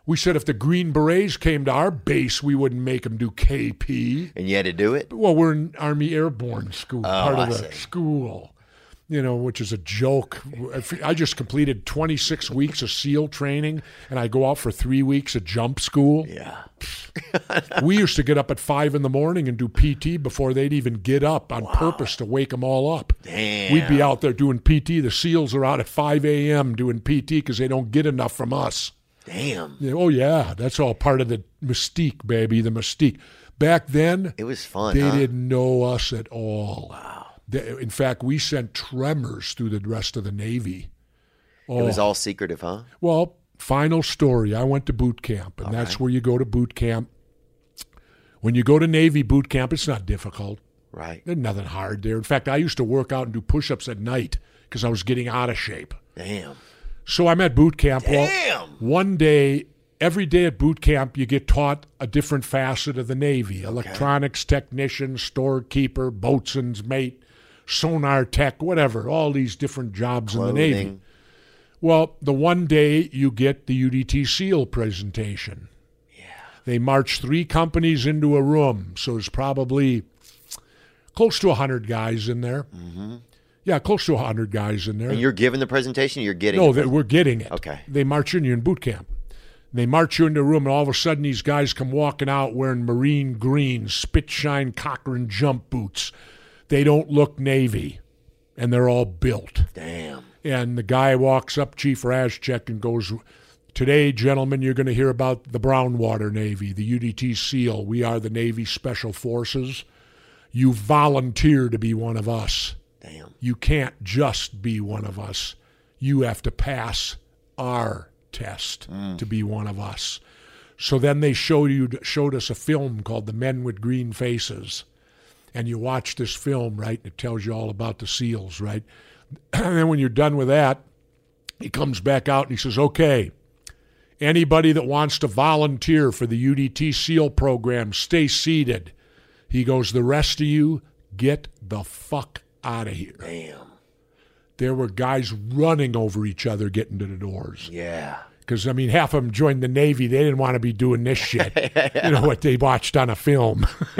We said if the Green Berets came to our base, we wouldn't make them do KP.
And you had to do it?
Well, we're in Army Airborne School, part
Oh, I
of the
see.
school, you know, which is a joke. If- I just completed 26 weeks of SEAL training, and I go out for three weeks of jump school.
Yeah.
We used to get up at five in the morning and do PT before they'd even get up on purpose to wake them all up.
Damn.
We'd be out there doing PT. The SEALs are out at 5 a.m. doing PT because they don't get enough from us.
Damn.
Yeah, Oh, yeah, that's all part of the mystique, baby, the mystique. Back then,
It was fun.
they
huh?
didn't know us at all. They- in fact, we sent tremors through the rest of the Navy. Oh,
It was all secretive, huh?
Well, final story. I went to boot camp, and that's where you go to boot camp. When you go to Navy boot camp, it's not difficult.
Right.
There's nothing hard there. In fact, I used to work out and do push ups at night because I was getting out of shape.
Damn.
So I'm at boot camp. Well,
Damn.
one day, every day at boot camp, you get taught a different facet of the Navy electronics technician, storekeeper, boatswain's mate, sonar tech, whatever, all these different jobs in the Navy.
Clothing.
Well, the one day you get the UDT SEAL presentation. Yeah. They march three companies into a room, so it's probably close to 100 guys in there. Mm-hmm. Yeah, close to 100 guys in there.
And you're giving the presentation, you're getting
No,
it.
that we're getting it.
Okay.
They march in you in boot camp. They march you into a room, and all of a sudden, these guys come walking out wearing marine green, spit shine Cochrane jump boots. They don't look Navy, and they're all built.
Damn.
And the guy walks up, Chief Raschek, and goes, Today, gentlemen, you're going to hear about the Brownwater Navy, the UDT SEAL. We are the Navy Special Forces. You volunteer to be one of us
Damn.
you can't just be one of us. You have to pass our test to be one of us. So then they showed you showed us a film called The Men with Green Faces. And you watch this film, right? And it tells you all about the SEALs, right? And then when you're done with that, he comes back out and he says, Okay, anybody that wants to volunteer for the UDT SEAL program, stay seated. He goes, The rest of you, get the fuck out of here
Damn.
there were guys running over each other getting to the doors.
Yeah.
Because, I mean, half of them joined the Navy. They didn't want to be doing this shit. You know what they watched on a film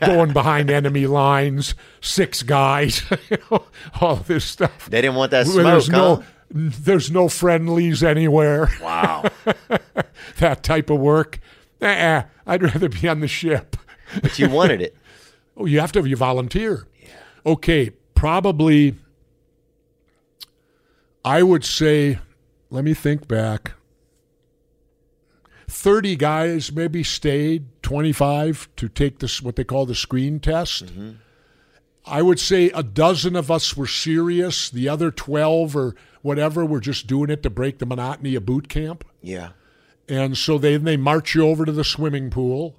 going behind enemy lines, six guys, you know, all this stuff.
They didn't want that
Where
smoke,
there's
huh?
no. There's no friendlies anywhere.
Wow.
That type of work. Uh-uh, I'd rather be on the ship.
But you wanted it.
Oh, you have to you volunteer. Okay, probably I would say let me think back. 30 guys maybe stayed, 25 to take this what they call the screen test. I would say a dozen of us were serious, the other 12 or whatever were just doing it to break the monotony of boot camp.
Yeah.
And so they they march you over to the swimming pool,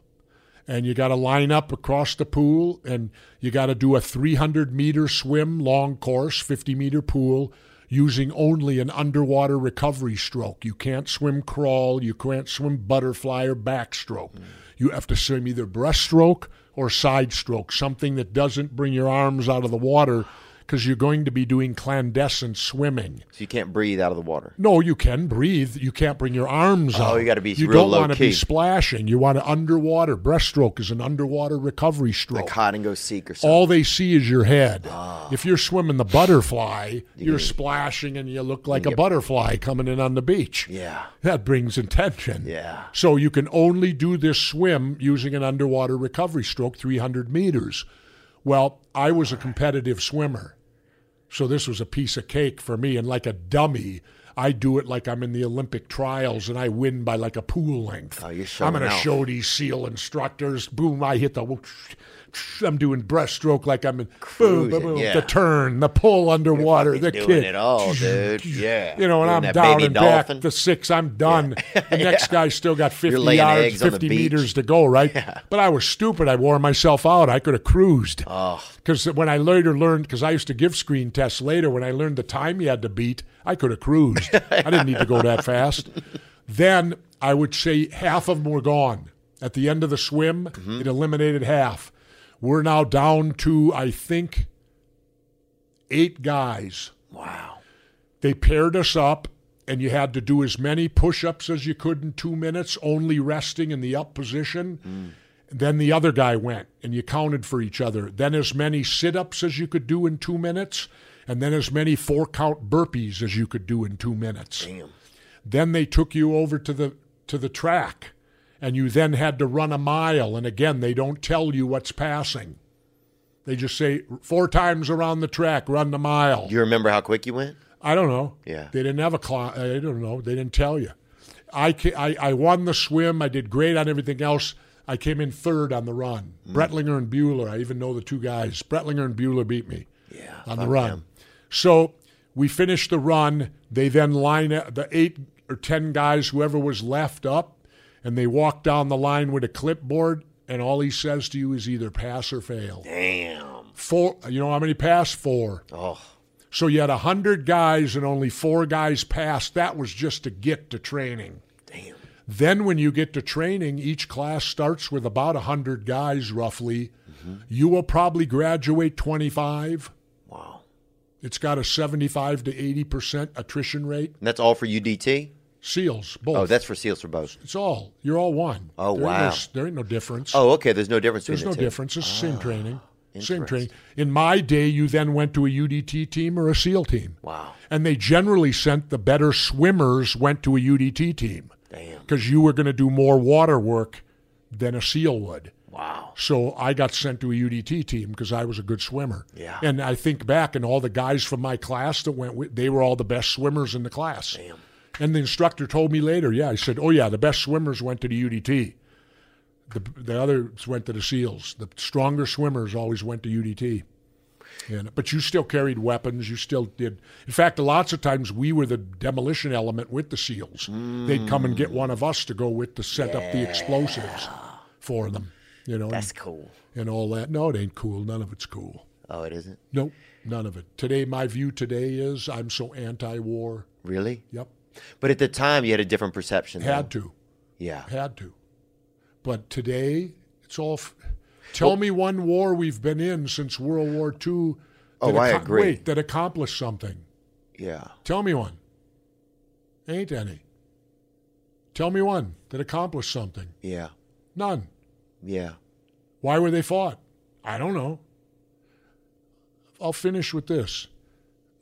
and you got to line up across the pool, and you got to do a 300 meter swim, long course, 50 meter pool, using only an underwater recovery stroke. You can't swim crawl, you can't swim butterfly or backstroke. You have to swim either breaststroke or side stroke, something that doesn't bring your arms out of the water, because you're going to be doing clandestine swimming.
So you can't breathe out of the water.
No, you can breathe. You can't bring your arms
Oh,
up.
you gotta be
You
real
don't
low
wanna be
key.
splashing. You want to underwater. Breaststroke is an underwater recovery stroke.
Like hide and go seek or something.
All they see is your head.
Ah.
If you're swimming the butterfly, you're splashing and you look like a butterfly coming in on the beach.
Yeah.
That brings attention.
Yeah.
So you can only do this swim using an underwater recovery stroke, 300 meters. Well, I was a competitive swimmer. So this was a piece of cake for me. And like a dummy, I do it like I'm in the Olympic trials and I win by like a pool length.
Oh, you're
I'm
showing
gonna
out.
show these SEAL instructors. Boom, I hit the. I'm doing breaststroke like I'm in. Boom, boom,
Cruising,
boom,
yeah.
The turn, the pull underwater,
Fucking
the
doing
kick.
it all, dude. Yeah.
You know, and
Doing
I'm
that
down
baby
and
dolphin.
back the six. I'm done. The next guy's still got 50
laying
yards,
eggs on the
50
beach.
meters to go, right? But I was stupid. I wore myself out. I could have cruised.
Oh.
Because when I later learned, because I used to give screen tests later, when I learned the time you had to beat, I could have cruised. I didn't need to go that fast. Then I would say half of them were gone. At the end of the swim,
Mm-hmm.
it eliminated half. We're now down to, I think, eight guys
Wow.
they paired us up and you had to do as many push-ups as you could in two minutes only resting in the up position then the other guy went and you counted for each other then as many sit-ups as you could do in two minutes and then as many four count burpees as you could do in two minutes
Damn.
then they took you over to the to the track and you then had to run a mile and again they don't tell you what's passing they just say four times around the track run the mile
Do you remember how quick you went?
I don't know.
Yeah.
They didn't have a clock. I don't know. They didn't tell you. I, ca- I, I won the swim. I did great on everything else. I came in third on the run.
Mm.
Bretlinger and Bueller. I even know the two guys. Bretlinger and Bueller beat me
Yeah.
on the run. So we finished the run. They then line up the eight or ten guys, whoever was left up, and they walk down the line with a clipboard. And all he says to you is either pass or fail.
Damn.
Four. You know how many pass? Four.
Oh.
So you had 100 guys and only four guys passed. That was just to get to training.
Damn.
Then, when you get to training, each class starts with about 100 guys roughly.
Mm-hmm.
You will probably graduate 25.
Wow.
It's got a 75 to 80% attrition rate.
And that's all for UDT?
SEALs, both.
Oh, that's for SEALs for both.
it's all. You're all one.
Oh,
there Ain't no,
wow.
s- there ain't no difference.
Oh, Ah, okay. There's no difference
There's no
between the two.
difference. It's the same training. Same training. In my day, you then went to a UDT team or a SEAL team.
Wow.
and they generally sent the better swimmers went to a UDT team
Damn.
because you were going to do more water work than a SEAL would.
Wow.
So I got sent to a UDT team because I was a good swimmer.
Yeah.
And I think back, and all the guys from my class that went with, they were all the best swimmers in the class.
Damn.
And the instructor told me later, yeah, I said, oh yeah, the best swimmers went to the UDT. The, the others went to the SEALs. The stronger swimmers always went to UDT. And, but you still carried weapons. You still did. In fact, lots of times we were the demolition element with the SEALs. They'd come and
Mm.
get one of us to go with to set up the explosives for them. You know,
That's
and,
cool.
and all that. No, it ain't cool. None of it's cool.
Oh, it isn't?
Nope, none of it. Today, my view today is I'm so anti-war.
Really?
Yep,
But at the time, you had a different perception. though.
had to.
Yeah.
had to. But today, it's all. F- Tell me one war we've been in since World War II.
Oh,
that
I agree.
Wait, that accomplished something.
Yeah.
Tell me one. Ain't any. Tell me one that accomplished something.
Yeah.
None.
Yeah.
Why were they fought? I don't know. I'll finish with this.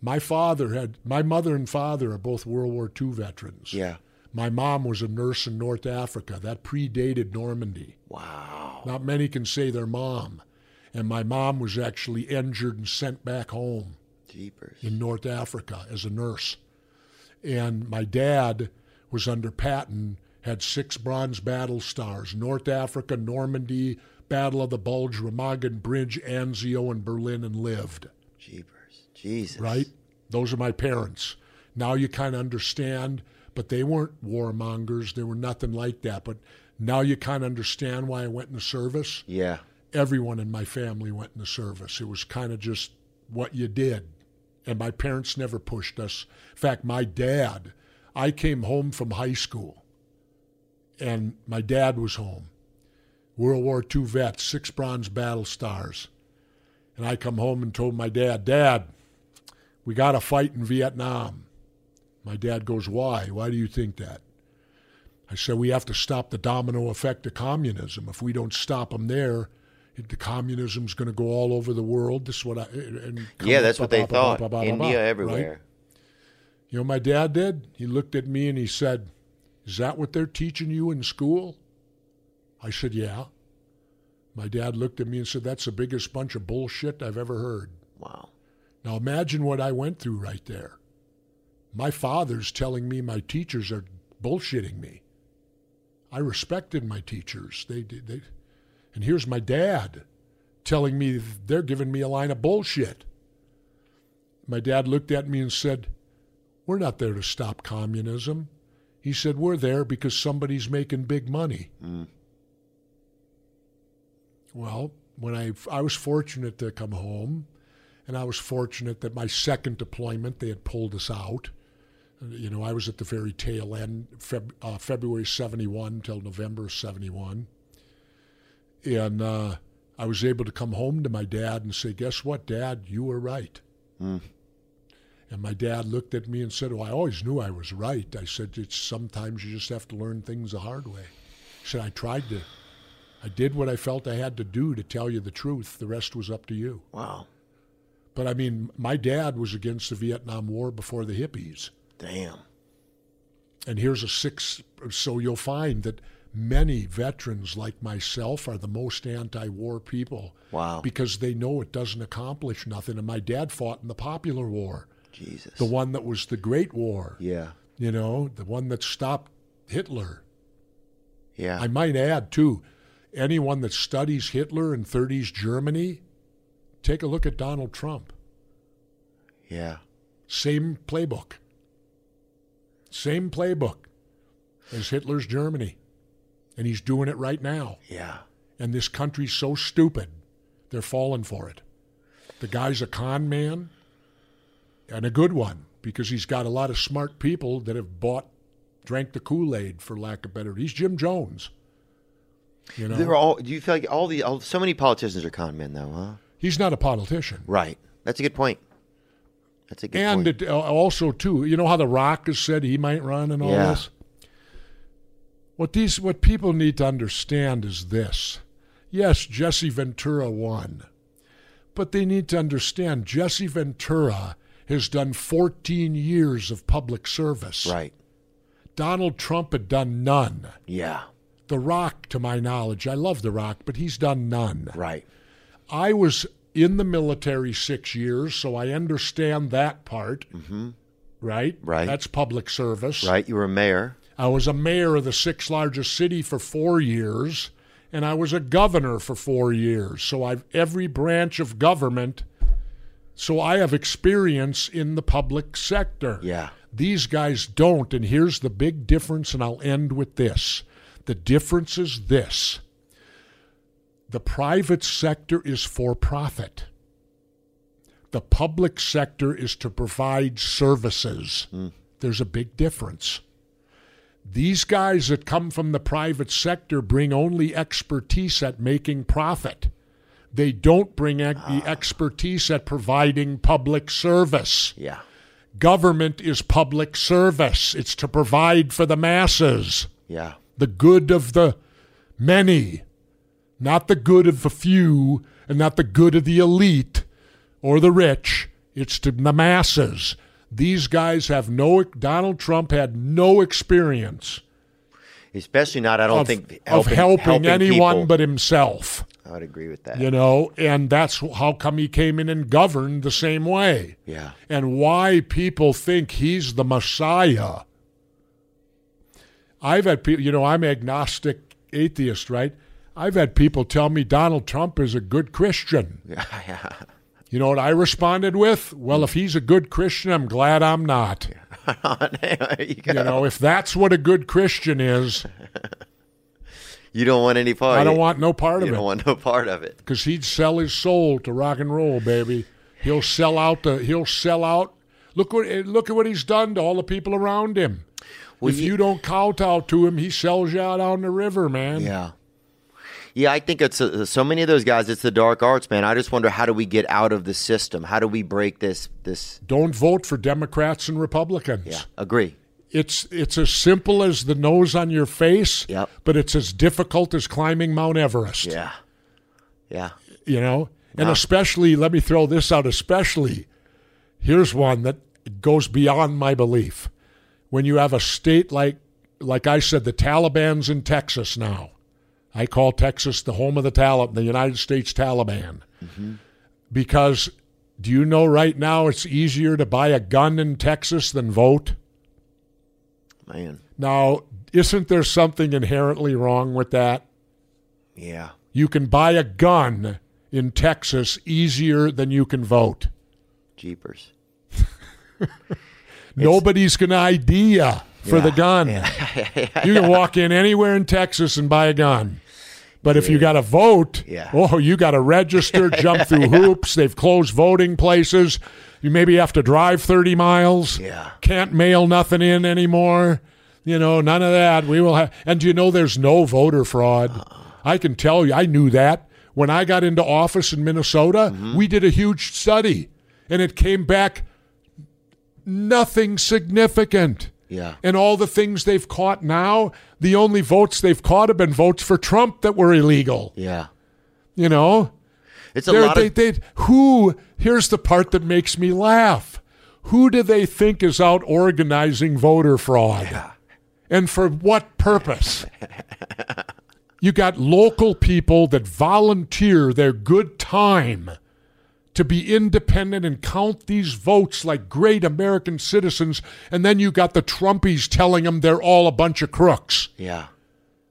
My father had my mother and father are both World War II veterans.
Yeah.
My mom was a nurse in North Africa. That predated Normandy.
Wow.
Not many can say their mom. And my mom was actually injured and sent back home
Jeepers.
in North Africa as a nurse. And my dad was under Patton, had six bronze battle stars North Africa, Normandy, Battle of the Bulge, Remagen Bridge, Anzio, and Berlin, and lived
Jeepers. Jesus.
right? Those are my parents. Now you kind of understand, but they weren't warmongers. They were nothing like that. But now you kind of understand why I went in the service.
Yeah.
Everyone in my family went in the service. It was kind of just what you did. And my parents never pushed us. In fact, my dad, I came home from high school, and my dad was home. World War II vet, six bronze battle stars. And I come home and told my dad, Dad, we got to fight in Vietnam. My dad goes, Why? Why do you think that? I said, We have to stop the domino effect of communism. If we don't stop them there, it- the communism's going to go all over the world. This is what I. And
Yeah, that's what they
ba- ba-
thought.
ba- ba- ba- ba-
India
right?
everywhere.
You know, what my dad did. He looked at me and he said, "Is that what they're teaching you in school?" I said, "Yeah." My dad looked at me and said, "That's the biggest bunch of bullshit I've ever heard."
Wow.
Now imagine what I went through right there. My father's telling me my teachers are bullshitting me. I respected my teachers. They did. They, and here's my dad telling me they're giving me a line of bullshit. My dad looked at me and said, We're not there to stop communism. He said, We're there because somebody's making big money. Well, when I, I was fortunate to come home, and I was fortunate that my second deployment, they had pulled us out. Uh, You know, I was at the very tail end, Feb, uh, February 71 till November 71. And uh, I was able to come home to my dad and say, Guess what, Dad? You were right. And my dad looked at me and said, Well, I always knew I was right. I said, it's, Sometimes you just have to learn things the hard way. He said, I tried to. I did what I felt I had to do to tell you the truth. The rest was up to you.
Wow.
But I mean, my dad was against the Vietnam War before the hippies.
Damn.
And here's a six. So you'll find that many veterans like myself are the most anti war people
Wow.
because they know it doesn't accomplish nothing. And my dad fought in the Popular War,
Jesus.
the one that was the Great War,
Yeah.
you know, the one that stopped Hitler.
Yeah.
I might add, too, anyone that studies Hitler and 30s Germany, take a look at Donald Trump.
yeah.
Same playbook. Same playbook as Hitler's Germany. And he's doing it right now.
Yeah.
And this country's so stupid, they're falling for it. The guy's a con man and a good one because he's got a lot of smart people that have bought, drank the Kool Aid, for lack of better. He's Jim Jones. You know,
They're all. Do you feel like all the all, so many politicians are con men though, huh?
he's not a politician.
Right. That's a good point. That's a good
and
point.
it, uh, also too, you know how The Rock has said he might run and all
Yeah.
this. What these what people need to understand is this: yes, Jesse Ventura won, but they need to understand Jesse Ventura has done 14 years of public service.
right.
Donald Trump had done none.
Yeah.
The Rock, to my knowledge, I love The Rock, but he's done none.
Right.
I was in the military six years, so I understand that part. Mm-hmm. Right?
Right.
That's public service.
Right. You were a mayor.
I was a mayor of the sixth largest city for four years, and I was a governor for four years. So I've every branch of government. So I have experience in the public sector.
Yeah.
These guys don't. And here's the big difference, and I'll end with this. The difference is this the private sector is for profit, the public sector is to provide services. There's a big difference. These guys that come from the private sector bring only expertise at making profit. They don't bring ec- the expertise at providing public service.
Yeah.
Government is public service. It's to provide for the masses,
Yeah.
the good of the many, not the good of the few and not the good of the elite or the rich. It's to the masses. These guys have no, Donald Trump had no experience
Especially not. I don't
of,
think
of helping, anyone
people.
but himself.
I would agree with that.
you know, and that's how come he came in and governed the same way.
Yeah.
And why people think he's the Messiah. I've had people, you know, I'm agnostic atheist, right? I've had people tell me Donald Trump is a good Christian.
Yeah. yeah.
You know what I responded with? Well, if he's a good Christian, I'm glad I'm not.
you, got-
You know, if that's what a good Christian is,
you don't want any part.
I don't
you-
want no part
Oh, You
of
don't
it
want no part of it.
because he'd sell his soul to rock and roll, baby. He'll sell out the. He'll sell out. Look what eh, look at what he's done to all the people around him. if you don't kowtow to him, he sells you out on the river, man.
Yeah. Yeah, I think it's uh so many of those guys. It's the dark arts, man. I just wonder how do we get out of the system? How do we break this? This
Don't vote for Democrats and Republicans.
yeah, agree.
It's it's as simple as the nose on your face,
Yep.
but it's as difficult as climbing Mount Everest.
Yeah, yeah,
you know and especially let me throw this out especially here's one that goes beyond my belief when you have a state like like i said the taliban's in texas now i call texas the home of the taliban the united states taliban because do you know right now it's easier to buy a gun in texas than vote
man.
now isn't there something inherently wrong with that
Yeah,
you can buy a gun in Texas easier than you can vote.
jeepers.
Nobody's going to ID ya for the gun. you can walk in anywhere in Texas and buy a gun. But if you got to vote,
Yeah.
oh, you got to register, jump through hoops. They've closed voting places. You maybe have to drive 30 miles.
Yeah.
Can't mail nothing in anymore. You know, none of that. We will have. And do you know there's no voter fraud?
Uh-uh.
I can tell you, I knew that. When I got into office in Minnesota,
Mm-hmm.
we did a huge study and it came back nothing significant.
Yeah.
And all the things they've caught now, the only votes they've caught have been votes for Trump that were illegal.
Yeah,
You know?
it's a
They're-
lot
they,
of
they- who, here's the part that makes me laugh. Who do they think is out organizing voter fraud? And for what purpose? you got local people that volunteer their good time to be independent and count these votes like great American citizens, and then you got the Trumpies telling them they're all a bunch of crooks.
yeah.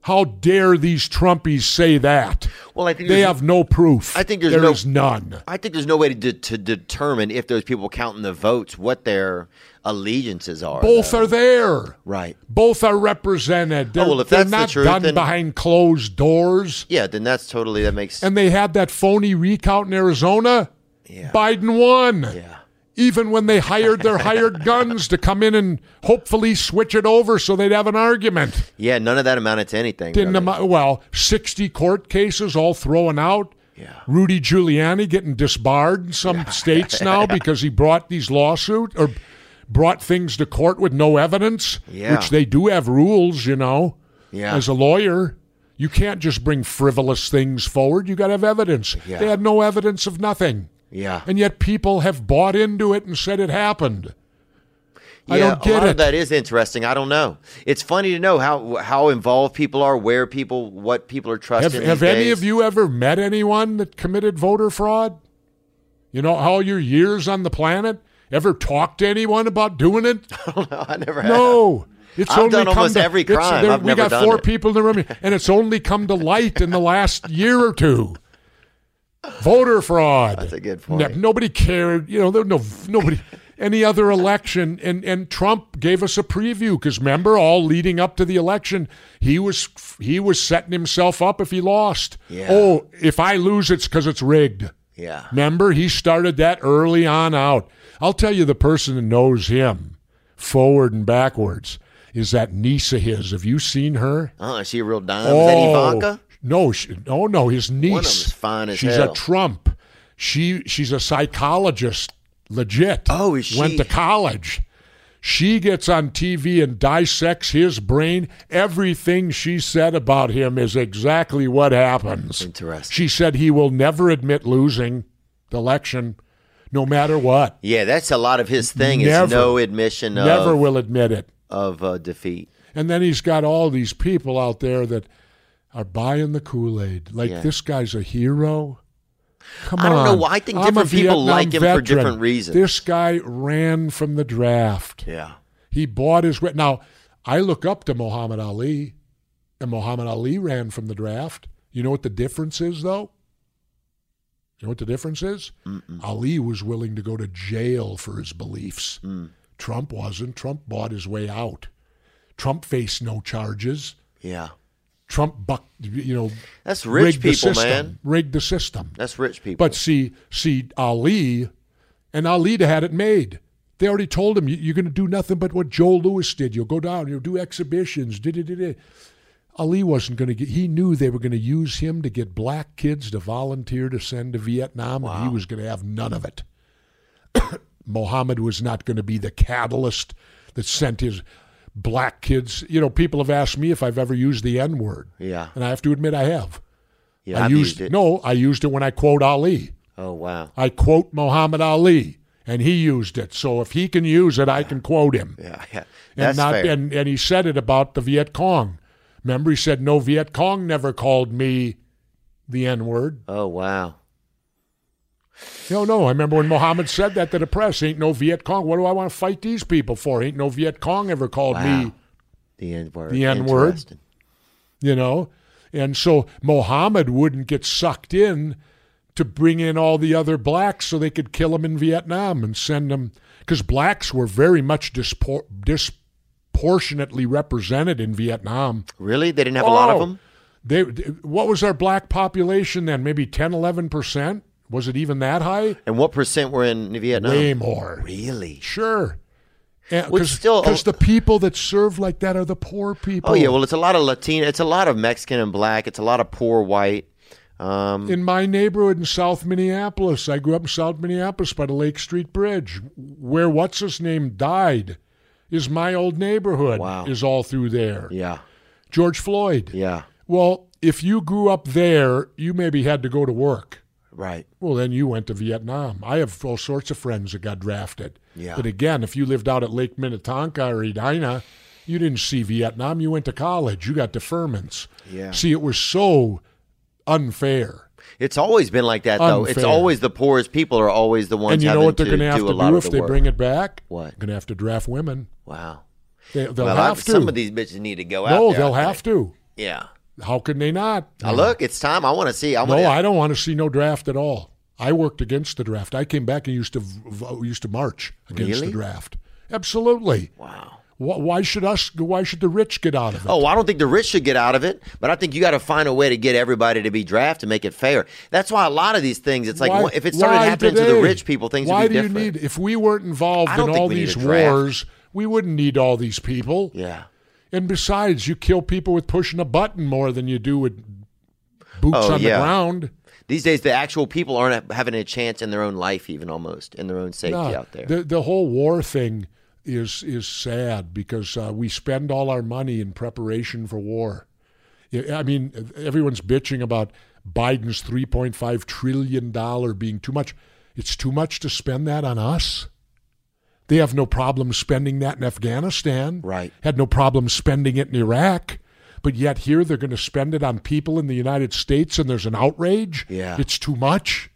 How dare these Trumpies say that?
Well, I think
They
there's-
have no proof.
I think there's
There
no-
is none.
I think there's no way to de- to determine if those people counting the votes what their allegiances are.
Both
though.
are there.
right. Oh,
Both are represented. They're,
well, if
they're
that's the
not
truth,
done
then-
behind closed doors.
Yeah, then that's totally that makes
And they had that phony recount in Arizona.
Yeah.
Biden won.
yeah
Even when they hired their hired guns to come in and hopefully switch it over so they'd have an argument.
yeah. None of that amounted to anything.
Didn't
brother.
amou- well, 60 court cases all thrown out.
Yeah.
Rudy Giuliani getting disbarred in some states now because he brought these lawsuit or brought things to court with no evidence,
Yeah.
which they do have rules, you know.
Yeah.
As a lawyer, you can't just bring frivolous things forward. You got to have evidence.
Yeah.
They had no evidence of nothing.
yeah.
And yet people have bought into it and said it happened. I
yeah,
don't get
a lot
it.
of that is interesting. I don't know. It's funny to know how how involved people are, where people, what people are trusting.
Have, have
these
any
days.
of you ever met anyone that committed voter fraud? You know, all your years on the planet? Ever talked to anyone about doing it?
I never have.
No. It's
I've
only
done
come
almost
to-
every
it's-
crime.
there-
I've
we
never
got
done
four
it.
people in the room, and it's only come to light in the last year or two. Voter fraud.
That's a good
No-
point.
nobody cared. You know, there no nobody. Any other election, and and Trump gave us a preview because remember, all leading up to the election, he was he was setting himself up if he lost.
Yeah.
Oh, if I lose, it's because it's rigged.
Yeah.
Remember, he started that early on out. I'll tell you, the person that knows him forward and backwards is that niece of his. Have you seen her? Oh.
Oh, is she a real dime? is that Ivanka?
No, she, oh no, his
of
niece.
'em's fine as
she's
hell.
a Trump. She she's a psychologist, legit.
Oh, is
Went
she?
to college. She gets on TV and dissects his brain. Everything she said about him is exactly what happens.
Interesting.
She said he will never admit losing the election, no matter what.
Yeah, that's a lot of his thing is
Never.
no admission of
Never will admit it.
of uh, defeat.
And then he's got all these people out there that are buying the Kool Aid. Like
Yeah.
this guy's a hero. Come
I don't know
on.
why. I think
I'm a
different people
Vietnam
like him for
veteran.
different reasons.
This guy ran from the draft.
Yeah.
He bought his way. Now, I look up to Muhammad Ali, and Muhammad Ali ran from the draft. You know what the difference is, though? You know what the difference is? Ali was willing to go to jail for his beliefs.
Mm.
Trump wasn't. Trump bought his way out. Trump faced no charges.
Yeah.
Trump bucked, you know,
That's rich
rigged the
people,
system,
man.
Rigged the system.
That's rich people.
But see, see Ali, and Ali had it made. They already told him "You- you're going to do nothing but what Joe Lewis did. You'll go down. You'll do exhibitions. da, da, da, da." Ali wasn't going to get. He knew they were going to use him to get black kids to volunteer to send to Vietnam, and he was going to have none of it. Mohammed was not going to be the catalyst that sent his black kids. You know, people have asked me if I've ever used the N word,
yeah.
and I have to admit I have.
Yeah.
I
I've
used,
used it.
no, I used it when I quote Ali.
Oh wow.
I quote Muhammad Ali, and he used it. So if he can use it, I can quote him.
Yeah. yeah. That's
And
fair.
And, and he said it about the Viet Cong. Remember, he said, "No, Viet Cong never called me the N word."
oh wow.
No, no. I remember when Muhammad said that to the press. Ain't no Viet Cong. What do I want to fight these people for? Ain't no Viet Cong ever called me.
Wow. The N word.
The N word.
Interesting.
you know and so Mohammed wouldn't get sucked in to bring in all the other blacks so they could kill him in Vietnam and send them because blacks were very much dispor- disproportionately represented in Vietnam.
Really? They didn't have a lot of
Oh.
them.
They, what was our black population then? Maybe 10, 11%? Was it even that high?
And what percent were in Vietnam?
Way more.
Really?
Sure.
Which still-
Because the people that serve like that are the poor people.
Oh yeah. Well, it's a lot of Latina. It's a lot of Mexican and black. It's a lot of poor white. Um,
in my neighborhood in South Minneapolis. I grew up in South Minneapolis by the Lake Street Bridge, where what's his name died. Is my old neighborhood
Wow.
is all through there.
yeah.
George Floyd.
Yeah.
Well, if you grew up there, you maybe had to go to work.
Right.
Well, then you went to Vietnam. I have all sorts of friends that got drafted.
Yeah.
But again, if you lived out at Lake Minnetonka or Edina, you didn't see Vietnam. You went to college. You got deferments.
Yeah.
See, it was so unfair.
It's always been like that, though. It's
Unfair.
always the poorest people are always the ones.
And you know
having
what they're
to
going to have
do a
to
lot
do
of
if
the
they
work.
bring it back?
What?
Going to have to draft women.
Wow.
They, they'll
Well, I-
have to.
some of these bitches need to go out.
no,
there,
they'll
I
have
think.
to.
Yeah.
How can they not?
Now, look, it's time. I want to see. I
No,
want.
I don't want to see no draft at all. I worked against the draft. I came back and used to v- v- used to march against
Really?
the draft. Absolutely.
Wow.
Wh- Why should us? Why should the rich get out of it?
Oh, I don't think the rich should get out of it, but I think you got to find a way to get everybody to be drafted and make it fair. That's why a lot of these things, it's like
Why-
wha- if it started
why
happening to
today?
the rich people, things
why
would be
do
different.
you need? If we weren't involved
I
in
don't think
all
we need
these
a draft.
wars, we wouldn't need all these people.
yeah.
And besides, you kill people with pushing a button more than you do with boots
Oh,
on
yeah.
the ground.
These days, the actual people aren't ha- having a chance in their own life, even almost in their own safety
No,
out there.
The the whole war thing is is sad because uh, we spend all our money in preparation for war. Yeah, I mean, everyone's bitching about Biden's three point five trillion dollar being too much. It's too much to spend that on us. They have no problem spending that in Afghanistan.
Right.
Had no problem spending it in Iraq. But yet here they're going to spend it on people in the United States and there's an outrage.
Yeah.
It's too much.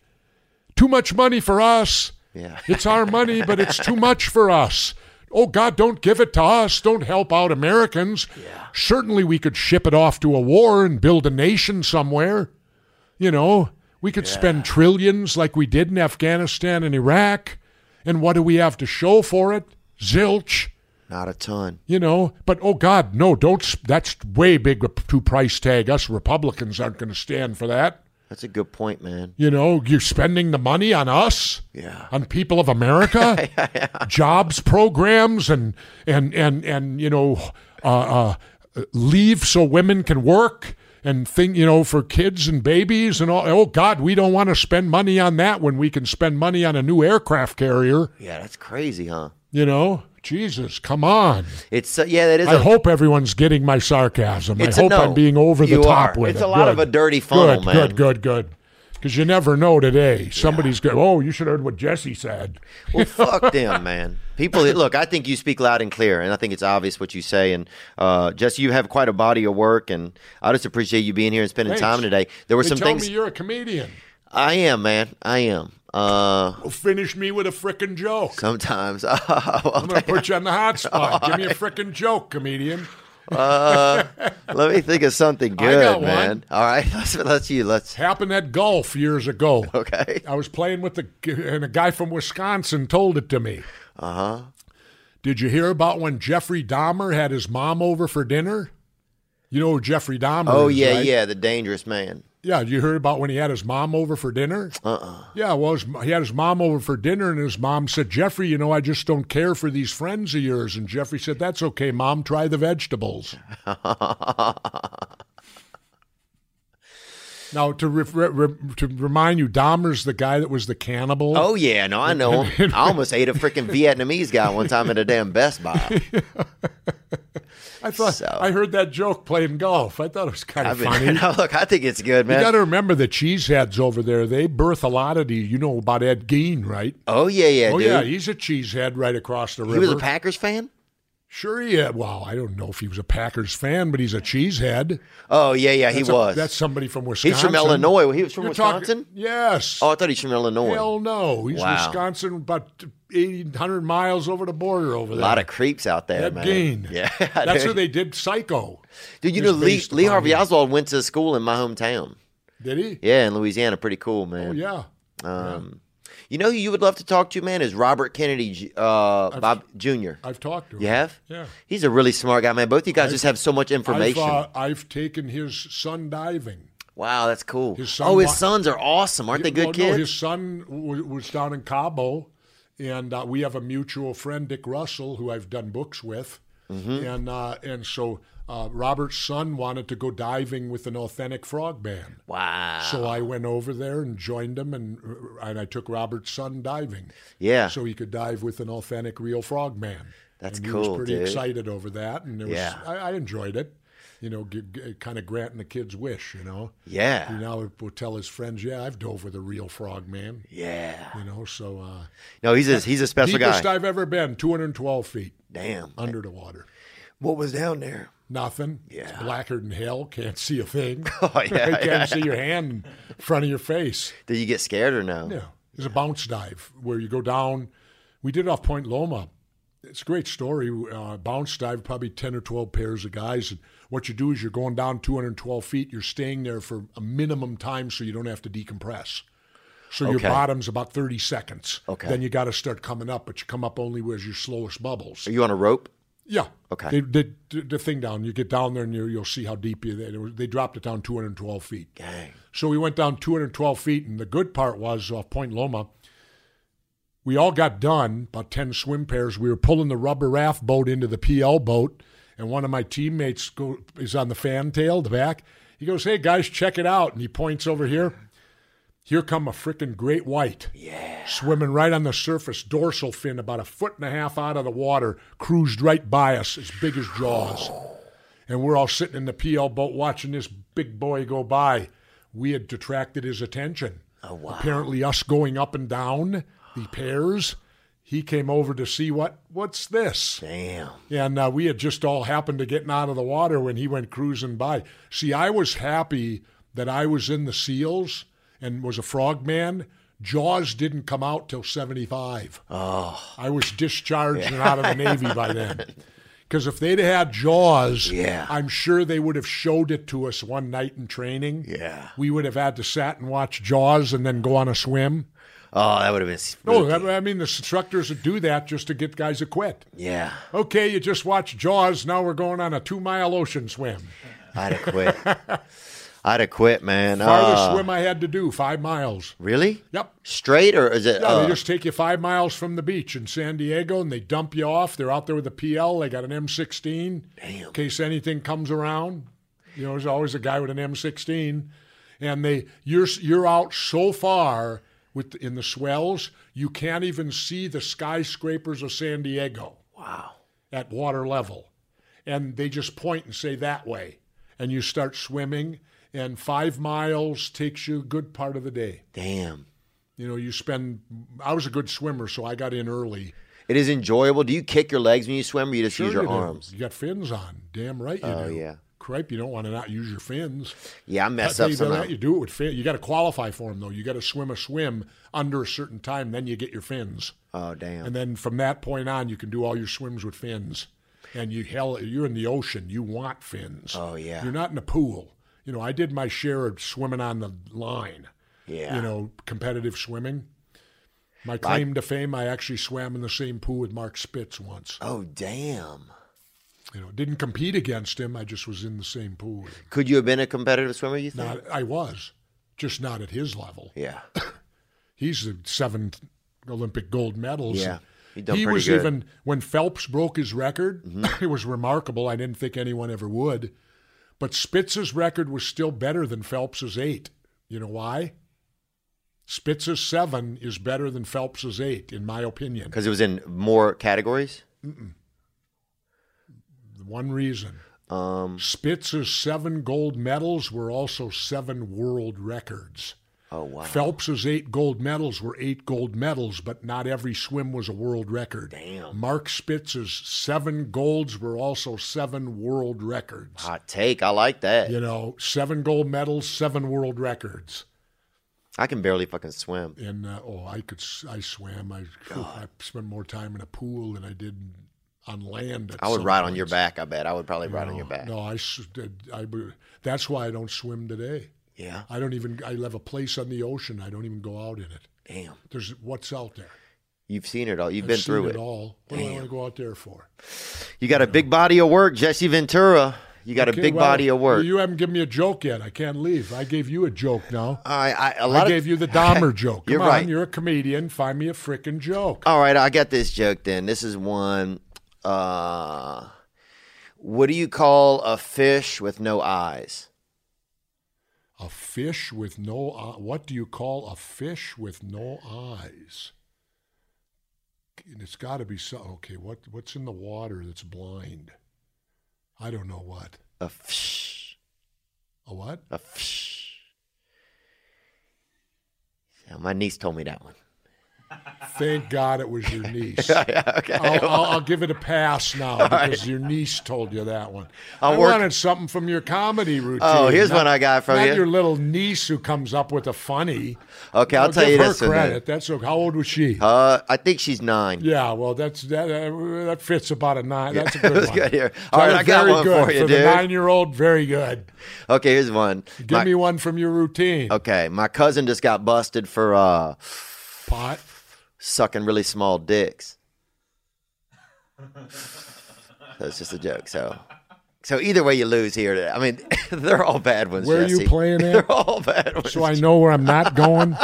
Too much money for us.
yeah.
It's our money, but it's too much for us. Oh, God, don't give it to us. Don't help out Americans. Certainly, we could ship it off to a war and build a nation somewhere. You know, we could spend trillions like we did in Afghanistan and Iraq. And what do we have to show for it? Zilch
Not a ton.
you know. But oh God, no! Don't. s- That's way big to price tag. Us Republicans aren't going to stand for that.
That's a good point, man.
You know, you're spending the money on us,
Yeah.
on people of America, jobs programs, and and and and you know, uh, uh, leave so women can work. And thing you know for kids and babies and all. Oh God, we don't want to spend money on that when we can spend money on a new aircraft carrier.
Yeah, that's crazy, huh?
You know, Jesus, come on.
It's uh, yeah, that is.
I
a-
hope everyone's getting my sarcasm.
It's
I
a
hope
no.
I'm being over the
You
top
are.
with
It's
it.
a lot of
Good.
a dirty funnel,
good,
man.
Good, good, good. Because you never know today. Somebody's going, oh, you should have heard what Jesse said.
Well, fuck them, man. People, look, I think you speak loud and clear, and I think it's obvious what you say. And uh, Jesse, you have quite a body of work, and I just appreciate you being here and spending time
Thanks.
today. There were
They
some
tell
things.
me you're a comedian.
I am, man. I am. Uh,
Well, finish me with a frickin' joke.
sometimes. Oh,
I'm going to put you on the hot spot. Give me a frickin' joke, comedian.
Let me think of something
I
good,
got one.
man. All right, let's let's you let's
Happened at golf years ago.
okay.
I was playing with the and a guy from Wisconsin told it to me. Uh huh.
Uh-huh.
Did you hear about when Jeffrey Dahmer had his mom over for dinner? You know who Jeffrey Dahmer
Oh
is,
yeah,
right?
yeah, the dangerous man.
Yeah, you heard about when he had his mom over for dinner? Uh-uh. Yeah, well, his, he had his mom over for dinner, and his mom said, Jeffrey, you know, I just don't care for these friends of yours. And Jeffrey said, that's okay, Mom, try the vegetables. now, to, re- re- re- to remind you, Dahmer's the guy that was the cannibal.
Oh yeah, no, I know him. I almost ate a freaking Vietnamese guy one time at a damn Best Buy.
I thought
so-
I heard that joke playing golf. I thought it was kind
I've
of
been- no,
funny.
look, I think it's good,
You
man.
got to remember the cheeseheads over there. They birth a lot of these. You know about Ed Gein, right?
oh yeah, yeah,
Oh
dude.
yeah, he's a cheesehead right across the river.
he was a Packers fan.
sure, he. Had, well, I don't know if he was a Packers fan, but he's a cheesehead.
Oh yeah, yeah, he
That's a-
was.
that's somebody from Wisconsin.
he's from Illinois. He was from
You're talking-
Wisconsin.
yes.
oh, I thought he's from Illinois.
Hell no. He's
Wow.
Wisconsin, about 800 miles over the border over
a
there.
lot of creeps out there,
Ed
man.
Gein.
Yeah, dude.
That's who they did Psycho.
Dude, you
is
know Lee,
based
Lee
upon
Harvey
him.
Oswald went to school in my hometown.
Did he?
Yeah, in Louisiana, pretty cool, man.
Oh, yeah.
Um, you know who you would love to talk to, man, is Robert Kennedy J- uh, Bob Jr.
I've talked to him.
You have?
Yeah.
He's a really smart guy, man. Both you guys just have so much
I've,
information.
uh, I've taken his son diving.
wow, that's cool.
his son
oh, his
wa-
sons are awesome. Aren't they good
Well,
kids?
No, his son w- was down in Cabo, and uh, we have a mutual friend, Dick Russell, who I've done books with,
Mm-hmm.
and uh, and so uh, Robert's son wanted to go diving with an authentic frog band.
wow.
So I went over there and joined him, and uh, and I took Robert's son diving,
yeah.
so he could dive with an authentic, real frog man.
That's
and he
cool,
was pretty
dude.
excited over that, and it was
Yeah.
I, I enjoyed it. You know, g- g- kind of granting the kid's wish. You know.
yeah.
He now will tell his friends, "Yeah, I've dove with a real frog, man."
yeah.
You know, so uh,
No, he's a, he's a special guy.
deepest I've ever been, 212 feet
Damn.
under the water.
What was down there?
Nothing.
Yeah.
It's blacker than hell. Can't see a thing.
Oh, yeah,
you can't
yeah.
see your hand in front of your face.
Did you get scared or no?
Yeah, it's a bounce dive where you go down. We did it off Point Loma. It's a great story. Uh, bounce dive, probably 10 or 12 pairs of guys. And what you do is you're going down 212 feet. You're staying there for a minimum time so you don't have to decompress. So
Okay.
your bottom's about 30 seconds.
Okay.
Then you got to start coming up, but you come up only with your slowest bubbles.
Are you on a rope?
Yeah.
Okay.
They did the, the thing down. You get down there and you, you'll see how deep you. They, they dropped it down 212 feet.
Dang.
So we went down 212 feet, and the good part was off Point Loma. We all got done, about 10 swim pairs. We were pulling the rubber raft boat into the PL boat, and one of my teammates go, is on the fantail, the back. He goes, Hey guys, check it out. And he points over here. Here come a freaking great white. Yeah. Swimming right on the surface, dorsal fin, about a foot and a half out of the water, cruised right by us, as big as jaws and we're all sitting in the PL boat watching this big boy go by. We had detracted his attention. Oh, wow. Apparently, us going up and down the pairs. He came over to see what what's this,
Damn.
and uh, we had just all happened to getting out of the water when he went cruising by. See, I was happy that I was in the seals and was a frogman. Jaws didn't come out till seventy five.
Oh.
I was discharged and out of the Navy by then. Because if they'd had Jaws,
Yeah.
I'm sure they would have showed it to us one night in training.
Yeah.
We would have had to sat and watch Jaws and then go on a swim.
Oh, that would have been.
No, uh. I I mean, the instructors would do that just to get guys to quit.
Yeah.
Okay, you just watched Jaws. Now we're going on a two mile ocean swim.
I'd have quit. I'd have quit, man.
Farthest
Uh,
swim I had to do, five miles.
really?
Yep.
Straight or is it?
Yeah,
uh,
they just take you five miles from the beach in San Diego and they dump you off. They're out there with a PL. They got an M16 in case anything comes around. You know, there's always a guy with an M16, and they you're you're out so far with in the swells you can't even see the skyscrapers of San Diego. Wow. At water level, and they just point and say that way, and you start swimming. and five miles takes you a good part of the day.
Damn.
You know, you spend. I was a good swimmer, so I got in early.
It is enjoyable. Do you kick your legs when you swim or you just use your
Sure you do.
arms?
You got fins on. Damn right you do.
Oh, yeah.
Cripe, you don't want to not use your fins.
Yeah, I mess
That's how
up
you, do
somehow.
that. you do it with fins. You got to qualify for them though. You got to swim a swim under a certain time, then you get your fins,
Oh, damn.
and then from that point on, you can do all your swims with fins. And you hell, you're in the ocean. You want fins.
Oh, yeah.
You're not in a pool. You know, I did my share of swimming on the line.
yeah.
You know, competitive swimming. My claim to fame, I actually swam in the same pool with Mark Spitz once.
Oh, damn.
You know, didn't compete against him. I just was in the same pool.
Could you have been a competitive swimmer, you think?
Not, I was, just not at his level.
yeah.
he's the seventh Olympic gold medals.
Yeah, he done pretty
was
good. Mm-hmm.
even when Phelps broke his record. It was remarkable. I didn't think anyone ever would, but Spitz's record was still better than Phelps's eight. You know why? Spitz's seven is better than Phelps's eight, in my opinion.
Because it was in more categories?
One reason:
Um.
Spitz's seven gold medals were also seven world records.
Oh, wow.
Phelps's eight gold medals were eight gold medals, but not every swim was a world record.
Damn.
Mark Spitz's seven golds were also seven world records.
Hot take. I like that.
You know, seven gold medals, seven world records.
I can barely fucking swim.
And uh, oh, I could, s- I swam. I, phew, I spent more time in a pool than I did on land. at
I would
some
ride on your
points.
back. I bet I would probably ride on
No,
your back.
No, I, s- did- I would- That's why I don't swim today.
Yeah.
I don't even. I have a place on the ocean. I don't even go out in it.
Damn.
There's what's out there.
You've seen it all. You've
I've
been
seen
through it.
it all. What do I want to go out there for?
You got a big body of work, Jesse Ventura. You got
Okay,
a big
well,
body of work.
You haven't given me a joke yet. I can't leave. I gave you a joke now.
all right. I, a lot
I
of,
gave you the Dahmer joke. Come
You're
on,
right.
you're a comedian. Find me a freaking joke.
All right, I got this joke then. This is one. Uh, what do you call a fish with no eyes?
A fish with no eye. What do you call a fish with no eyes? And it's got to be so. Okay, what what's in the water that's blind? I don't know what.
A fish.
A what?
A fish. Yeah, my niece told me that one.
Thank God it was your niece. I'll, I'll, I'll give it a pass now because your niece told you that one.
I'll
I
work-
wanted something from your comedy routine.
Oh, here's
not-
one I got from
not
you.
your little niece who comes up with a funny.
Okay, I'll
Well,
tell
give
you
her
this one. then.
credit. That's how old was she?
Uh, I think she's nine.
yeah, well, that's that. Uh, that fits about a nine. That's a good
Let's
one.
go here.
So
All right,
that's
I got
very
one
good.
for you,
the
dude.
nine-year-old, very good.
Okay, here's one.
Give
My-
me one from your routine.
okay, my cousin just got busted for uh,
Pot.
sucking really small dicks. so it's just a joke. So, so either way, you lose here. I mean, they're all bad ones.
Where are you
Jesse.
playing at?
They're all bad ones.
So I know where I'm not going.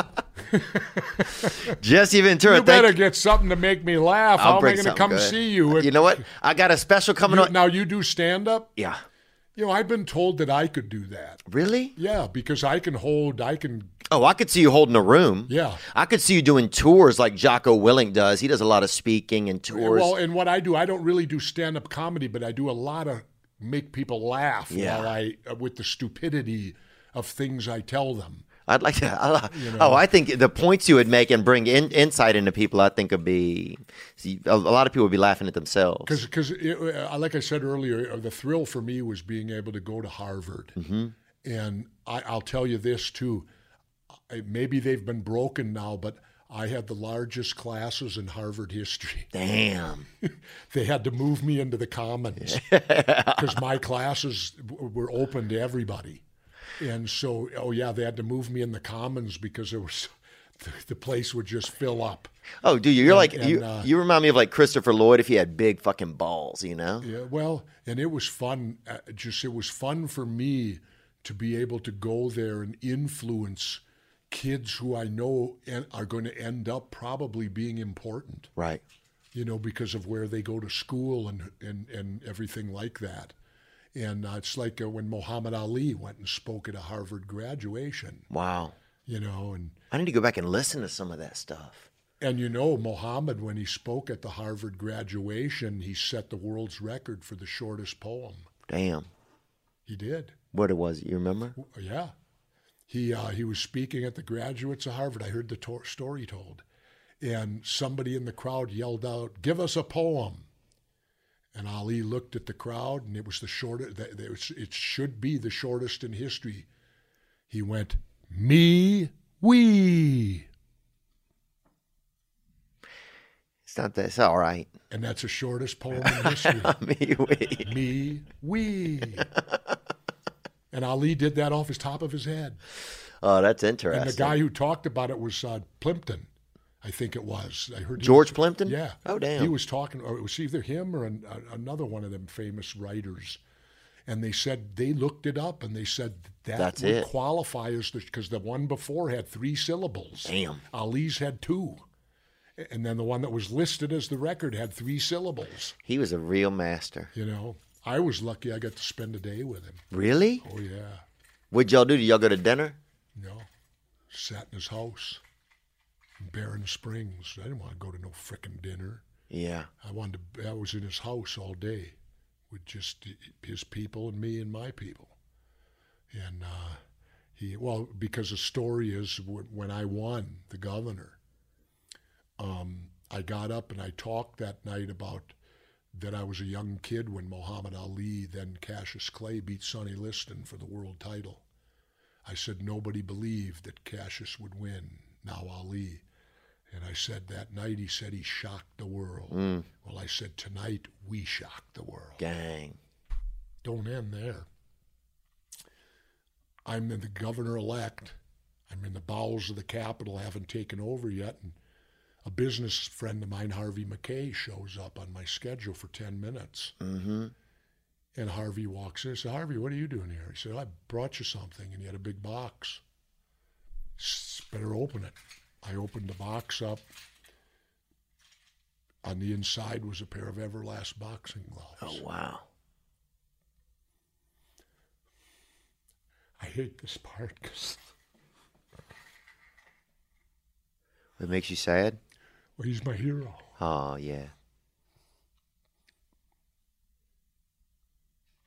Jesse Ventura.
you
thank
better get something to make me laugh.
I'll
How am I
bring
going to
something
come
good.
see you?
You know what? I got a special coming
You-
on.
now you do stand up.
yeah.
You know, I've been told that I could do that.
Really?
Yeah, because I can hold. I can.
Oh, I could see you holding a room.
Yeah.
I could see you doing tours like Jocko Willing does. He does a lot of speaking and tours.
Well, and what I do, I don't really do stand up comedy, but I do a lot of make people laugh
Yeah.
while I uh, with the stupidity of things I tell them.
I'd like to. I, Oh, I think the points you would make and bring in, insight into people, I think would be see, a, a lot of people would be laughing at themselves.
Because, uh, like I said earlier, uh, the thrill for me was being able to go to Harvard.
Mm-hmm.
And I, I'll tell you this too. I, maybe they've been broken now, but I had the largest classes in Harvard history.
Damn.
they had to move me into the commons because my classes w- were open to everybody and so oh yeah they had to move me in the commons because there was the, the place would just fill up
Oh, dude, you're like
and,
you.
uh,
you remind me of like Christopher Lloyd if he had big fucking balls. You know.
yeah well and it was fun uh, just it was fun for me to be able to go there and influence kids who i know and are going to end up probably being important
Right.
you know, because of where they go to school and and and everything like that. And uh, it's like uh, when Muhammad Ali went and spoke at a Harvard graduation,
Wow.
you know, and
I need to go back and listen to some of that stuff.
and you know Muhammad when he spoke at the Harvard graduation, he set the world's record for the shortest poem.
Damn.
He did.
what it was. You remember?
Oh, Yeah. He, uh, he was speaking at the graduates of Harvard. I heard the to- story told. And somebody in the crowd yelled out, Give us a poem. And Ali looked at the crowd, and it was the shortest, that- that was- it should be the shortest in history. He went, Me, we.
It's not that. It's all right.
And that's the shortest poem in history.
Me, we.
Me, we. And Ali did that off his top of his head.
Oh, that's
And
interesting.
the guy who talked about it was uh, Plimpton, I think it was. I heard he-
George Plimpton.
Yeah.
Oh damn.
He was talking, or it was either him or an, a, another one of them famous writers. And they said they looked it up, and they said that
That's
would
it.
qualify as the because the one before had three syllables.
Damn.
Ali's had two, and then the one that was listed as the record had three syllables.
He was a real master.
You know, I was lucky; I got to spend a day with him.
Really?
Oh yeah,
What'd y'all do? Did y'all go to dinner?
No. Sat in his house in Barron Springs. I didn't want to go to no frickin' dinner.
Yeah.
I wanted to, I was in his house all day with just his people and me and my people. And uh, he, well, because the story is wh- when I won the governor, um, I got up and I talked that night about that I was a young kid when Muhammad Ali, then Cassius Clay, beat Sonny Liston for the world title. I said nobody believed that Cassius would win, now Ali. And I said that night he said he shocked the world. Well, I said tonight we shocked the world.
Gang.
Don't end there. I'm the governor elect. I'm in the bowels of the Capitol, haven't taken over yet. And a business friend of mine, Harvey McKay, shows up on my schedule for 10 minutes.
Mm-hmm.
And Harvey walks in and says, Harvey, what are you doing here? He said, I brought you something. And he had a big box. S- Better open it. I opened the box up. On the inside was a pair of Everlast boxing gloves.
Oh wow.
I hate this part 'cause-
It makes you sad.
well, he's my hero.
Oh yeah.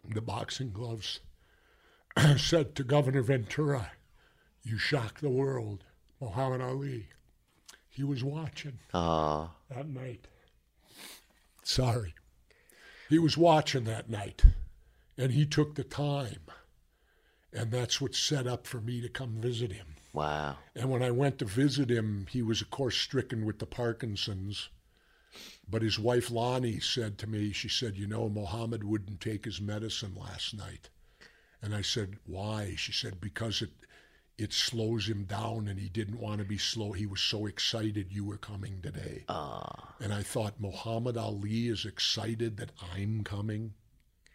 The boxing gloves said to Governor Ventura, You shock the world, Muhammad Ali. He was watching.
Oh.
that night. Sorry. He was watching that night and he took the time. And that's what set up for me to come visit him.
Wow.
And when I went to visit him, he was, of course, stricken with the Parkinson's. But his wife Lonnie said to me, she said, You know, Mohammed wouldn't take his medicine last night. And I said, Why? She said, Because it it slows him down and he didn't want to be slow. He was so excited you were coming today. And I thought, Muhammad Ali is excited that I'm coming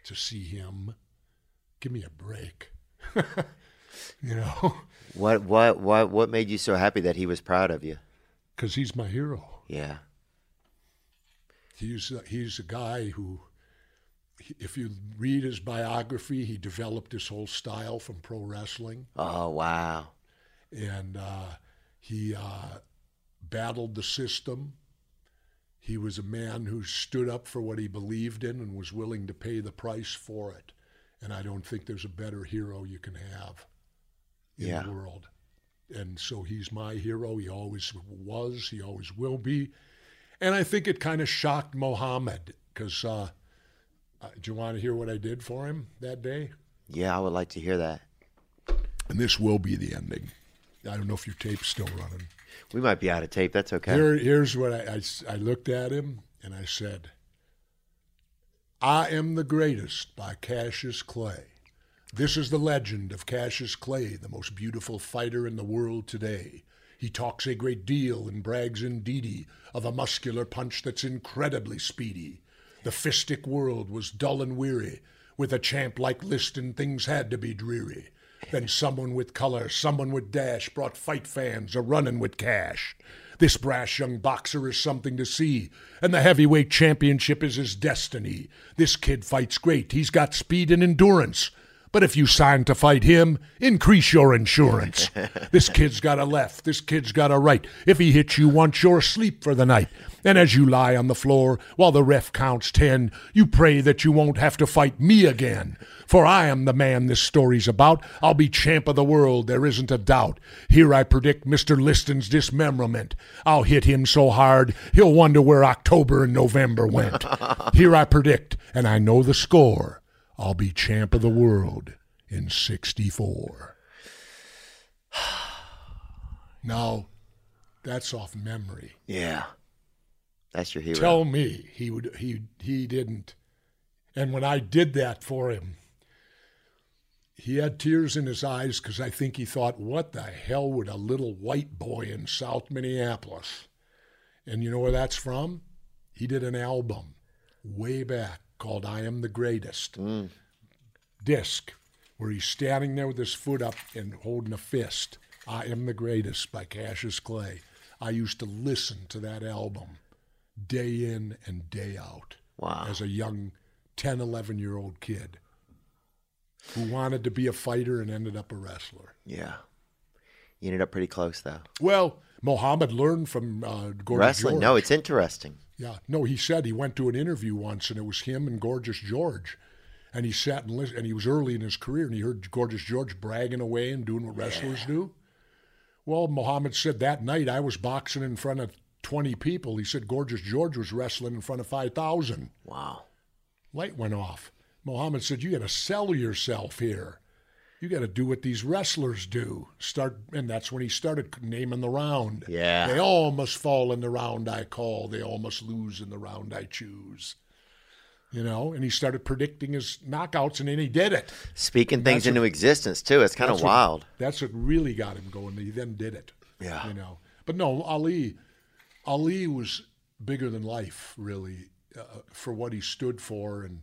to see him. Give me a break. you know?
What what what what made you so happy that he was proud of you?
Because he's my hero.
Yeah.
he's a, he's a guy who, he- if you read his biography, he developed his whole style from pro wrestling,
Oh wow.
and uh, he uh, battled the system. He was a man who stood up for what he believed in and was willing to pay the price for it. And I don't think there's a better hero you can have in
Yeah.
the world. And so he's my hero. He always was. He always will be. And I think it kind of shocked Mohammed because uh, uh, do you want to hear what I did for him that day?
Yeah, I would like to hear that.
And this will be the ending. I don't know if your tape's still running.
We might be out of tape. That's okay.
Here, here's what I, I s- I looked at him and I said, I am the greatest by Cassius Clay. This is the legend of Cassius Clay, the most beautiful fighter in the world today. He talks a great deal and brags indeedy of a muscular punch that's incredibly speedy. The fistic world was dull and weary. With a champ like Liston, things had to be dreary. Then someone with color, someone with dash, brought fight fans a runnin' with cash. This brash young boxer is something to see, and the heavyweight championship is his destiny. This kid fights great, he's got speed and endurance. But if you sign to fight him, increase your insurance. this kid's got a left. This kid's got a right. If he hits you once, you're asleep for the night. And as you lie on the floor while the ref counts ten, you pray that you won't have to fight me again. For I am the man this story's about. I'll be champ of the world, there isn't a doubt. Here I predict Mr. Liston's dismemberment. I'll hit him so hard, he'll wonder where October and November went. Here I predict, and I know the score. I'll be champ of the world in 64. Now, that's off memory.
Yeah. That's your hero.
Tell me he would he he didn't. And when I did that for him, he had tears in his eyes because I think he thought, what the hell would a little white boy in South Minneapolis? And you know where that's from? He did an album way back called I Am the Greatest disc where he's standing there with his foot up and holding a fist. I Am the Greatest by Cassius Clay. I used to listen to that album day in and day out
Wow.
as a young 10, 11 year old kid who wanted to be a fighter and ended up a wrestler.
yeah. You ended up pretty close though.
Well, Muhammad learned from uh, Gordon
Wrestling.
George.
No, it's interesting.
Yeah. No, he said he went to an interview once and it was him and Gorgeous George. And he sat and listened, and he was early in his career and he heard Gorgeous George bragging away and doing what wrestlers do. Well, Muhammad said that night I was boxing in front of 20 people. He said Gorgeous George was wrestling in front of 5,000.
Wow.
Light went off. Muhammad said, You got to sell yourself here. You got to do what these wrestlers do. Start, and that's when he started naming the round.
Yeah.
They all must fall in the round I call. They all must lose in the round I choose. You know, and he started predicting his knockouts, and then he did it.
Speaking things into existence too. It's kind of
what-
wild.
That's what really got him going. He then did it.
Yeah.
You know, but no, Ali, Ali was bigger than life, really, uh, for what he stood for, and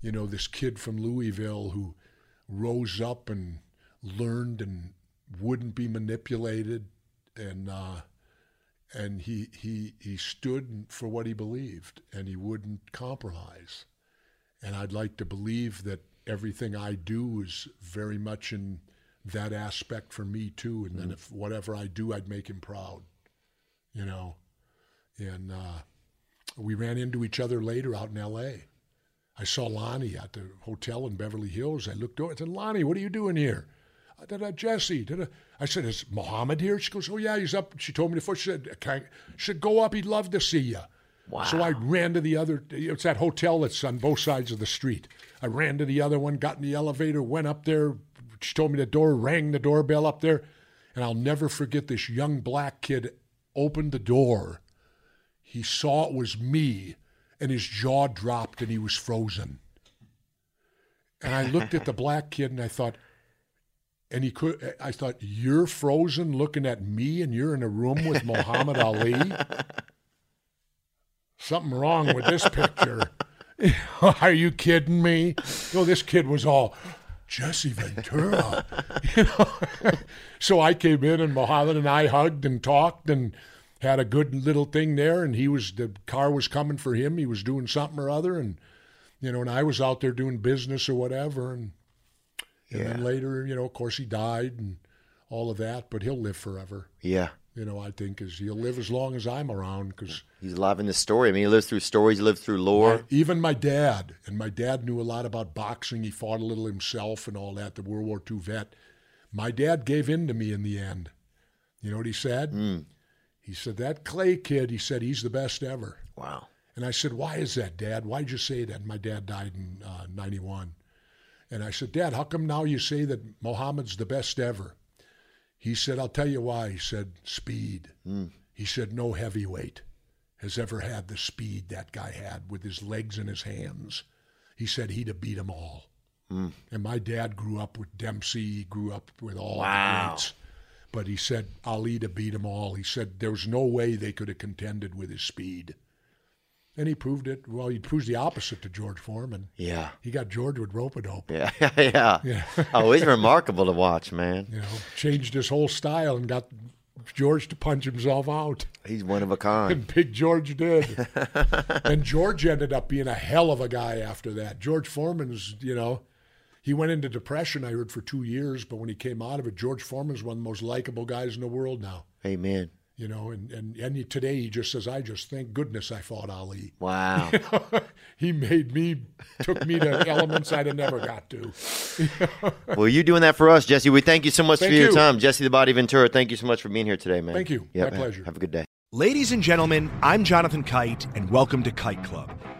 you know, this kid from Louisville who rose up and learned and wouldn't be manipulated, and uh, and he he he stood for what he believed, and he wouldn't compromise and I'd like to believe that everything I do is very much in that aspect for me too. And then if whatever I do, I'd make him proud, you know. And uh, we ran into each other later out in L.A. I saw Lonnie at the hotel in Beverly Hills. I looked over. I said, "Lonnie, what are you doing here?" I did a Jesse. Did I said, "Is Mohammed here?" She goes, "Oh yeah, he's up." She told me before. She said, Can I, "She said go up. He'd love to see you." Wow. So I ran to the other. It's that hotel that's on both sides of the street. I ran to the other one, got in the elevator, went up there. She told me the door rang the doorbell up there, and I'll never forget this young black kid opened the door. He saw it was me, and his jaw dropped, and he was frozen. And I looked at the black kid, and I thought, and he could. I thought, you're frozen looking at me, and you're in a room with Muhammad Ali. Something wrong with this picture. Are you kidding me? No, this kid was all Jesse Ventura. You know? so I came in, and Muhammad and I hugged and talked and had a good little thing there. And he was the car was coming for him. He was doing something or other, and you know, and I was out there doing business or whatever, and. And then later, you know, of course, he died and all of that, but he'll live forever.
Yeah.
You know, I think is he'll live as long as I'm around because
He's alive in the story. I mean, he lives through stories, he lives through lore.
even my dad and my dad knew a lot about boxing. He fought a little himself and all that. The World War II vet. My dad gave in to me in the end. You know what he said? He said that Clay kid. He said he's the best ever.
Wow.
And I said, Why is that, Dad? Why'd you say that? And my dad died in uh, 91. And I said, Dad, how come now you say that Mohammed's the best ever? He said, I'll tell you why. He said, Speed. He said, No heavyweight has ever had the speed that guy had with his legs and his hands. He said, He'd have beat 'em all. And my dad grew up with Dempsey, he grew up with all the greats. But he said, Ali to beat 'em all. He said, There was no way they could have contended with his speed. And he proved it. Well, he proved the opposite to George Foreman.
Yeah.
He got George with rope and dope.
Yeah. yeah. oh, he's remarkable to watch, man.
You know, changed his whole style and got George to punch himself out.
He's one of a kind.
And Big George did. and George ended up being a hell of a guy after that. George Foreman's, you know, He went into depression, I heard, for two years, but when he came out of it, George Foreman's one of the most likable guys in the world now.
Amen.
You know, and, and, and he, today he just says, I just thank goodness I fought Ali.
Wow.
he made me, took me to elements I'd have never got to.
well, you doing that for us, Jesse. We thank you so much
Thank
for your
you.
time. Jesse the Body Ventura, thank you so much for being here today, man.
Thank you.
Yep.
My pleasure.
Have a good day.
Ladies and gentlemen, I'm Jonathan Kite, and welcome to Kite Club,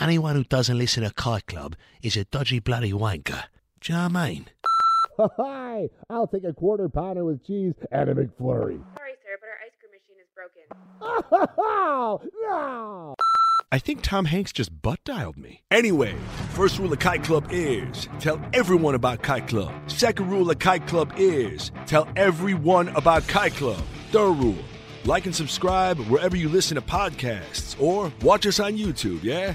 Anyone who doesn't listen to Kite Club is a dodgy bloody wanker. Do you know what I mean?
Hi, I'll take a quarter pounder with cheese and a McFlurry.
Sorry, sir, but our ice cream machine is broken.
no!
I think Tom Hanks just butt dialed me. Anyway, first rule of Kite Club is tell everyone about Kite Club. Second rule of Kite Club is tell everyone about Kite Club. Third rule like and subscribe wherever you listen to podcasts or watch us on YouTube, yeah?